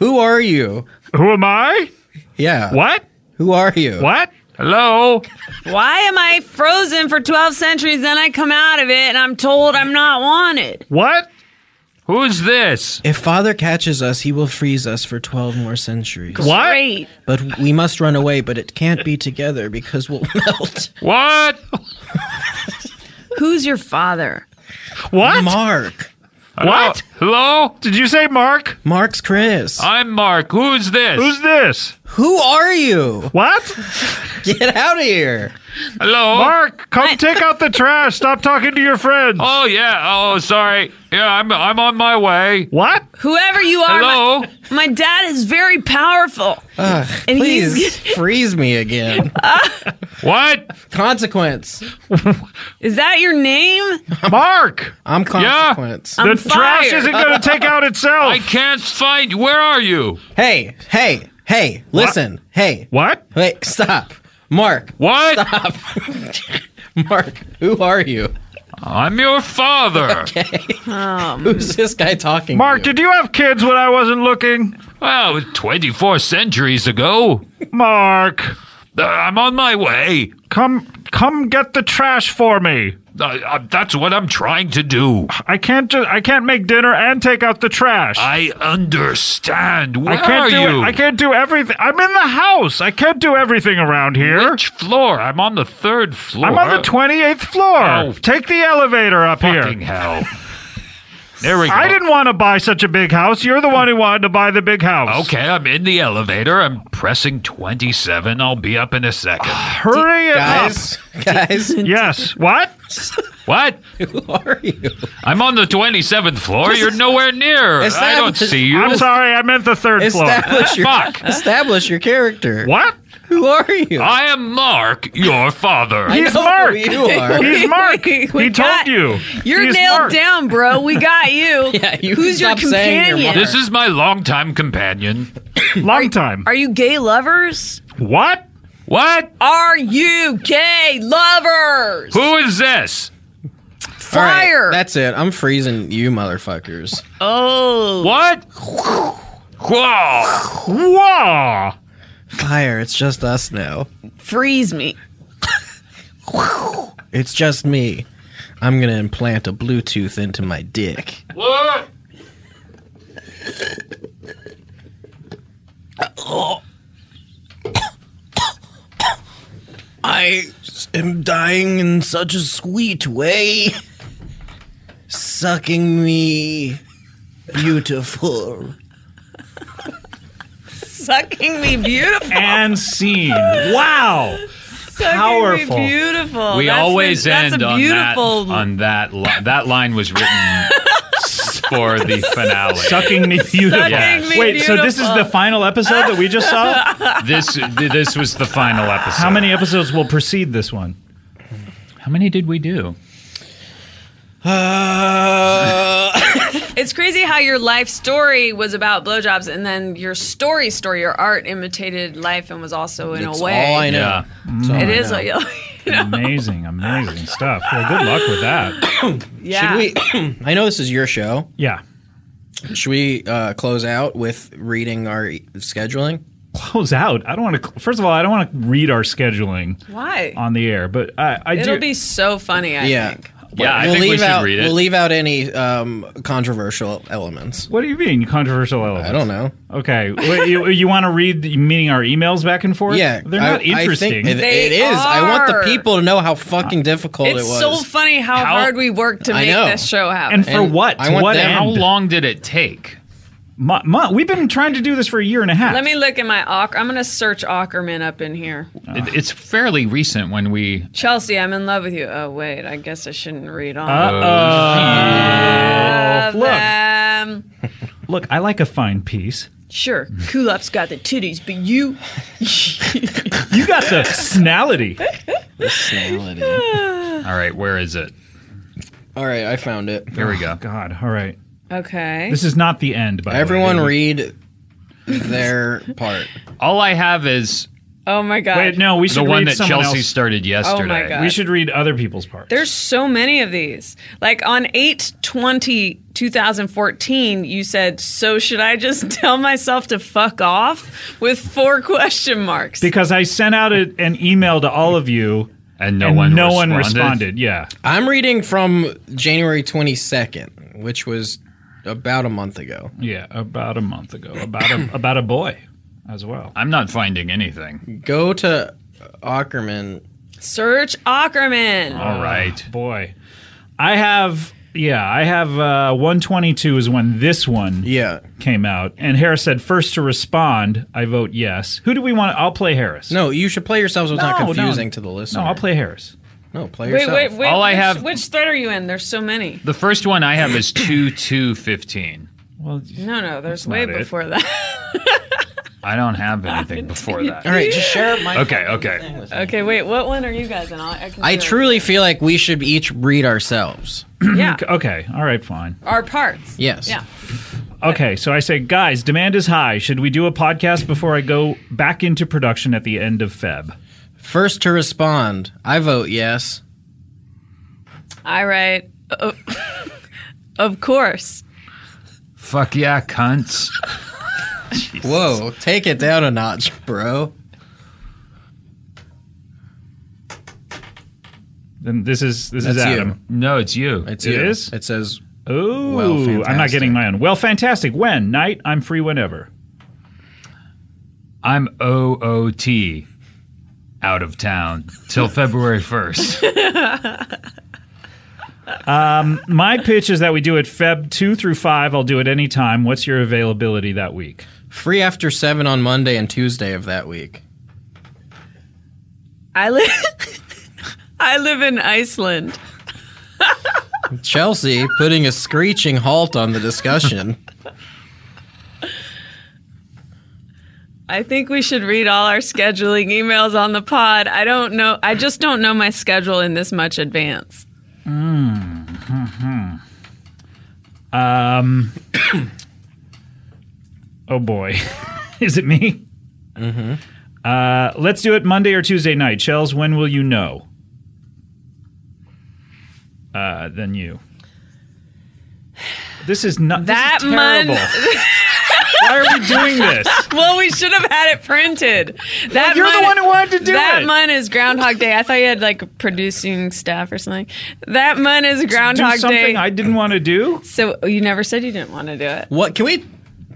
[SPEAKER 4] who are you?
[SPEAKER 8] Who am I?
[SPEAKER 4] Yeah.
[SPEAKER 8] What?
[SPEAKER 4] Who are you?
[SPEAKER 8] What?
[SPEAKER 3] Hello?
[SPEAKER 5] Why am I frozen for 12 centuries? Then I come out of it and I'm told I'm not wanted.
[SPEAKER 8] What?
[SPEAKER 3] Who's this?
[SPEAKER 4] If father catches us, he will freeze us for 12 more centuries.
[SPEAKER 8] What?
[SPEAKER 5] Great.
[SPEAKER 4] But we must run away, but it can't be together because we'll melt.
[SPEAKER 3] What?
[SPEAKER 5] Who's your father?
[SPEAKER 8] What?
[SPEAKER 4] Mark.
[SPEAKER 8] what?
[SPEAKER 3] Hello?
[SPEAKER 8] Did you say Mark?
[SPEAKER 4] Mark's Chris.
[SPEAKER 1] Uh-
[SPEAKER 3] I'm Mark. Who's this?
[SPEAKER 8] Who's this?
[SPEAKER 4] Who are you?
[SPEAKER 8] What?
[SPEAKER 4] Get out of here.
[SPEAKER 3] Hello.
[SPEAKER 8] Mark, come take out the trash. Stop talking to your friends.
[SPEAKER 3] Oh yeah. Oh sorry. Yeah, I'm I'm on my way.
[SPEAKER 8] What?
[SPEAKER 5] Whoever you are, my,
[SPEAKER 3] Hello.
[SPEAKER 5] my dad is very powerful. and
[SPEAKER 4] Please
[SPEAKER 5] he's
[SPEAKER 4] freeze me again.
[SPEAKER 3] What?
[SPEAKER 4] Consequence.
[SPEAKER 5] is that your name?
[SPEAKER 8] Mark,
[SPEAKER 4] I'm consequence.
[SPEAKER 8] the
[SPEAKER 5] I'm
[SPEAKER 8] trash
[SPEAKER 5] fired.
[SPEAKER 8] isn't going to take out itself.
[SPEAKER 3] I can't find. Where are you?
[SPEAKER 4] Hey, hey, hey, listen. Hey.
[SPEAKER 8] what?
[SPEAKER 4] Wait, stop. Mark.
[SPEAKER 3] What?
[SPEAKER 4] Mark, who are you?
[SPEAKER 3] I'm your father.
[SPEAKER 4] Who's this guy talking
[SPEAKER 8] Mark,
[SPEAKER 4] to?
[SPEAKER 8] did you have kids when I wasn't looking?
[SPEAKER 3] Well, 24 centuries ago.
[SPEAKER 8] Mark,
[SPEAKER 3] Uh, I'm on my way.
[SPEAKER 8] come come get the trash for me.
[SPEAKER 3] Uh, uh, that's what I'm trying to do.
[SPEAKER 8] I can't just I can't make dinner and take out the trash.
[SPEAKER 3] I understand. Where
[SPEAKER 8] I
[SPEAKER 3] are
[SPEAKER 8] can't do
[SPEAKER 3] you?
[SPEAKER 8] I can't do everything. I'm in the house. I can't do everything around here.
[SPEAKER 3] Which floor? I'm on the third floor.
[SPEAKER 8] I'm on the 28th floor.
[SPEAKER 3] Oh.
[SPEAKER 8] Take the elevator up
[SPEAKER 3] Fucking
[SPEAKER 8] here.
[SPEAKER 3] hell. There we go.
[SPEAKER 8] I didn't want to buy such a big house. You're the one who wanted to buy the big house.
[SPEAKER 3] Okay, I'm in the elevator. I'm pressing 27. I'll be up in a second.
[SPEAKER 8] Hurry it
[SPEAKER 4] Guys, guys,
[SPEAKER 8] up. Yes. What?
[SPEAKER 3] what?
[SPEAKER 4] who are you?
[SPEAKER 3] I'm on the 27th floor. You're nowhere near.
[SPEAKER 4] Is
[SPEAKER 3] I
[SPEAKER 4] that-
[SPEAKER 3] don't see you.
[SPEAKER 8] I'm sorry. I meant the third floor.
[SPEAKER 4] Establish your
[SPEAKER 3] Fuck.
[SPEAKER 4] establish your character.
[SPEAKER 8] What?
[SPEAKER 4] Who are you?
[SPEAKER 3] I am Mark, your father.
[SPEAKER 4] I
[SPEAKER 8] He's
[SPEAKER 4] know
[SPEAKER 8] Mark.
[SPEAKER 4] Who you are.
[SPEAKER 8] He's Mark.
[SPEAKER 5] wait,
[SPEAKER 8] he
[SPEAKER 5] we
[SPEAKER 8] told
[SPEAKER 5] got-
[SPEAKER 8] you.
[SPEAKER 5] You're
[SPEAKER 8] He's
[SPEAKER 5] nailed
[SPEAKER 8] Mark.
[SPEAKER 5] down, bro. We got you.
[SPEAKER 4] Yeah, you
[SPEAKER 5] Who's
[SPEAKER 4] can
[SPEAKER 5] your
[SPEAKER 4] stop saying you're
[SPEAKER 5] companion?
[SPEAKER 4] Mark.
[SPEAKER 3] This is my longtime companion.
[SPEAKER 8] Long time.
[SPEAKER 5] Are you gay lovers?
[SPEAKER 8] what?
[SPEAKER 3] What?
[SPEAKER 5] Are you gay lovers?
[SPEAKER 3] Who is this?
[SPEAKER 4] All right,
[SPEAKER 5] Fire.
[SPEAKER 4] that's it. I'm freezing you motherfuckers.
[SPEAKER 5] oh.
[SPEAKER 3] What? Whoa.
[SPEAKER 8] Whoa.
[SPEAKER 4] Fire. It's just us now.
[SPEAKER 5] Freeze me.
[SPEAKER 4] It's just me. I'm gonna implant a Bluetooth into my dick.
[SPEAKER 3] What?
[SPEAKER 4] I am dying in such a sweet way. Sucking me beautiful.
[SPEAKER 5] Sucking me beautiful.
[SPEAKER 1] And scene. Wow.
[SPEAKER 5] Sucking
[SPEAKER 1] powerful.
[SPEAKER 5] me beautiful.
[SPEAKER 3] We
[SPEAKER 5] That's
[SPEAKER 3] always
[SPEAKER 5] the- that's
[SPEAKER 3] end
[SPEAKER 5] a
[SPEAKER 3] on that
[SPEAKER 5] beautiful
[SPEAKER 3] on that li- that line was written for the finale.
[SPEAKER 1] Sucking me beautiful.
[SPEAKER 5] Sucking me
[SPEAKER 1] Wait, so this is
[SPEAKER 5] beautiful.
[SPEAKER 1] the final episode that we just saw?
[SPEAKER 3] This this was the final episode.
[SPEAKER 1] How many episodes will precede this one?
[SPEAKER 3] How many did we do?
[SPEAKER 5] It's crazy how your life story was about blowjobs, and then your story story, your art imitated life and was also in
[SPEAKER 4] That's
[SPEAKER 5] a way.
[SPEAKER 4] all I know.
[SPEAKER 3] Yeah.
[SPEAKER 4] That's all
[SPEAKER 5] It
[SPEAKER 4] I
[SPEAKER 5] is
[SPEAKER 4] know.
[SPEAKER 5] what you.
[SPEAKER 1] Amazing, amazing stuff. Well, good luck with that.
[SPEAKER 4] Should
[SPEAKER 5] Yeah.
[SPEAKER 4] we? I know this is your show.
[SPEAKER 1] Yeah.
[SPEAKER 4] Should we uh, close out with reading our e- scheduling?
[SPEAKER 1] Close out. I don't want to. First of all, I don't want to read our scheduling
[SPEAKER 5] Why?
[SPEAKER 1] on the air, but I, I
[SPEAKER 5] It'll
[SPEAKER 1] do.
[SPEAKER 5] be so funny. I
[SPEAKER 4] yeah.
[SPEAKER 5] think.
[SPEAKER 3] Yeah, I
[SPEAKER 4] we'll
[SPEAKER 3] think we
[SPEAKER 4] leave
[SPEAKER 3] should
[SPEAKER 4] out,
[SPEAKER 3] read it.
[SPEAKER 4] We'll leave out any um, controversial elements.
[SPEAKER 1] what do you mean controversial elements?
[SPEAKER 4] I don't know.
[SPEAKER 1] Okay, Wait, you, you want to read meaning our emails back and forth?
[SPEAKER 4] Yeah,
[SPEAKER 1] they're
[SPEAKER 4] I-
[SPEAKER 1] not
[SPEAKER 4] I think
[SPEAKER 1] interesting.
[SPEAKER 4] it-
[SPEAKER 5] They
[SPEAKER 4] it is. I want the
[SPEAKER 5] are.
[SPEAKER 4] people to know how fucking difficult it
[SPEAKER 5] It's
[SPEAKER 4] was.
[SPEAKER 5] so funny how, hard we worked to
[SPEAKER 4] I
[SPEAKER 5] make
[SPEAKER 4] know.
[SPEAKER 5] this show happen.
[SPEAKER 1] and for
[SPEAKER 4] and
[SPEAKER 1] what?
[SPEAKER 4] I
[SPEAKER 1] To
[SPEAKER 4] want
[SPEAKER 1] what
[SPEAKER 4] them-
[SPEAKER 1] end?
[SPEAKER 3] How long did it take?
[SPEAKER 1] Mo- mo- we've been trying to do this for a year and a half.
[SPEAKER 5] Let me look in my Ock. I'm gonna search Ackerman up in here.
[SPEAKER 1] Uh.
[SPEAKER 3] It- It's fairly recent when we.
[SPEAKER 5] Chelsea, I'm in love with you. Oh wait, I guess I shouldn't read on.
[SPEAKER 1] Uh,
[SPEAKER 5] Love
[SPEAKER 1] look,
[SPEAKER 5] them.
[SPEAKER 1] look. I like a fine piece.
[SPEAKER 5] Um, Sure, Kulop's got the titties, but you
[SPEAKER 1] You got the snality.
[SPEAKER 3] All right, where is it?
[SPEAKER 4] All right, I found it.
[SPEAKER 3] Here we go.
[SPEAKER 1] God, all right.
[SPEAKER 5] okay?
[SPEAKER 1] This is not the end, by the way.
[SPEAKER 4] Everyone read their part.
[SPEAKER 3] All I have is
[SPEAKER 5] Oh my god!
[SPEAKER 1] Wait, no, we
[SPEAKER 3] the
[SPEAKER 1] should
[SPEAKER 3] one
[SPEAKER 1] read
[SPEAKER 3] that
[SPEAKER 1] someone
[SPEAKER 3] Chelsea
[SPEAKER 1] else.
[SPEAKER 3] started yesterday.
[SPEAKER 5] Oh God.
[SPEAKER 1] We should read other people's parts.
[SPEAKER 5] There's so many of these. Like on 8 20, 2014, you said, So should I just tell myself to fuck off? With four question marks.
[SPEAKER 1] because I sent out a, an email to all of you,
[SPEAKER 3] And no
[SPEAKER 1] and
[SPEAKER 3] one.
[SPEAKER 1] no
[SPEAKER 3] responded.
[SPEAKER 1] one responded. Yeah,
[SPEAKER 4] I'm reading from January 22nd, which was about a month ago.
[SPEAKER 1] yeah, about a month ago, about a, about a boy, as well.
[SPEAKER 3] I'm not finding anything.
[SPEAKER 4] Go to Ackerman.
[SPEAKER 5] Search Ackerman.
[SPEAKER 3] All right.
[SPEAKER 1] boy, I have yeah, I have uh, 122 is when this one
[SPEAKER 4] Yeah.
[SPEAKER 1] came out, and Harris said first to respond. I vote yes. Who do we want? I'll play Harris.
[SPEAKER 4] No, you should play yourselves. so It's not
[SPEAKER 1] No, no.
[SPEAKER 4] confusing to the listener.
[SPEAKER 1] no, I'll play Harris.
[SPEAKER 4] No, play
[SPEAKER 5] Wait,
[SPEAKER 4] yourself.
[SPEAKER 5] wait, wait.
[SPEAKER 3] All I
[SPEAKER 5] which,
[SPEAKER 3] have-
[SPEAKER 5] Which thread are you in? There's so many.
[SPEAKER 3] The first one I have is 2 2 15.
[SPEAKER 1] Well,
[SPEAKER 5] No, no. There's way
[SPEAKER 1] not it.
[SPEAKER 5] before that.
[SPEAKER 3] I don't have anything before that.
[SPEAKER 4] All right, just share my.
[SPEAKER 3] Okay, okay.
[SPEAKER 5] okay, wait. What one are you guys in? I, I, can
[SPEAKER 4] I
[SPEAKER 5] do it.
[SPEAKER 4] truly feel like we should each read ourselves.
[SPEAKER 5] Yeah.
[SPEAKER 1] okay, all right, fine.
[SPEAKER 5] Our parts.
[SPEAKER 4] Yes.
[SPEAKER 5] Yeah.
[SPEAKER 1] Okay, so I say, guys, demand is high. Should we do a podcast before I go back into production at the end of Feb?
[SPEAKER 4] First to respond, I vote yes.
[SPEAKER 5] I write. Oh, of course.
[SPEAKER 3] Fuck yeah, cunts.
[SPEAKER 4] Whoa, take it down a notch, bro.
[SPEAKER 1] Then this is this is
[SPEAKER 4] That's you.
[SPEAKER 1] Adam.
[SPEAKER 3] No, it's you.
[SPEAKER 4] It's
[SPEAKER 1] It
[SPEAKER 4] you.
[SPEAKER 1] is?
[SPEAKER 4] It says
[SPEAKER 1] Ooh,
[SPEAKER 4] Well,
[SPEAKER 1] I'm not
[SPEAKER 4] fantastic.
[SPEAKER 1] getting my own. Well, fantastic. When night, I'm free whenever.
[SPEAKER 3] I'm OOT out of town till February 1st.
[SPEAKER 1] Um, My pitch is that we do it Feb two through five. I'll do it anytime. What's your availability that week?
[SPEAKER 4] free after seven on Monday and Tuesday of that week.
[SPEAKER 5] I live. I live in Iceland.
[SPEAKER 4] Chelsea putting a screeching halt on the discussion.
[SPEAKER 5] I think we should read all our scheduling emails on the pod. I don't know. I just don't know my schedule in this much advance.
[SPEAKER 1] Oh boy, is it me? Mm-hmm. Uh, let's do it Monday or Tuesday night. Shells, when will you know? Uh, then you. This is not this is
[SPEAKER 5] That
[SPEAKER 1] terrible. Why are we doing this?
[SPEAKER 5] Well, we should have had it printed. That
[SPEAKER 1] You're the
[SPEAKER 5] month-
[SPEAKER 1] one who wanted to do
[SPEAKER 5] that
[SPEAKER 1] it.
[SPEAKER 5] month is Groundhog Day. I thought you had like producing staff or something. That month is
[SPEAKER 1] do
[SPEAKER 5] Groundhog
[SPEAKER 1] something
[SPEAKER 5] Day.
[SPEAKER 1] I didn't want to do.
[SPEAKER 5] so you never said you didn't want to do it.
[SPEAKER 4] what can we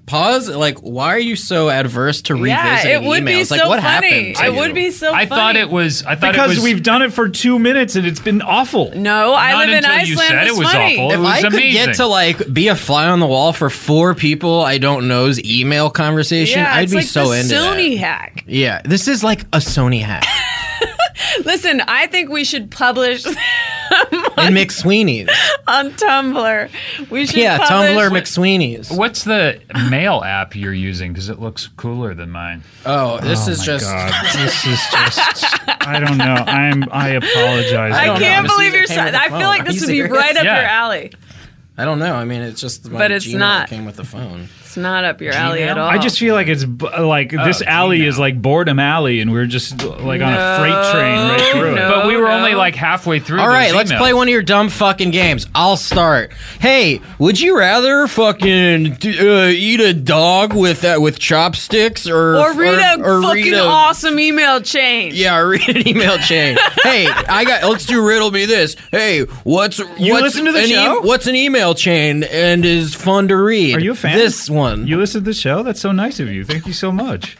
[SPEAKER 4] pause? Like, why are you so adverse to revisiting
[SPEAKER 5] yeah, it would be
[SPEAKER 4] emails?
[SPEAKER 5] so
[SPEAKER 4] like, what
[SPEAKER 5] funny.
[SPEAKER 4] happened? to
[SPEAKER 5] It
[SPEAKER 4] you?
[SPEAKER 5] would be so.
[SPEAKER 3] I
[SPEAKER 5] funny.
[SPEAKER 3] thought it was. I thought
[SPEAKER 1] Because
[SPEAKER 3] it was.
[SPEAKER 1] we've done it for two minutes and it's been awful.
[SPEAKER 5] No, I
[SPEAKER 3] Not
[SPEAKER 5] live in
[SPEAKER 3] until
[SPEAKER 5] Iceland.
[SPEAKER 3] you said
[SPEAKER 5] It's
[SPEAKER 3] it was
[SPEAKER 5] funny.
[SPEAKER 3] awful.
[SPEAKER 4] If I could
[SPEAKER 3] amazing.
[SPEAKER 4] get to like be a fly on the wall for four people I don't know's email conversation,
[SPEAKER 5] Yeah,
[SPEAKER 4] I'd
[SPEAKER 5] it's
[SPEAKER 4] be
[SPEAKER 5] like
[SPEAKER 4] so
[SPEAKER 5] the
[SPEAKER 4] into
[SPEAKER 5] Sony
[SPEAKER 4] that.
[SPEAKER 5] hack.
[SPEAKER 4] Yeah, this is like a Sony hack.
[SPEAKER 5] Listen, I think we should publish
[SPEAKER 4] and McSweeney's.
[SPEAKER 5] on Tumblr. We should
[SPEAKER 4] Yeah,
[SPEAKER 5] publish
[SPEAKER 4] Tumblr McSweeney's.
[SPEAKER 3] What's the mail app you're using? Because it looks cooler than mine.
[SPEAKER 4] Oh, this is just
[SPEAKER 1] this is just. I don't know. I'm. I apologize.
[SPEAKER 5] I,
[SPEAKER 4] don't know.
[SPEAKER 5] can't
[SPEAKER 4] Honestly,
[SPEAKER 5] believe
[SPEAKER 4] they
[SPEAKER 5] you're.
[SPEAKER 4] came
[SPEAKER 5] So,
[SPEAKER 4] with the
[SPEAKER 5] I feel
[SPEAKER 4] phone.
[SPEAKER 5] like
[SPEAKER 4] Are
[SPEAKER 5] this
[SPEAKER 4] you
[SPEAKER 5] would be
[SPEAKER 4] serious?
[SPEAKER 5] right up
[SPEAKER 3] Yeah.
[SPEAKER 5] your alley.
[SPEAKER 4] I don't know. I mean, it's just my
[SPEAKER 5] But it's
[SPEAKER 4] Gmail
[SPEAKER 5] not.
[SPEAKER 4] came with the phone.
[SPEAKER 5] It's not up your alley at all.
[SPEAKER 1] I just feel like it's b- like
[SPEAKER 4] Oh,
[SPEAKER 1] this alley is like boredom alley, and we're just like on a freight train right through
[SPEAKER 5] no.
[SPEAKER 1] it.
[SPEAKER 3] But we were
[SPEAKER 5] no.
[SPEAKER 3] only like halfway through.
[SPEAKER 4] Oh, All
[SPEAKER 3] those
[SPEAKER 4] right, let's
[SPEAKER 3] emails.
[SPEAKER 4] play one of your dumb fucking games. I'll start. Hey, would you rather fucking d- uh, eat a dog with uh, with chopsticks or
[SPEAKER 5] or read a
[SPEAKER 4] or
[SPEAKER 5] fucking
[SPEAKER 4] read a-
[SPEAKER 5] awesome email chain.
[SPEAKER 4] Yeah, or read an email chain. hey, I got. Let's do riddle me this. Hey, what's you what's
[SPEAKER 1] listen to the
[SPEAKER 4] an e
[SPEAKER 1] show?
[SPEAKER 4] what's an email chain and is fun to read?
[SPEAKER 1] Are you a fan?
[SPEAKER 4] This one.
[SPEAKER 1] You listened to the show? That's so nice of you. Thank you so much.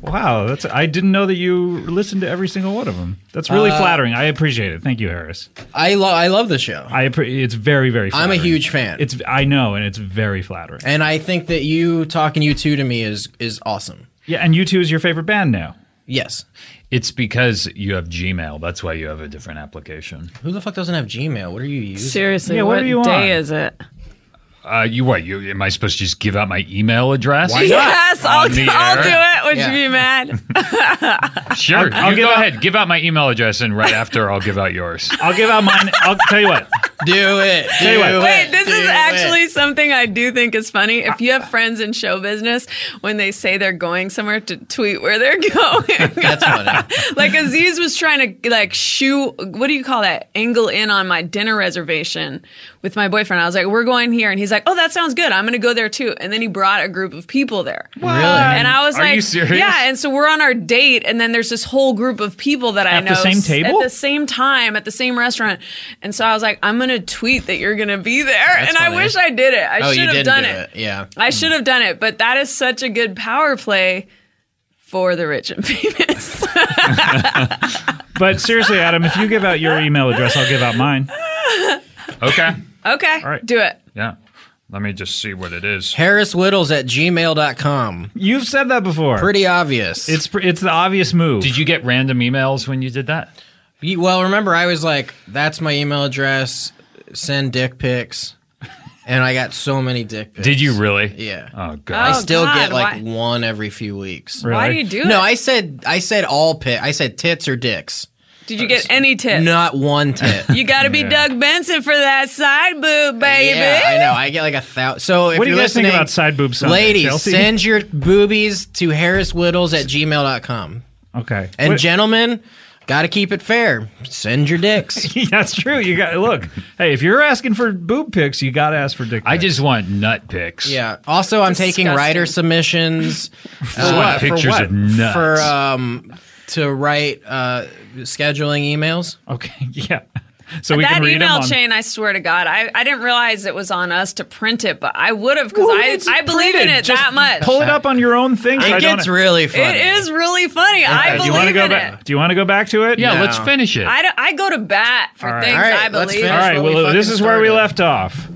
[SPEAKER 1] Wow, that's I didn't know that you listened to every single one of them. That's really
[SPEAKER 4] Uh,
[SPEAKER 1] flattering. I appreciate it. Thank you, Harris.
[SPEAKER 4] I love I love the show.
[SPEAKER 1] I appre- it's very very.
[SPEAKER 4] I'm
[SPEAKER 1] Flattering.
[SPEAKER 4] a huge fan.
[SPEAKER 1] It's I know, and it's very flattering.
[SPEAKER 4] and I think that you talking you two to me is is awesome.
[SPEAKER 1] Yeah, and you two is your favorite band now.
[SPEAKER 4] Yes.
[SPEAKER 3] It's because you have Gmail. That's why you have a different application.
[SPEAKER 4] Who the fuck doesn't have Gmail? What are you using?
[SPEAKER 5] Seriously,
[SPEAKER 1] Yeah, what
[SPEAKER 5] what
[SPEAKER 1] do you
[SPEAKER 5] day
[SPEAKER 1] want?
[SPEAKER 5] is it?
[SPEAKER 3] Uh, you what? You am I supposed to just give out my email address? Why
[SPEAKER 5] Yes, I'll, I'll do it. Would
[SPEAKER 4] Yeah.
[SPEAKER 5] you be mad?
[SPEAKER 3] Sure.
[SPEAKER 1] I'll
[SPEAKER 3] you
[SPEAKER 1] give
[SPEAKER 3] go
[SPEAKER 1] out-
[SPEAKER 3] ahead. Give out my email address, and right after, I'll give out yours.
[SPEAKER 1] I'll give out mine. I'll tell you what.
[SPEAKER 4] Do it. Do
[SPEAKER 1] you what.
[SPEAKER 4] it.
[SPEAKER 5] Wait, this
[SPEAKER 4] do
[SPEAKER 5] is
[SPEAKER 4] it.
[SPEAKER 5] actually something I do think is funny. If you have friends in show business, when they say they're going somewhere, to tweet where they're going.
[SPEAKER 4] That's funny.
[SPEAKER 5] like Aziz was trying to like shoe. What do you call that? Angle in on my dinner reservation with my boyfriend. I was like, "We're going here," and he's like, "Oh, that sounds good. I'm going to go there too." And then he brought a group of people there.
[SPEAKER 4] Really?
[SPEAKER 5] And I was
[SPEAKER 3] Are
[SPEAKER 5] like,
[SPEAKER 3] you serious?
[SPEAKER 5] Yeah. And so we're on our date, and then there's this whole group of people that I
[SPEAKER 1] At the
[SPEAKER 5] know
[SPEAKER 1] same
[SPEAKER 5] s-
[SPEAKER 1] table?
[SPEAKER 5] at the same time, at the same restaurant. And so I was like, I'm gonna tweet that you're gonna be there, and
[SPEAKER 4] funny.
[SPEAKER 5] I wish I did it. I
[SPEAKER 4] Oh, you
[SPEAKER 5] should have
[SPEAKER 4] did
[SPEAKER 5] done
[SPEAKER 4] do
[SPEAKER 5] it.
[SPEAKER 4] it. Hmm. Yeah.
[SPEAKER 5] I should have done it. But that is such a good power play for the rich and famous.
[SPEAKER 1] But seriously, Adam, if you give out your email address, I'll give out mine.
[SPEAKER 3] Okay.
[SPEAKER 5] Okay.
[SPEAKER 3] All right.
[SPEAKER 5] Do it.
[SPEAKER 3] Yeah. Let me just see what it is.
[SPEAKER 4] harriswittles at gmail.com.
[SPEAKER 1] You've said that before.
[SPEAKER 4] Pretty obvious.
[SPEAKER 1] It's pr- it's the obvious move.
[SPEAKER 3] Did you get random emails when you did that?
[SPEAKER 4] You- well, remember, I was like, that's my email address. Send dick pics. And I got so many dick pics.
[SPEAKER 3] Did you really?
[SPEAKER 4] Yeah.
[SPEAKER 3] Oh
[SPEAKER 5] Oh,
[SPEAKER 4] I
[SPEAKER 3] god.
[SPEAKER 4] still
[SPEAKER 5] God,
[SPEAKER 4] get like
[SPEAKER 5] why-
[SPEAKER 4] one every few weeks.
[SPEAKER 5] Why do
[SPEAKER 1] Really?
[SPEAKER 5] you do
[SPEAKER 4] No,
[SPEAKER 5] it?
[SPEAKER 4] I said I said all pic. I said tits or dicks.
[SPEAKER 5] Did you get any tips?
[SPEAKER 4] Not one tit.
[SPEAKER 5] You got to be Doug Benson for that side boob, baby.
[SPEAKER 4] Yeah, I know. I get like a thousand. So if
[SPEAKER 1] What do you
[SPEAKER 4] you're
[SPEAKER 1] guys think
[SPEAKER 4] listening,
[SPEAKER 1] about side boob Sunday,
[SPEAKER 4] ladies,
[SPEAKER 1] Chelsea?
[SPEAKER 4] send your boobies to harriswittles at gmail.com.
[SPEAKER 1] Okay.
[SPEAKER 4] And
[SPEAKER 1] What-
[SPEAKER 4] gentlemen, got to keep it fair. Send your dicks.
[SPEAKER 1] that's true. You got look. Hey, if you're asking for boob pics, you got to ask for dick.
[SPEAKER 3] I
[SPEAKER 1] pics.
[SPEAKER 3] just want nut pics.
[SPEAKER 4] yeah. Also, I'm taking
[SPEAKER 5] Disgusting.
[SPEAKER 4] writer submissions. uh, for
[SPEAKER 3] what? Pictures of nuts.
[SPEAKER 4] For um, to write uh, scheduling emails.
[SPEAKER 1] okay. Yeah. So we
[SPEAKER 5] that
[SPEAKER 1] can read
[SPEAKER 5] email
[SPEAKER 1] them on-
[SPEAKER 5] chain, I swear to God, I, I didn't realize it was on us to print it, but I would have because
[SPEAKER 1] Well,
[SPEAKER 5] I,
[SPEAKER 1] it's
[SPEAKER 5] I believe in
[SPEAKER 1] printed.
[SPEAKER 5] it
[SPEAKER 1] Just
[SPEAKER 5] that much.
[SPEAKER 1] Pull it up on your own thing. so I
[SPEAKER 4] It
[SPEAKER 1] don't-
[SPEAKER 4] gets really funny.
[SPEAKER 5] It is really funny. I
[SPEAKER 1] Uh, do you
[SPEAKER 5] believe
[SPEAKER 1] wanna go
[SPEAKER 5] in
[SPEAKER 1] back?
[SPEAKER 5] it.
[SPEAKER 1] Do you want to go back to it?
[SPEAKER 3] Yeah,
[SPEAKER 4] No.
[SPEAKER 3] let's finish it.
[SPEAKER 5] I, don't- I go to bat for
[SPEAKER 1] right.
[SPEAKER 5] things
[SPEAKER 4] All right,
[SPEAKER 5] I
[SPEAKER 4] let's
[SPEAKER 5] believe.
[SPEAKER 4] finish.
[SPEAKER 1] All right.
[SPEAKER 4] what we
[SPEAKER 1] Well, this
[SPEAKER 4] fucking
[SPEAKER 1] is where we
[SPEAKER 4] started.
[SPEAKER 1] left off.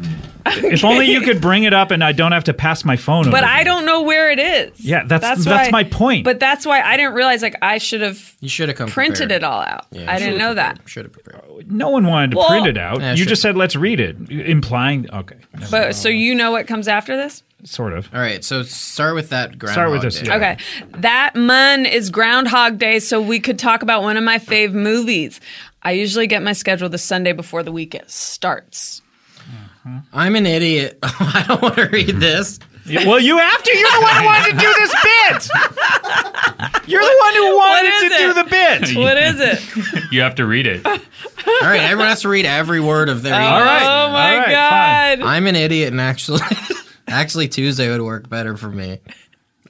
[SPEAKER 1] If only you could bring it up, and I don't have to pass my phone.
[SPEAKER 5] But
[SPEAKER 1] over.
[SPEAKER 5] I don't know where it is.
[SPEAKER 1] Yeah, that's- that's my point.
[SPEAKER 5] But that's why I didn't realize like I should have
[SPEAKER 4] You should have come
[SPEAKER 5] printed
[SPEAKER 4] prepared.
[SPEAKER 5] it all out.
[SPEAKER 4] Yeah,
[SPEAKER 5] I didn't know that.
[SPEAKER 4] Should have prepared.
[SPEAKER 1] No one wanted to
[SPEAKER 5] Well-
[SPEAKER 1] print it out.
[SPEAKER 4] Yeah,
[SPEAKER 1] you
[SPEAKER 4] sure.
[SPEAKER 1] just said let's read it, implying okay, never-
[SPEAKER 5] But so you know what comes after this?
[SPEAKER 1] sort of.
[SPEAKER 4] All right, so start with that groundhog.
[SPEAKER 1] Start with this,
[SPEAKER 4] Day.
[SPEAKER 1] yeah.
[SPEAKER 5] Okay. That mun is Groundhog Day, so we could talk about one of my fave movies. I usually get my schedule the Sunday before the week it starts.
[SPEAKER 4] I'm an idiot. I don't want to
[SPEAKER 1] Mm-hmm.
[SPEAKER 4] read this.
[SPEAKER 1] well, you have to. You're the one who wanted to do this bit. You're the one who wanted
[SPEAKER 5] is
[SPEAKER 1] to do
[SPEAKER 5] it?
[SPEAKER 1] the bit.
[SPEAKER 5] What is it?
[SPEAKER 3] you have to read it.
[SPEAKER 4] All right, everyone has to read every word of their email.
[SPEAKER 1] All right.
[SPEAKER 5] Oh my
[SPEAKER 1] All right,
[SPEAKER 5] god.
[SPEAKER 4] I'm an idiot, and actually, actually Tuesday would work better for me.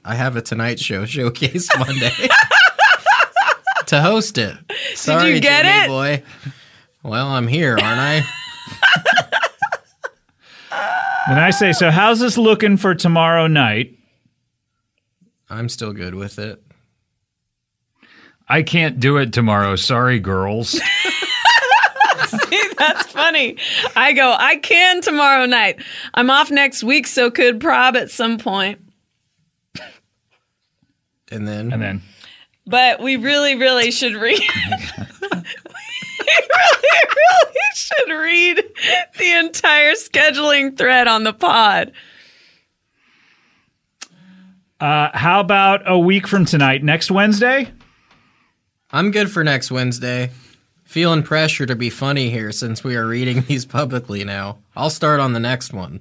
[SPEAKER 4] I have a Tonight Show showcase Monday to host it. Sorry,
[SPEAKER 5] you get
[SPEAKER 4] Jimmy
[SPEAKER 5] it?
[SPEAKER 4] boy? Well, I'm here, aren't I?
[SPEAKER 1] And I say, so how's this looking for tomorrow night?
[SPEAKER 4] I'm still good with it.
[SPEAKER 3] I can't do it tomorrow. Sorry, girls.
[SPEAKER 5] That's funny. I go, I can tomorrow night. I'm off next week, so could prob at some point.
[SPEAKER 4] And then,
[SPEAKER 3] And then
[SPEAKER 5] But we really, really should read. we really, really should read the entire scheduling thread on the pod.
[SPEAKER 1] Uh, how about a week from tonight, next Wednesday?
[SPEAKER 4] I'm good for next Wednesday. Feeling pressure to be funny here since we are reading these publicly now. I'll start on the next one.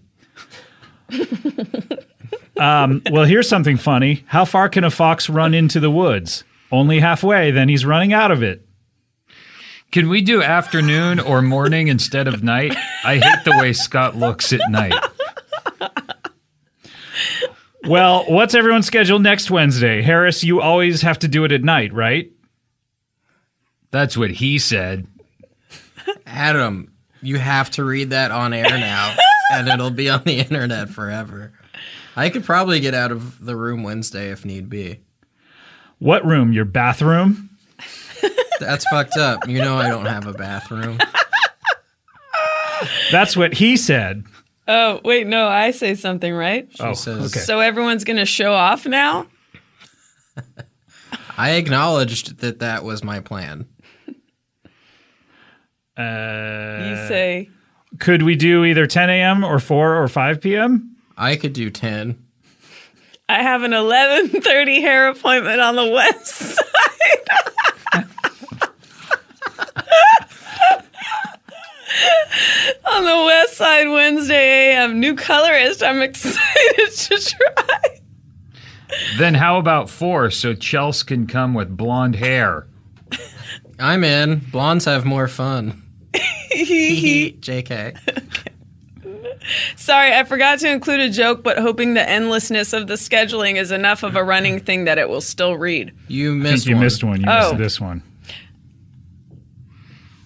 [SPEAKER 1] Well, here's something funny. How far can a fox run into the woods? Only halfway, then he's running out of it.
[SPEAKER 3] can we do afternoon or morning instead of night? I hate the way Scott looks at night.
[SPEAKER 1] Well, what's everyone's schedule next Wednesday? Harris, you always have to do it at night, right?
[SPEAKER 3] That's what he said.
[SPEAKER 4] Adam, you have to read that on air now, and it'll be on the internet forever. I could probably get out of the room Wednesday if need be.
[SPEAKER 1] What room? Your bathroom?
[SPEAKER 4] That's fucked up. You know I don't have a bathroom.
[SPEAKER 1] That's what he said.
[SPEAKER 5] Oh, wait, no, I say something, right?
[SPEAKER 1] oh,
[SPEAKER 4] says-
[SPEAKER 1] okay.
[SPEAKER 5] So everyone's going to show off now?
[SPEAKER 4] I acknowledged that that was my plan.
[SPEAKER 5] You say,
[SPEAKER 1] Could we do either 10 a.m. or 4 or 5 p.m.?
[SPEAKER 4] I could do 10.
[SPEAKER 5] I have an 11:30 hair appointment on the west side. on the west side Wednesday AM, new colorist. I'm excited to try.
[SPEAKER 3] Then how about four so Chels can come with blonde hair?
[SPEAKER 4] I'm in. Blondes have more fun. JK.
[SPEAKER 5] Sorry, I forgot to include a joke, but hoping the endlessness of the scheduling is enough of a running thing that it will still read.
[SPEAKER 1] I
[SPEAKER 4] You
[SPEAKER 1] think
[SPEAKER 4] missed
[SPEAKER 1] you
[SPEAKER 4] one.
[SPEAKER 1] missed one. You
[SPEAKER 5] Oh.
[SPEAKER 1] missed this one.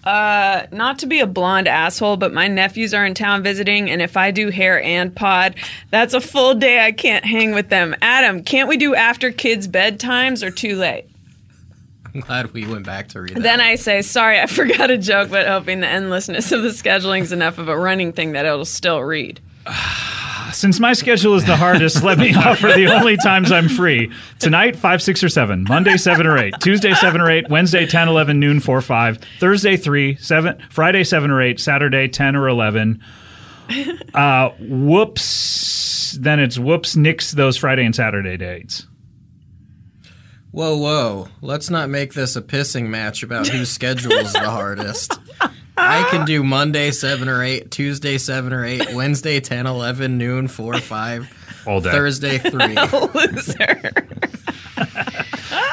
[SPEAKER 5] not to be a blonde asshole, but my nephews are in town visiting, and if I do hair and pod, that's a full day I can't hang with them. Adam, can't we do after kids' bedtimes or too late?
[SPEAKER 4] I'm glad we went back to read that.
[SPEAKER 5] Then I say, sorry, I forgot a joke, but hoping the endlessness of the scheduling is enough of a running thing that it'll still read.
[SPEAKER 1] Since my schedule is the hardest, let me offer the only times I'm free. Tonight, 5, 6, or 7. Monday, 7 or 8. Tuesday, 7 or 8. Wednesday, 10, 11, noon, 4, 5. Thursday, 3, 7. Friday, 7 or 8. Saturday, 10 or 11. Uh, whoops. Then it's whoops, nix those Friday and Saturday dates.
[SPEAKER 4] Whoa, whoa. Let's not make this a pissing match about whose schedule is the hardest. I can do Monday 7 or 8, Tuesday 7 or 8, Wednesday 10, 11, noon 4, 5,
[SPEAKER 3] All day.
[SPEAKER 4] Thursday 3.
[SPEAKER 5] Loser.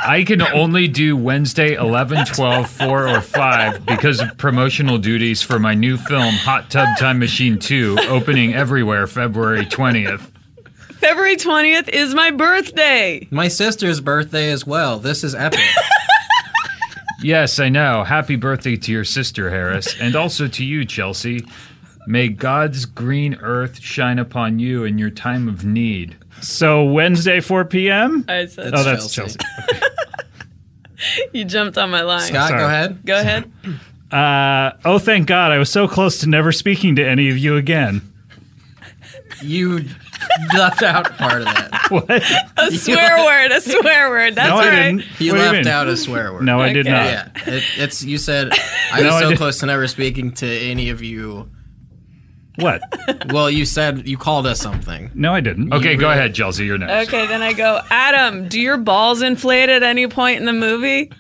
[SPEAKER 3] I can only do Wednesday 11, 12, 4, or 5 because of promotional duties for my new film, Hot Tub Time Machine 2, opening everywhere February 20th.
[SPEAKER 5] February 20th is my birthday.
[SPEAKER 4] My sister's birthday as well. This is epic.
[SPEAKER 3] Yes, I know. Happy birthday to your sister, Harris, and also to you, Chelsea. May God's green earth shine upon you in your time of need.
[SPEAKER 1] So Wednesday, 4 p.m.
[SPEAKER 5] I said,
[SPEAKER 1] Oh, that's Chelsea.
[SPEAKER 5] you jumped on my line.
[SPEAKER 4] Scott,
[SPEAKER 1] Sorry.
[SPEAKER 4] go ahead.
[SPEAKER 5] Go ahead.
[SPEAKER 1] Uh, oh, thank God. I was so close to never speaking to any of you again.
[SPEAKER 4] You left out part of that.
[SPEAKER 5] A swear word, a swear word. That's
[SPEAKER 1] No,
[SPEAKER 5] all
[SPEAKER 1] I
[SPEAKER 5] right.
[SPEAKER 1] didn't.
[SPEAKER 4] You
[SPEAKER 1] What do
[SPEAKER 4] left
[SPEAKER 1] mean?
[SPEAKER 4] out a swear word.
[SPEAKER 1] No, I did
[SPEAKER 5] Okay.
[SPEAKER 1] not.
[SPEAKER 4] Yeah, it, it's you said I
[SPEAKER 1] No, I
[SPEAKER 4] was so
[SPEAKER 1] did-
[SPEAKER 4] close to never speaking to any of you.
[SPEAKER 1] What?
[SPEAKER 4] Well, you said you called us something.
[SPEAKER 1] No, I didn't.
[SPEAKER 3] Okay, go ahead, Chelsea. You're next.
[SPEAKER 5] Okay, then I go, Adam, do your balls inflate at any point in the movie?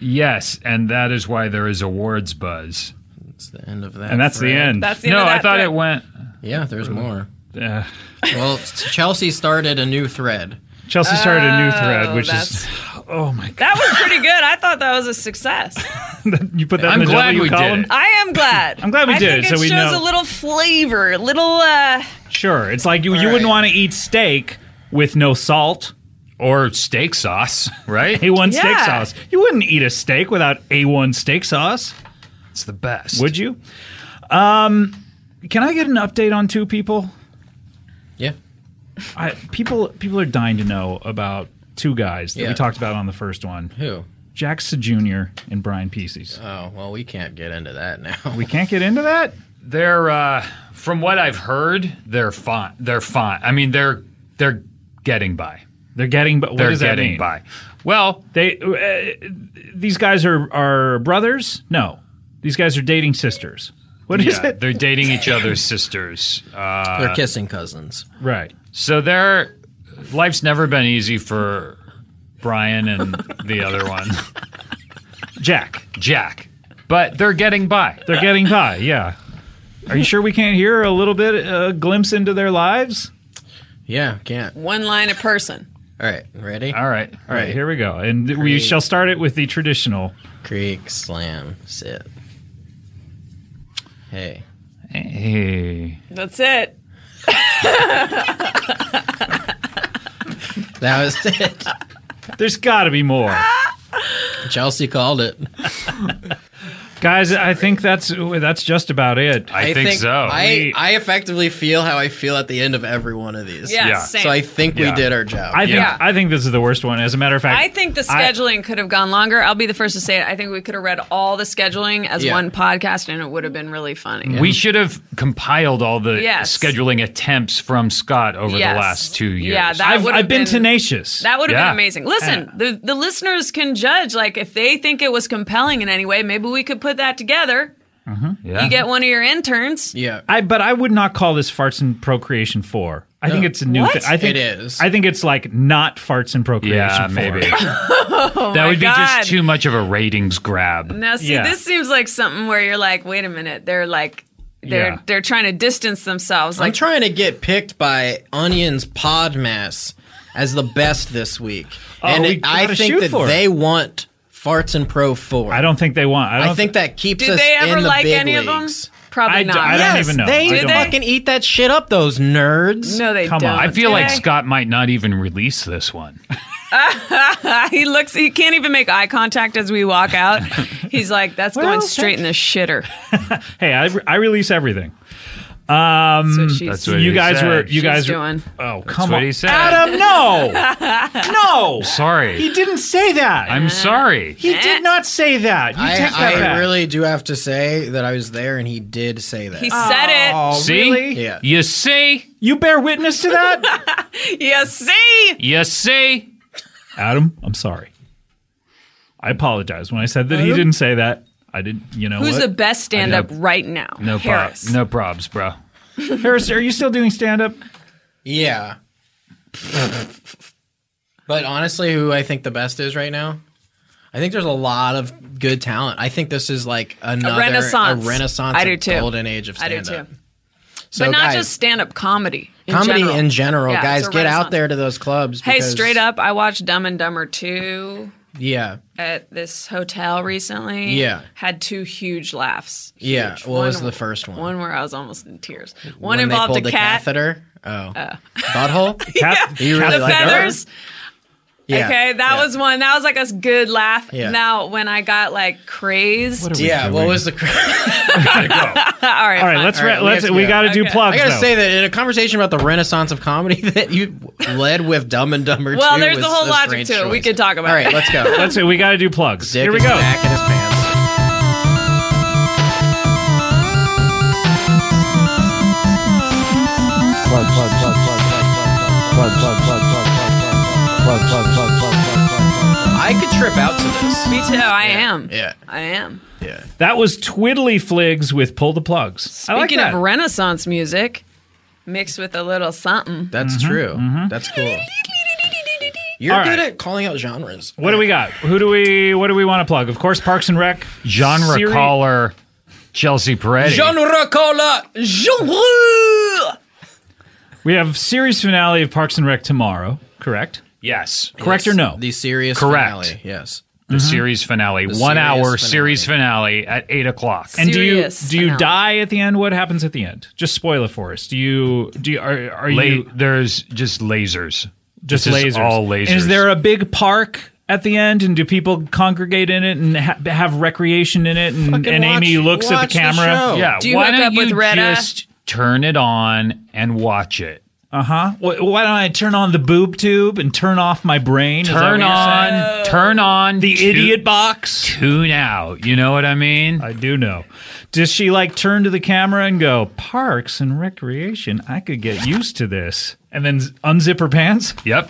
[SPEAKER 3] Yes, and that is why there is awards buzz.
[SPEAKER 4] It's the end of that.
[SPEAKER 1] And that's the
[SPEAKER 4] thread.
[SPEAKER 1] end.
[SPEAKER 5] That's the end
[SPEAKER 3] No,
[SPEAKER 5] of that
[SPEAKER 3] I thought
[SPEAKER 5] thread.
[SPEAKER 3] it went.
[SPEAKER 4] Yeah, there's more.
[SPEAKER 1] Uh,
[SPEAKER 4] Well, Chelsea started a new thread.
[SPEAKER 1] Chelsea started a new thread, which
[SPEAKER 5] Oh, that's-
[SPEAKER 1] is oh my god!
[SPEAKER 5] That was pretty good. I thought that was a success.
[SPEAKER 1] You put that
[SPEAKER 3] I'm
[SPEAKER 1] in the
[SPEAKER 3] glad
[SPEAKER 1] W
[SPEAKER 3] we did
[SPEAKER 1] column.
[SPEAKER 3] it.
[SPEAKER 5] I am glad. I'm
[SPEAKER 1] glad we
[SPEAKER 5] I
[SPEAKER 1] did
[SPEAKER 5] Think
[SPEAKER 1] it,
[SPEAKER 5] it
[SPEAKER 1] so we
[SPEAKER 5] shows
[SPEAKER 1] know.
[SPEAKER 5] a little flavor, a little. uh
[SPEAKER 1] Sure, it's like you you wouldn't
[SPEAKER 4] right.
[SPEAKER 1] want to eat steak with no salt.
[SPEAKER 3] Or steak sauce, right?
[SPEAKER 1] A1 steak
[SPEAKER 5] Yeah.
[SPEAKER 1] sauce. You wouldn't eat a steak without A1 steak sauce,
[SPEAKER 3] It's the best.
[SPEAKER 1] would you? Um, can I get an update on two people?
[SPEAKER 4] Yeah.
[SPEAKER 1] I, people people are dying to know about two guys that
[SPEAKER 4] Yeah.
[SPEAKER 1] we talked about on the first one,
[SPEAKER 4] Who?
[SPEAKER 1] Jackson Jr. and Brian Pieces.
[SPEAKER 4] Oh, well, we can't get into that now.
[SPEAKER 1] we can't get into that.
[SPEAKER 3] They're uh, from what I've heard, they're fine. They're fine. I mean, they're they're getting by.
[SPEAKER 1] They're getting, but what
[SPEAKER 3] They're
[SPEAKER 1] does that
[SPEAKER 3] getting
[SPEAKER 1] mean?
[SPEAKER 3] by. Well,
[SPEAKER 1] They uh, these guys are are brothers? No, these guys are dating sisters. What is
[SPEAKER 3] yeah,
[SPEAKER 1] it?
[SPEAKER 3] they're dating each other's sisters. Uh,
[SPEAKER 4] They're kissing cousins.
[SPEAKER 1] Right.
[SPEAKER 3] so their life's never been easy for Brian and the other one,
[SPEAKER 1] Jack.
[SPEAKER 3] Jack. But they're getting by.
[SPEAKER 1] They're getting by. Yeah. Are you sure we can't hear a little bit a glimpse into their lives?
[SPEAKER 4] Yeah, can't. All
[SPEAKER 5] one line a person.
[SPEAKER 4] right, ready?
[SPEAKER 3] All right.
[SPEAKER 1] All right, here we go. And we shall start it with the traditional.
[SPEAKER 4] Creek, slam, sit. Hey.
[SPEAKER 3] Hey.
[SPEAKER 5] That's it.
[SPEAKER 4] That was it.
[SPEAKER 1] There's got to be more.
[SPEAKER 4] Chelsea called it.
[SPEAKER 1] Guys, I think that's that's just about it.
[SPEAKER 3] I, think, so.
[SPEAKER 4] I,
[SPEAKER 1] We-
[SPEAKER 4] I effectively feel how I feel at the end of every one of these.
[SPEAKER 5] Yeah,
[SPEAKER 3] Yeah.
[SPEAKER 5] same.
[SPEAKER 4] So I think we
[SPEAKER 1] Yeah.
[SPEAKER 4] did our job.
[SPEAKER 1] I think
[SPEAKER 5] Yeah.
[SPEAKER 1] I think this is the worst one. As a matter of fact,
[SPEAKER 5] I think the scheduling could have gone longer. I'll be the first to say it. I think we could have read all the scheduling as
[SPEAKER 4] Yeah.
[SPEAKER 5] one podcast, and it would have been really funny.
[SPEAKER 3] We should have compiled all the
[SPEAKER 5] Yes.
[SPEAKER 3] scheduling attempts from Scott over
[SPEAKER 5] Yes.
[SPEAKER 3] the last two years.
[SPEAKER 5] Yeah, that
[SPEAKER 1] I've,
[SPEAKER 5] would
[SPEAKER 1] I've
[SPEAKER 5] have
[SPEAKER 1] been,
[SPEAKER 5] been
[SPEAKER 1] tenacious.
[SPEAKER 5] That would have
[SPEAKER 3] Yeah.
[SPEAKER 5] been amazing. Listen, the the listeners can judge. Like if they think it was compelling in any way, maybe we could put that together.
[SPEAKER 3] yeah.
[SPEAKER 1] Mm-hmm.
[SPEAKER 5] You get one of your interns.
[SPEAKER 4] yeah.
[SPEAKER 1] I but I would not call this farts and procreation four. I think it's a new
[SPEAKER 5] What?
[SPEAKER 1] thing. I think
[SPEAKER 4] It is.
[SPEAKER 1] I think it's like not farts and procreation.
[SPEAKER 3] Yeah,
[SPEAKER 1] four.
[SPEAKER 3] maybe.
[SPEAKER 1] Oh
[SPEAKER 3] that would be
[SPEAKER 5] God.
[SPEAKER 3] just too much of a ratings grab.
[SPEAKER 5] Now, see,
[SPEAKER 1] Yeah.
[SPEAKER 5] this seems like something where you're like, wait a minute, they're like, they're
[SPEAKER 1] Yeah.
[SPEAKER 5] they're trying to distance themselves.
[SPEAKER 4] I'm
[SPEAKER 5] Like,
[SPEAKER 4] trying to get picked by Onion's Podmas as the best this week. and
[SPEAKER 1] we
[SPEAKER 4] it- I
[SPEAKER 1] gotta
[SPEAKER 4] think
[SPEAKER 1] shoot
[SPEAKER 4] that
[SPEAKER 1] for it.
[SPEAKER 4] they want Farts and Pro 4.
[SPEAKER 1] I don't think they want. I, don't
[SPEAKER 4] I think that keeps
[SPEAKER 5] do
[SPEAKER 4] us
[SPEAKER 5] they ever
[SPEAKER 4] in the
[SPEAKER 5] like
[SPEAKER 4] big
[SPEAKER 5] any
[SPEAKER 4] leagues.
[SPEAKER 5] of them? Probably
[SPEAKER 1] I d-
[SPEAKER 5] not.
[SPEAKER 1] I don't even know.
[SPEAKER 4] They
[SPEAKER 1] I don't-
[SPEAKER 4] fucking eat that shit up, those nerds.
[SPEAKER 5] no, they
[SPEAKER 1] Come
[SPEAKER 5] don't.
[SPEAKER 1] on.
[SPEAKER 3] I feel
[SPEAKER 5] do
[SPEAKER 3] like
[SPEAKER 5] they?
[SPEAKER 3] Scott might not even release this one.
[SPEAKER 5] He looks. He can't even make eye contact as we walk out. He's like, that's going straight in the shitter.
[SPEAKER 1] Hey, I, re- I release everything.
[SPEAKER 5] That's what she's,
[SPEAKER 3] That's what
[SPEAKER 1] you
[SPEAKER 3] he
[SPEAKER 1] guys
[SPEAKER 3] said.
[SPEAKER 1] were Um, you
[SPEAKER 5] she's
[SPEAKER 1] guys were,
[SPEAKER 5] doing.
[SPEAKER 1] oh come
[SPEAKER 3] what
[SPEAKER 1] on
[SPEAKER 3] he said.
[SPEAKER 1] Adam no no he
[SPEAKER 3] Sorry.
[SPEAKER 1] didn't say that
[SPEAKER 3] I'm sorry.
[SPEAKER 1] he did not say that you
[SPEAKER 4] I,
[SPEAKER 1] take that
[SPEAKER 4] I
[SPEAKER 1] back
[SPEAKER 4] really do have to say that I was there and he did say that.
[SPEAKER 5] He said
[SPEAKER 1] oh
[SPEAKER 3] See?
[SPEAKER 1] really
[SPEAKER 4] yeah.
[SPEAKER 3] You see?
[SPEAKER 1] you bear witness to that
[SPEAKER 5] it. Yeah, see?
[SPEAKER 3] You see?
[SPEAKER 1] Adam I'm sorry I apologize when I said that he didn't say that I didn't you know
[SPEAKER 5] Who's
[SPEAKER 1] what?
[SPEAKER 5] the best stand up right now?
[SPEAKER 3] No
[SPEAKER 5] Harris.
[SPEAKER 3] props. No probs, bro.
[SPEAKER 1] Harris are you still doing stand up
[SPEAKER 4] Yeah. but honestly, who I think the best is right now? I think there's a lot of good talent. I think this is like another
[SPEAKER 5] renaissance.
[SPEAKER 4] a renaissance
[SPEAKER 5] I do
[SPEAKER 4] of
[SPEAKER 5] too.
[SPEAKER 4] golden age of
[SPEAKER 5] I do
[SPEAKER 4] stand
[SPEAKER 5] too.
[SPEAKER 4] up. So
[SPEAKER 5] but not
[SPEAKER 4] guys,
[SPEAKER 5] just stand up comedy. in
[SPEAKER 4] comedy
[SPEAKER 5] general.
[SPEAKER 4] in general,
[SPEAKER 5] Yeah, it's
[SPEAKER 4] guys,
[SPEAKER 5] a
[SPEAKER 4] get
[SPEAKER 5] renaissance.
[SPEAKER 4] out there to those clubs.
[SPEAKER 5] Hey,
[SPEAKER 4] because-
[SPEAKER 5] straight up, I watched Dumb and Dumber 2
[SPEAKER 4] Yeah.
[SPEAKER 5] at this hotel recently.
[SPEAKER 4] Yeah.
[SPEAKER 5] Had two huge laughs.
[SPEAKER 4] Yeah.
[SPEAKER 5] Huge.
[SPEAKER 4] What was
[SPEAKER 5] One-
[SPEAKER 4] the first one?
[SPEAKER 5] One where I was almost in tears.
[SPEAKER 4] When
[SPEAKER 5] One
[SPEAKER 4] they
[SPEAKER 5] involved a
[SPEAKER 4] pulled the
[SPEAKER 5] cat. Uh.
[SPEAKER 4] catheter. Oh. Butthole?
[SPEAKER 1] Cap-
[SPEAKER 4] You really
[SPEAKER 5] the
[SPEAKER 4] like her?
[SPEAKER 5] feathers.
[SPEAKER 4] Yeah.
[SPEAKER 5] Okay, that
[SPEAKER 4] Yeah.
[SPEAKER 5] was one. That was like a s- good laugh.
[SPEAKER 4] Yeah.
[SPEAKER 5] Now, when I got like crazed,
[SPEAKER 4] Yeah, what was the
[SPEAKER 5] all right,
[SPEAKER 1] all right
[SPEAKER 5] fine.
[SPEAKER 1] let's
[SPEAKER 4] All right,
[SPEAKER 1] re-
[SPEAKER 4] we
[SPEAKER 1] let's
[SPEAKER 4] have to
[SPEAKER 1] we
[SPEAKER 4] go.
[SPEAKER 1] got to do
[SPEAKER 5] Okay.
[SPEAKER 1] plugs
[SPEAKER 4] I gotta
[SPEAKER 1] though.
[SPEAKER 4] say that in a conversation about the renaissance of comedy that you led with Dumb and Dumber.
[SPEAKER 5] Well,
[SPEAKER 4] 2
[SPEAKER 5] there's
[SPEAKER 4] was
[SPEAKER 5] a whole logic
[SPEAKER 4] strange
[SPEAKER 5] to it. We
[SPEAKER 4] choice.
[SPEAKER 5] could talk about
[SPEAKER 4] All right,
[SPEAKER 5] it.
[SPEAKER 4] let's go.
[SPEAKER 1] Let's see. We got to do plugs.
[SPEAKER 4] Dick
[SPEAKER 1] Here we
[SPEAKER 4] is
[SPEAKER 1] go.
[SPEAKER 4] back in his pants. I could trip out to this.
[SPEAKER 5] Me too. I am.
[SPEAKER 4] Yeah.
[SPEAKER 5] I am.
[SPEAKER 1] That was Twiddly Fligs with Pull the Plugs. I like
[SPEAKER 5] Speaking
[SPEAKER 1] that.
[SPEAKER 5] of Renaissance music, mixed with a little something.
[SPEAKER 4] That's true. That's cool. You're
[SPEAKER 1] All
[SPEAKER 4] good
[SPEAKER 1] right.
[SPEAKER 4] at calling out genres.
[SPEAKER 1] what do we got? Who do we? What do we want to plug? Of course, Parks and Rec.
[SPEAKER 3] Genre
[SPEAKER 1] Siri-
[SPEAKER 3] caller Chelsea Peretti.
[SPEAKER 4] Genre cola.
[SPEAKER 5] Genre.
[SPEAKER 1] We have series finale of Parks and Rec tomorrow. Correct.
[SPEAKER 3] Yes.
[SPEAKER 1] Correct or no?
[SPEAKER 4] The serious
[SPEAKER 3] Correct.
[SPEAKER 4] finale. Yes.
[SPEAKER 1] Mm-hmm.
[SPEAKER 3] The series finale. One
[SPEAKER 4] series
[SPEAKER 3] hour
[SPEAKER 4] finale.
[SPEAKER 3] series finale at eight o'clock.
[SPEAKER 1] And do you
[SPEAKER 5] Serious
[SPEAKER 1] do you
[SPEAKER 5] finale.
[SPEAKER 1] die at the end? What happens at the end? Just spoil it for us. Do you do you, are are
[SPEAKER 3] La-
[SPEAKER 1] you
[SPEAKER 3] there's just lasers.
[SPEAKER 1] just
[SPEAKER 3] This
[SPEAKER 1] lasers?
[SPEAKER 3] is all lasers.
[SPEAKER 1] And is there a big park? At the end, and do people congregate in it and ha- have recreation in it? And, and Amy
[SPEAKER 4] watch-
[SPEAKER 1] looks at
[SPEAKER 4] watch
[SPEAKER 1] the
[SPEAKER 4] the
[SPEAKER 1] camera.
[SPEAKER 4] show.
[SPEAKER 3] Yeah.
[SPEAKER 5] Do you
[SPEAKER 3] why
[SPEAKER 5] hook
[SPEAKER 3] don't
[SPEAKER 5] up
[SPEAKER 3] you
[SPEAKER 5] with Red Eye?
[SPEAKER 3] just turn it on and watch it?
[SPEAKER 1] Uh huh. Why don't I turn on the boob tube and turn off my brain? Is that what
[SPEAKER 3] Turn
[SPEAKER 1] you're saying?
[SPEAKER 3] on. Turn on
[SPEAKER 1] the
[SPEAKER 3] tu-
[SPEAKER 1] idiot box.
[SPEAKER 3] Tune out. You know what I mean?
[SPEAKER 1] I do know. Does she like turn to the camera and go, Parks and Recreation? I could get used to this. And then z- unzip her pants
[SPEAKER 3] yep.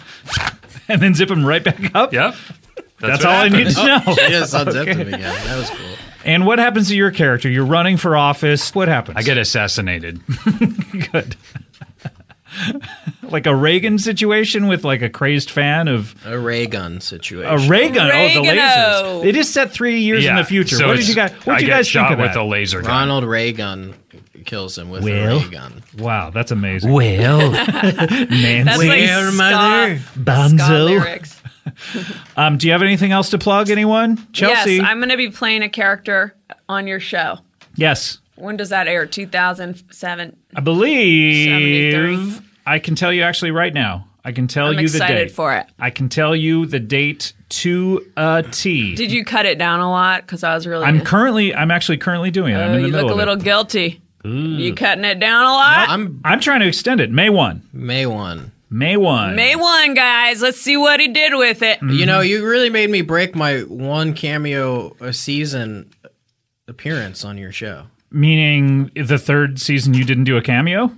[SPEAKER 1] and then zip them right back up?
[SPEAKER 3] Yep.
[SPEAKER 1] That's,
[SPEAKER 3] what
[SPEAKER 1] all I need
[SPEAKER 3] happens.
[SPEAKER 1] to know.
[SPEAKER 4] It is unzipped him again. That was cool.
[SPEAKER 1] And what happens to your character? You're running for office. What happens?
[SPEAKER 3] I get assassinated.
[SPEAKER 1] good. like a Reagan situation with like a crazed fan of
[SPEAKER 4] A ray gun situation.
[SPEAKER 1] a ray gun. Oh, the
[SPEAKER 5] Reagano.
[SPEAKER 1] lasers. It is set three years in
[SPEAKER 3] Yeah,
[SPEAKER 1] the future.
[SPEAKER 3] so
[SPEAKER 1] what did
[SPEAKER 3] it's-
[SPEAKER 1] you guys? What
[SPEAKER 3] I
[SPEAKER 1] did you
[SPEAKER 3] get
[SPEAKER 1] guys
[SPEAKER 3] shot
[SPEAKER 1] think of
[SPEAKER 3] with
[SPEAKER 1] that?
[SPEAKER 3] a laser gun.
[SPEAKER 4] Ronald Reagan kills him with
[SPEAKER 1] Well.
[SPEAKER 4] a ray gun.
[SPEAKER 1] wow, that's amazing.
[SPEAKER 3] Well,
[SPEAKER 5] That's
[SPEAKER 1] Nancy.
[SPEAKER 5] like
[SPEAKER 4] Where,
[SPEAKER 5] ska-
[SPEAKER 4] mother?
[SPEAKER 5] ska
[SPEAKER 1] Bonzo.
[SPEAKER 5] lyrics.
[SPEAKER 1] Um, do you have anything else to plug? Anyone? Chelsea.
[SPEAKER 5] Yes, I'm going to be playing a character on your show.
[SPEAKER 1] Yes.
[SPEAKER 5] When does that air? 2007.
[SPEAKER 1] I believe
[SPEAKER 5] 73.
[SPEAKER 1] I can tell you actually right now. I can tell
[SPEAKER 5] I'm
[SPEAKER 1] you the
[SPEAKER 5] excited
[SPEAKER 1] date.
[SPEAKER 5] for it.
[SPEAKER 1] I can tell you the date to a T.
[SPEAKER 5] Did you cut it down a lot? Because I was really.
[SPEAKER 1] I'm currently. I'm actually currently doing it. I'm
[SPEAKER 5] Oh,
[SPEAKER 1] in the
[SPEAKER 5] you
[SPEAKER 1] middle
[SPEAKER 5] look a
[SPEAKER 1] of
[SPEAKER 5] little
[SPEAKER 1] it.
[SPEAKER 5] guilty. You cutting it down a lot?
[SPEAKER 4] I'm
[SPEAKER 1] I'm trying to extend it. May one.
[SPEAKER 4] May one.
[SPEAKER 1] May one.
[SPEAKER 5] May 1, guys. Let's see what he did with it.
[SPEAKER 1] Mm.
[SPEAKER 4] You know, you really made me break my one cameo a season appearance on your show.
[SPEAKER 1] Meaning the third season you didn't do a cameo.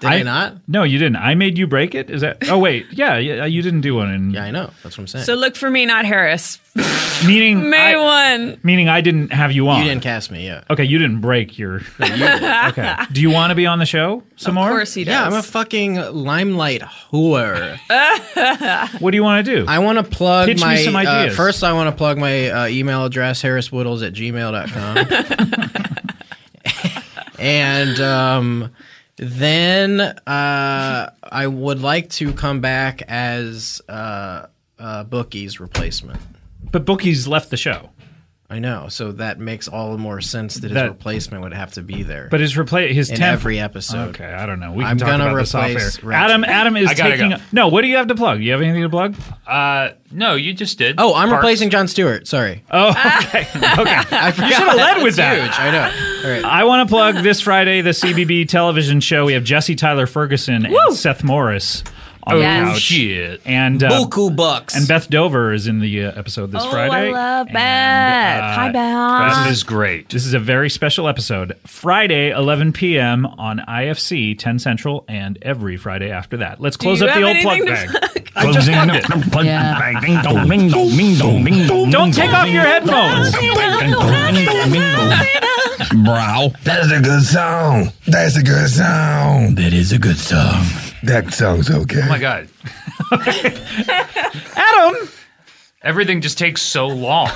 [SPEAKER 4] Did I, not?
[SPEAKER 1] No, you didn't. I made you break it. Is that? Oh wait, yeah, yeah you didn't do one. In,
[SPEAKER 4] Yeah, I know. That's what I'm saying.
[SPEAKER 5] So look for me, not Harris.
[SPEAKER 1] Meaning
[SPEAKER 5] May
[SPEAKER 1] I,
[SPEAKER 5] 1.
[SPEAKER 1] Meaning I didn't have you on.
[SPEAKER 4] you didn't cast me, yeah.
[SPEAKER 1] Okay, you didn't break your. okay. Do you want to be on the show some more?
[SPEAKER 5] Of course he does.
[SPEAKER 4] Yeah, I'm a fucking limelight whore.
[SPEAKER 1] What do you want to do?
[SPEAKER 4] I want to plug
[SPEAKER 1] Pitch me
[SPEAKER 4] my
[SPEAKER 1] some
[SPEAKER 4] uh,
[SPEAKER 1] ideas.
[SPEAKER 4] first. I want to plug my uh, email address harriswoodles at gmail.com. and um, then uh, I would like to come back as uh, uh, Bookie's replacement.
[SPEAKER 1] but Bookie's left the show.
[SPEAKER 4] I know. So that makes all the more sense that,
[SPEAKER 1] That-
[SPEAKER 4] his replacement would have to be there.
[SPEAKER 1] But his replace his
[SPEAKER 4] in
[SPEAKER 1] temp
[SPEAKER 4] every episode.
[SPEAKER 1] Okay, I don't know. We can
[SPEAKER 4] I'm
[SPEAKER 1] talk
[SPEAKER 4] gonna
[SPEAKER 1] about this off air.
[SPEAKER 4] replace Ratchet.
[SPEAKER 1] Adam, Adam is
[SPEAKER 3] I gotta
[SPEAKER 1] taking.
[SPEAKER 3] go.
[SPEAKER 1] No, what do you have to plug? You have anything to plug?
[SPEAKER 3] Uh, no, you just did.
[SPEAKER 4] Oh, I'm
[SPEAKER 3] Parks.
[SPEAKER 4] replacing John Stewart. Sorry.
[SPEAKER 1] Oh, okay, okay.
[SPEAKER 4] I forgot.
[SPEAKER 1] should've led with that.
[SPEAKER 4] Huge. I know. All right.
[SPEAKER 1] I want to plug this Friday the CBB television show. We have Jesse Tyler Ferguson and Seth Morris on
[SPEAKER 3] Oh,
[SPEAKER 1] the
[SPEAKER 5] Yes.
[SPEAKER 1] couch,
[SPEAKER 3] shit.
[SPEAKER 1] and uh,
[SPEAKER 4] Buku bucks.
[SPEAKER 1] and Beth Dover is in the uh, episode this
[SPEAKER 5] oh,
[SPEAKER 1] Friday.
[SPEAKER 5] I love
[SPEAKER 1] And,
[SPEAKER 5] Beth.
[SPEAKER 1] uh,
[SPEAKER 5] Hi, Beth.
[SPEAKER 3] This is great.
[SPEAKER 1] This is a very special episode. Friday, 11 p.m. on IFC 10 Central, and every Friday after that. Let's close
[SPEAKER 5] you
[SPEAKER 1] up the
[SPEAKER 5] have
[SPEAKER 1] old plug
[SPEAKER 5] anything
[SPEAKER 1] bag.
[SPEAKER 5] to
[SPEAKER 1] I just plugged it. Don't take off your headphones.
[SPEAKER 9] Brow.
[SPEAKER 6] That's a good song. That's a good song.
[SPEAKER 9] That is a good song.
[SPEAKER 6] That song's okay.
[SPEAKER 3] Oh my god,
[SPEAKER 1] Adam,
[SPEAKER 3] everything just takes so long.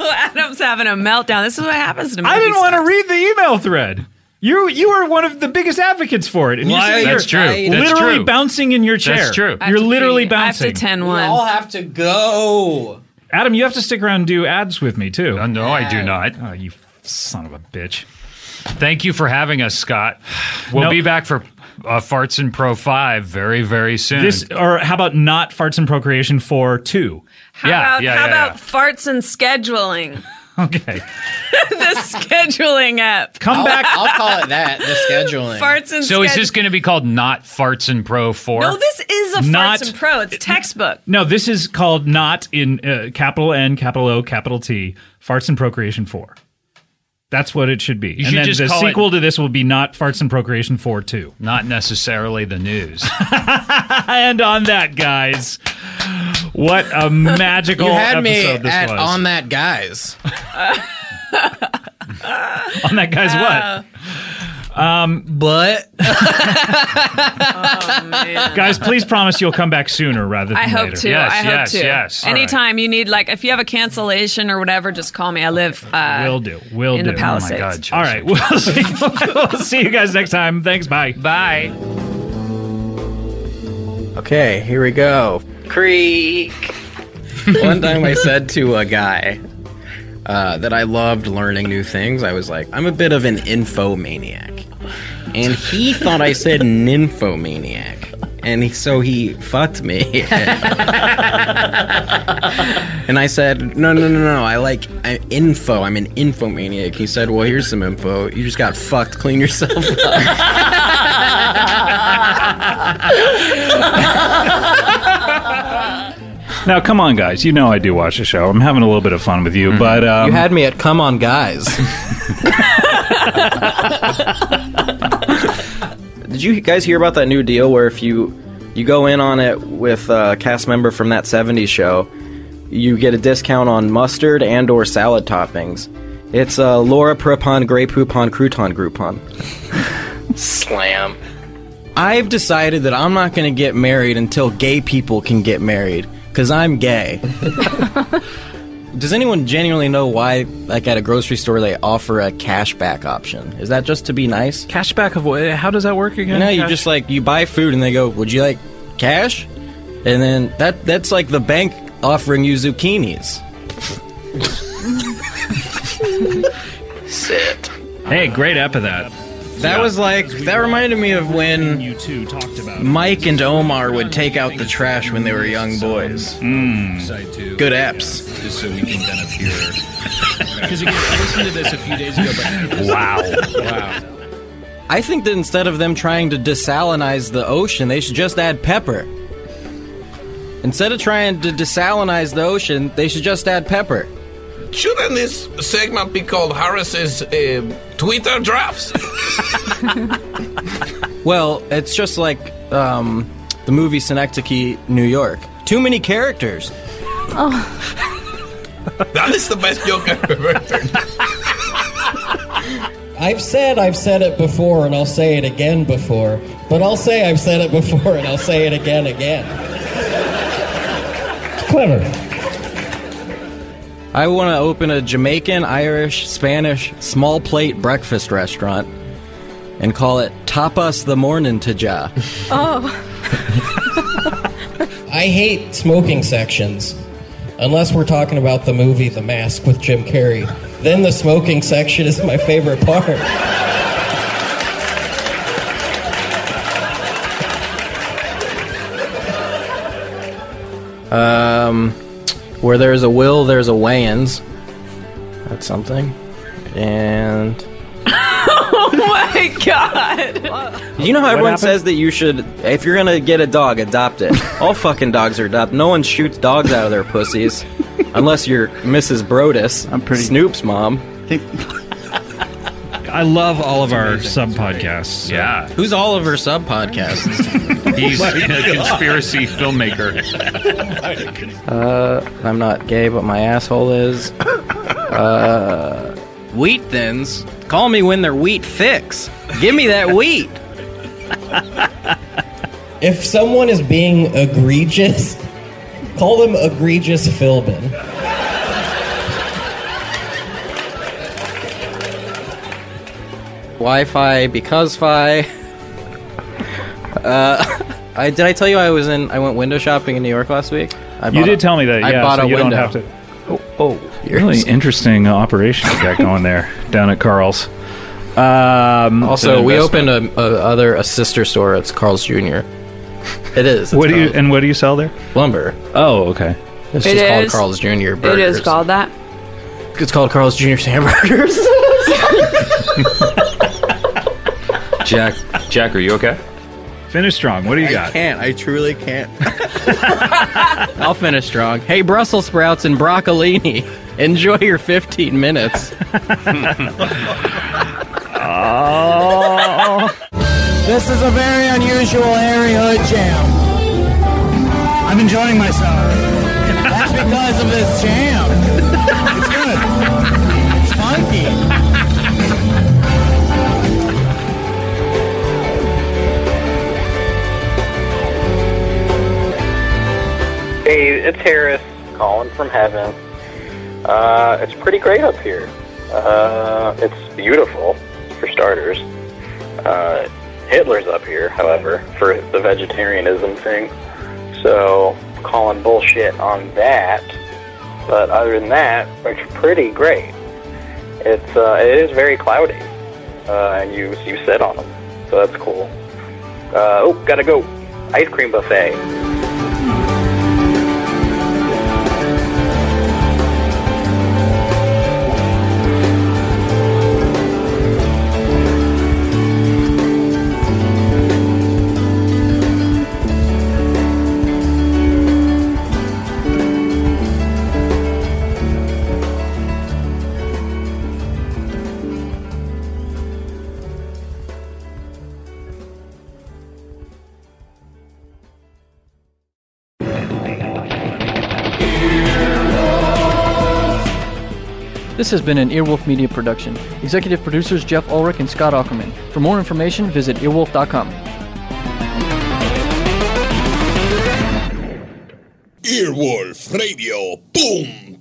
[SPEAKER 5] Adam's having a meltdown. This is what happens to me.
[SPEAKER 1] I didn't want to read the email thread. You you are one of the biggest advocates for it. And you
[SPEAKER 4] Why?
[SPEAKER 1] sit here
[SPEAKER 3] That's true.
[SPEAKER 4] I-
[SPEAKER 3] That's
[SPEAKER 1] literally
[SPEAKER 3] true.
[SPEAKER 1] bouncing in your chair.
[SPEAKER 3] That's true. I
[SPEAKER 1] You're literally bouncing.
[SPEAKER 5] I have to 10
[SPEAKER 4] We all
[SPEAKER 5] 1.
[SPEAKER 4] have to go.
[SPEAKER 1] Adam, you have to stick around and do ads with me too.
[SPEAKER 3] Uh, no, I do not.
[SPEAKER 1] Oh, you son of a bitch.
[SPEAKER 3] Thank you for having us, Scott. We'll
[SPEAKER 1] No.
[SPEAKER 3] be back for uh, Farts and Pro Five very, very soon.
[SPEAKER 1] This or how about not farts and procreation for two?
[SPEAKER 5] How
[SPEAKER 3] Yeah,
[SPEAKER 5] about,
[SPEAKER 3] yeah,
[SPEAKER 5] how
[SPEAKER 3] yeah,
[SPEAKER 5] about farts and scheduling?
[SPEAKER 1] Okay.
[SPEAKER 5] the scheduling app.
[SPEAKER 1] Come back.
[SPEAKER 4] I'll call it that. The scheduling.
[SPEAKER 5] Farts and
[SPEAKER 3] so is
[SPEAKER 5] sched-
[SPEAKER 3] this going to be called not Farts and Pro Four?
[SPEAKER 5] No, this is a
[SPEAKER 1] Not-
[SPEAKER 5] farts and pro. It's textbook.
[SPEAKER 1] No, this is called not in uh, capital N, capital O, capital T, farts and procreation four. That's what it should be. and
[SPEAKER 3] should
[SPEAKER 1] then
[SPEAKER 3] just
[SPEAKER 1] the
[SPEAKER 3] call it-
[SPEAKER 1] sequel to this will be not farts and procreation four two.
[SPEAKER 3] not necessarily the news.
[SPEAKER 1] And on that, guys, what a magical
[SPEAKER 4] you had me
[SPEAKER 1] episode this
[SPEAKER 4] at
[SPEAKER 1] was.
[SPEAKER 4] on that, guys.
[SPEAKER 1] On that, guys, what?
[SPEAKER 4] But
[SPEAKER 1] Guys, please promise you'll come back sooner rather than
[SPEAKER 5] I hope
[SPEAKER 1] later.
[SPEAKER 5] to.
[SPEAKER 3] Yes,
[SPEAKER 5] I hope
[SPEAKER 3] yes,
[SPEAKER 5] to.
[SPEAKER 3] yes. All right.
[SPEAKER 5] Anytime you need, like, if you have a cancellation or whatever, just call me. I live. Uh,
[SPEAKER 1] Will do. Will
[SPEAKER 5] in
[SPEAKER 1] do. Oh
[SPEAKER 5] the Palisades.
[SPEAKER 3] God, Joseph.
[SPEAKER 1] All right. We'll see, we'll see you guys next time. Thanks. Bye.
[SPEAKER 3] Bye.
[SPEAKER 4] Okay, here we go. Creek. One time I said to a guy uh, that I loved learning new things. I was like, I'm a bit of an infomaniac. And he thought I said nymphomaniac. And he, so he fucked me. and I said, no, no, no, no. I like i info. I'm an infomaniac. He said, well, here's some info. You just got fucked. Clean yourself up.
[SPEAKER 1] Now, come on, guys. You know I do watch the show. I'm having a little bit of fun with you, but um,
[SPEAKER 4] me at come on, guys.
[SPEAKER 10] Did you guys hear about that new deal where if you you go in on it with a cast member from that 70s show, you get a discount on mustard and or salad toppings. It's uh, Laura Prepon Grey Poupon Crouton Groupon.
[SPEAKER 4] Slam.
[SPEAKER 10] I've decided that I'm not going to get married until gay people can get married cuz I'm gay. Does anyone genuinely know why like at a grocery store they offer a cashback option? Is that just to be nice?
[SPEAKER 1] cashback of what? How does that work again?
[SPEAKER 10] No, you
[SPEAKER 1] Cash-
[SPEAKER 10] just like you buy food and they go, "Would you like cash?" And then that that's like the bank offering you zucchinis.
[SPEAKER 1] hey, great ep of that.
[SPEAKER 4] That was like that reminded me of when
[SPEAKER 1] You two talked about.
[SPEAKER 4] Mike and Omar would take out the trash when they were young boys.
[SPEAKER 11] side too.
[SPEAKER 4] Good apps.
[SPEAKER 11] Just so we can kind of hear. Because again, I listened to this a few days ago, but
[SPEAKER 1] Wow.
[SPEAKER 11] wow.
[SPEAKER 10] I think that instead of them trying to desalinize the ocean, they should just add pepper. Instead of trying to desalinize the ocean, they should just add pepper.
[SPEAKER 11] Shouldn't this segment be called Harris's uh, Twitter drafts?
[SPEAKER 10] Well, it's just like um, the movie Synecdoche, New York. Too many characters.
[SPEAKER 11] That is the best joke I've ever heard.
[SPEAKER 12] I've said I've said it before and I'll say it again before, but I'll say I've said it before and I'll say it again again. Clever.
[SPEAKER 10] I want to open a Jamaican, Irish, Spanish small plate breakfast restaurant and call it Tapas the Morning Taja.
[SPEAKER 12] I hate smoking sections.
[SPEAKER 13] Unless we're talking about the movie The Mask with Jim Carrey. Then the smoking section is my favorite part.
[SPEAKER 4] Um, where there's a will, there's a way-ins. That's something. And
[SPEAKER 5] oh my god.
[SPEAKER 4] you know how
[SPEAKER 5] What
[SPEAKER 4] everyone
[SPEAKER 5] happened?
[SPEAKER 4] says that you should, if you're gonna get a dog, adopt it. All fucking dogs are adopted. No one shoots dogs out of their pussies, unless you're Mrs. Brodus. I'm pretty Snoop's mom.
[SPEAKER 1] I love all of our sub podcasts. Oh
[SPEAKER 14] Yeah.
[SPEAKER 15] Who's all of her sub podcasts?
[SPEAKER 14] He's a conspiracy filmmaker.
[SPEAKER 4] Uh, I'm not gay, but my asshole is. Uh, wheat thins. Call me when they're wheat thicks. Give me that wheat.
[SPEAKER 13] If someone is being egregious, call them egregious Philbin.
[SPEAKER 4] Wi-Fi because fi. Uh, I did I tell you I was in? I went window shopping in New York last week. I
[SPEAKER 1] You
[SPEAKER 4] bought
[SPEAKER 1] did
[SPEAKER 4] a-
[SPEAKER 1] tell me that.
[SPEAKER 4] I
[SPEAKER 1] yeah,
[SPEAKER 4] bought
[SPEAKER 1] so
[SPEAKER 4] a
[SPEAKER 1] you
[SPEAKER 4] window.
[SPEAKER 1] don't have to. Oh, oh really interesting uh, operation you got going there down at Carl's. Um,
[SPEAKER 4] Also, we opened a, a other a sister store. It's Carl's Jr. It is.
[SPEAKER 1] What do you and what do you sell there?
[SPEAKER 4] Lumber.
[SPEAKER 1] Oh, okay.
[SPEAKER 4] It's
[SPEAKER 5] It
[SPEAKER 4] just
[SPEAKER 5] is-
[SPEAKER 4] called Carl's Jr. Burgers.
[SPEAKER 5] It is called that.
[SPEAKER 4] It's called Carl's Jr. Hamburgers.
[SPEAKER 16] Jack, Jack, are you okay?
[SPEAKER 1] Finish strong. What do you got?
[SPEAKER 15] can't. I truly can't.
[SPEAKER 4] I'll finish strong. Hey, Brussels sprouts and broccolini. Enjoy your 15 minutes.
[SPEAKER 8] This is a very unusual Harry Hood jam. I'm enjoying myself. That's because of this jam. It's good. It's funky.
[SPEAKER 17] Hey, it's Harris calling from heaven. Uh, it's pretty great up here. Uh, it's beautiful, for starters. Uh, Hitler's up here, however, for the vegetarianism thing. So, calling bullshit on that. But other than that, it's pretty great. It's uh, it is very cloudy, uh, and you you sit on them, so that's cool. Uh, oh, gotta go. Ice cream buffet.
[SPEAKER 18] This has been an Earwolf Media production. Executive producers Jeff Ulrich and Scott Ackerman. For more information, visit earwolf.com.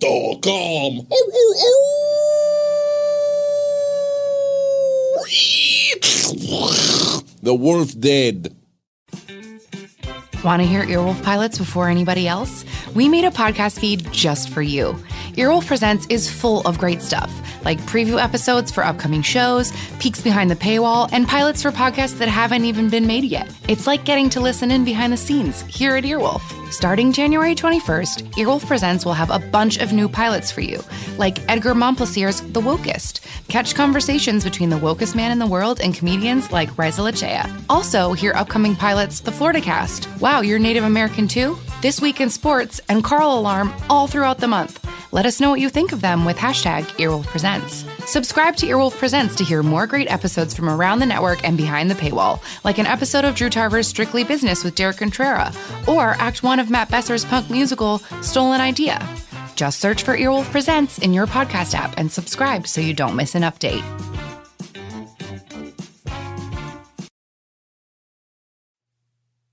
[SPEAKER 8] Earwolfradio.com.
[SPEAKER 6] The wolf dead.
[SPEAKER 19] Want to hear Earwolf pilots before anybody else? We made a podcast feed just for you. Earwolf Presents is full of great stuff, like preview episodes for upcoming shows, peeks behind the paywall, and pilots for podcasts that haven't even been made yet. It's like getting to listen in behind the scenes here at Earwolf. Starting January 21st, Earwolf Presents will have a bunch of new pilots for you, like Edgar Montplaisir's The Wokest. Catch conversations between the wokest man in the world and comedians like Reza Lachea. Also, hear upcoming pilots The Florida Cast, Wow, You're Native American Too, This Week in Sports, and Carl Alarm all throughout the month. Let us know what you think of them with hashtag Earwolf Presents. Subscribe to Earwolf Presents to hear more great episodes from around the network and behind the paywall, like an episode of Drew Tarver's Strictly Business with Derek Contrera, or Act 1 of Matt Besser's punk musical, Stolen Idea. Just search for Earwolf Presents in your podcast app and subscribe so you don't miss an update.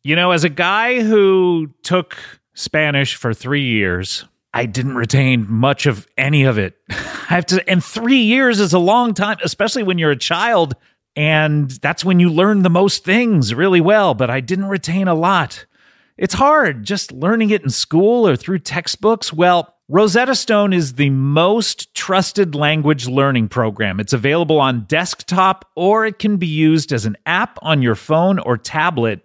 [SPEAKER 1] You know, as a guy who took Spanish for three years, I didn't retain much of any of it. I have to, and three years is a long time, especially when you're a child. And that's when you learn the most things really well, but I didn't retain a lot. It's hard just learning it in school or through textbooks. Well, Rosetta Stone is the most trusted language learning program. It's available on desktop or it can be used as an app on your phone or tablet.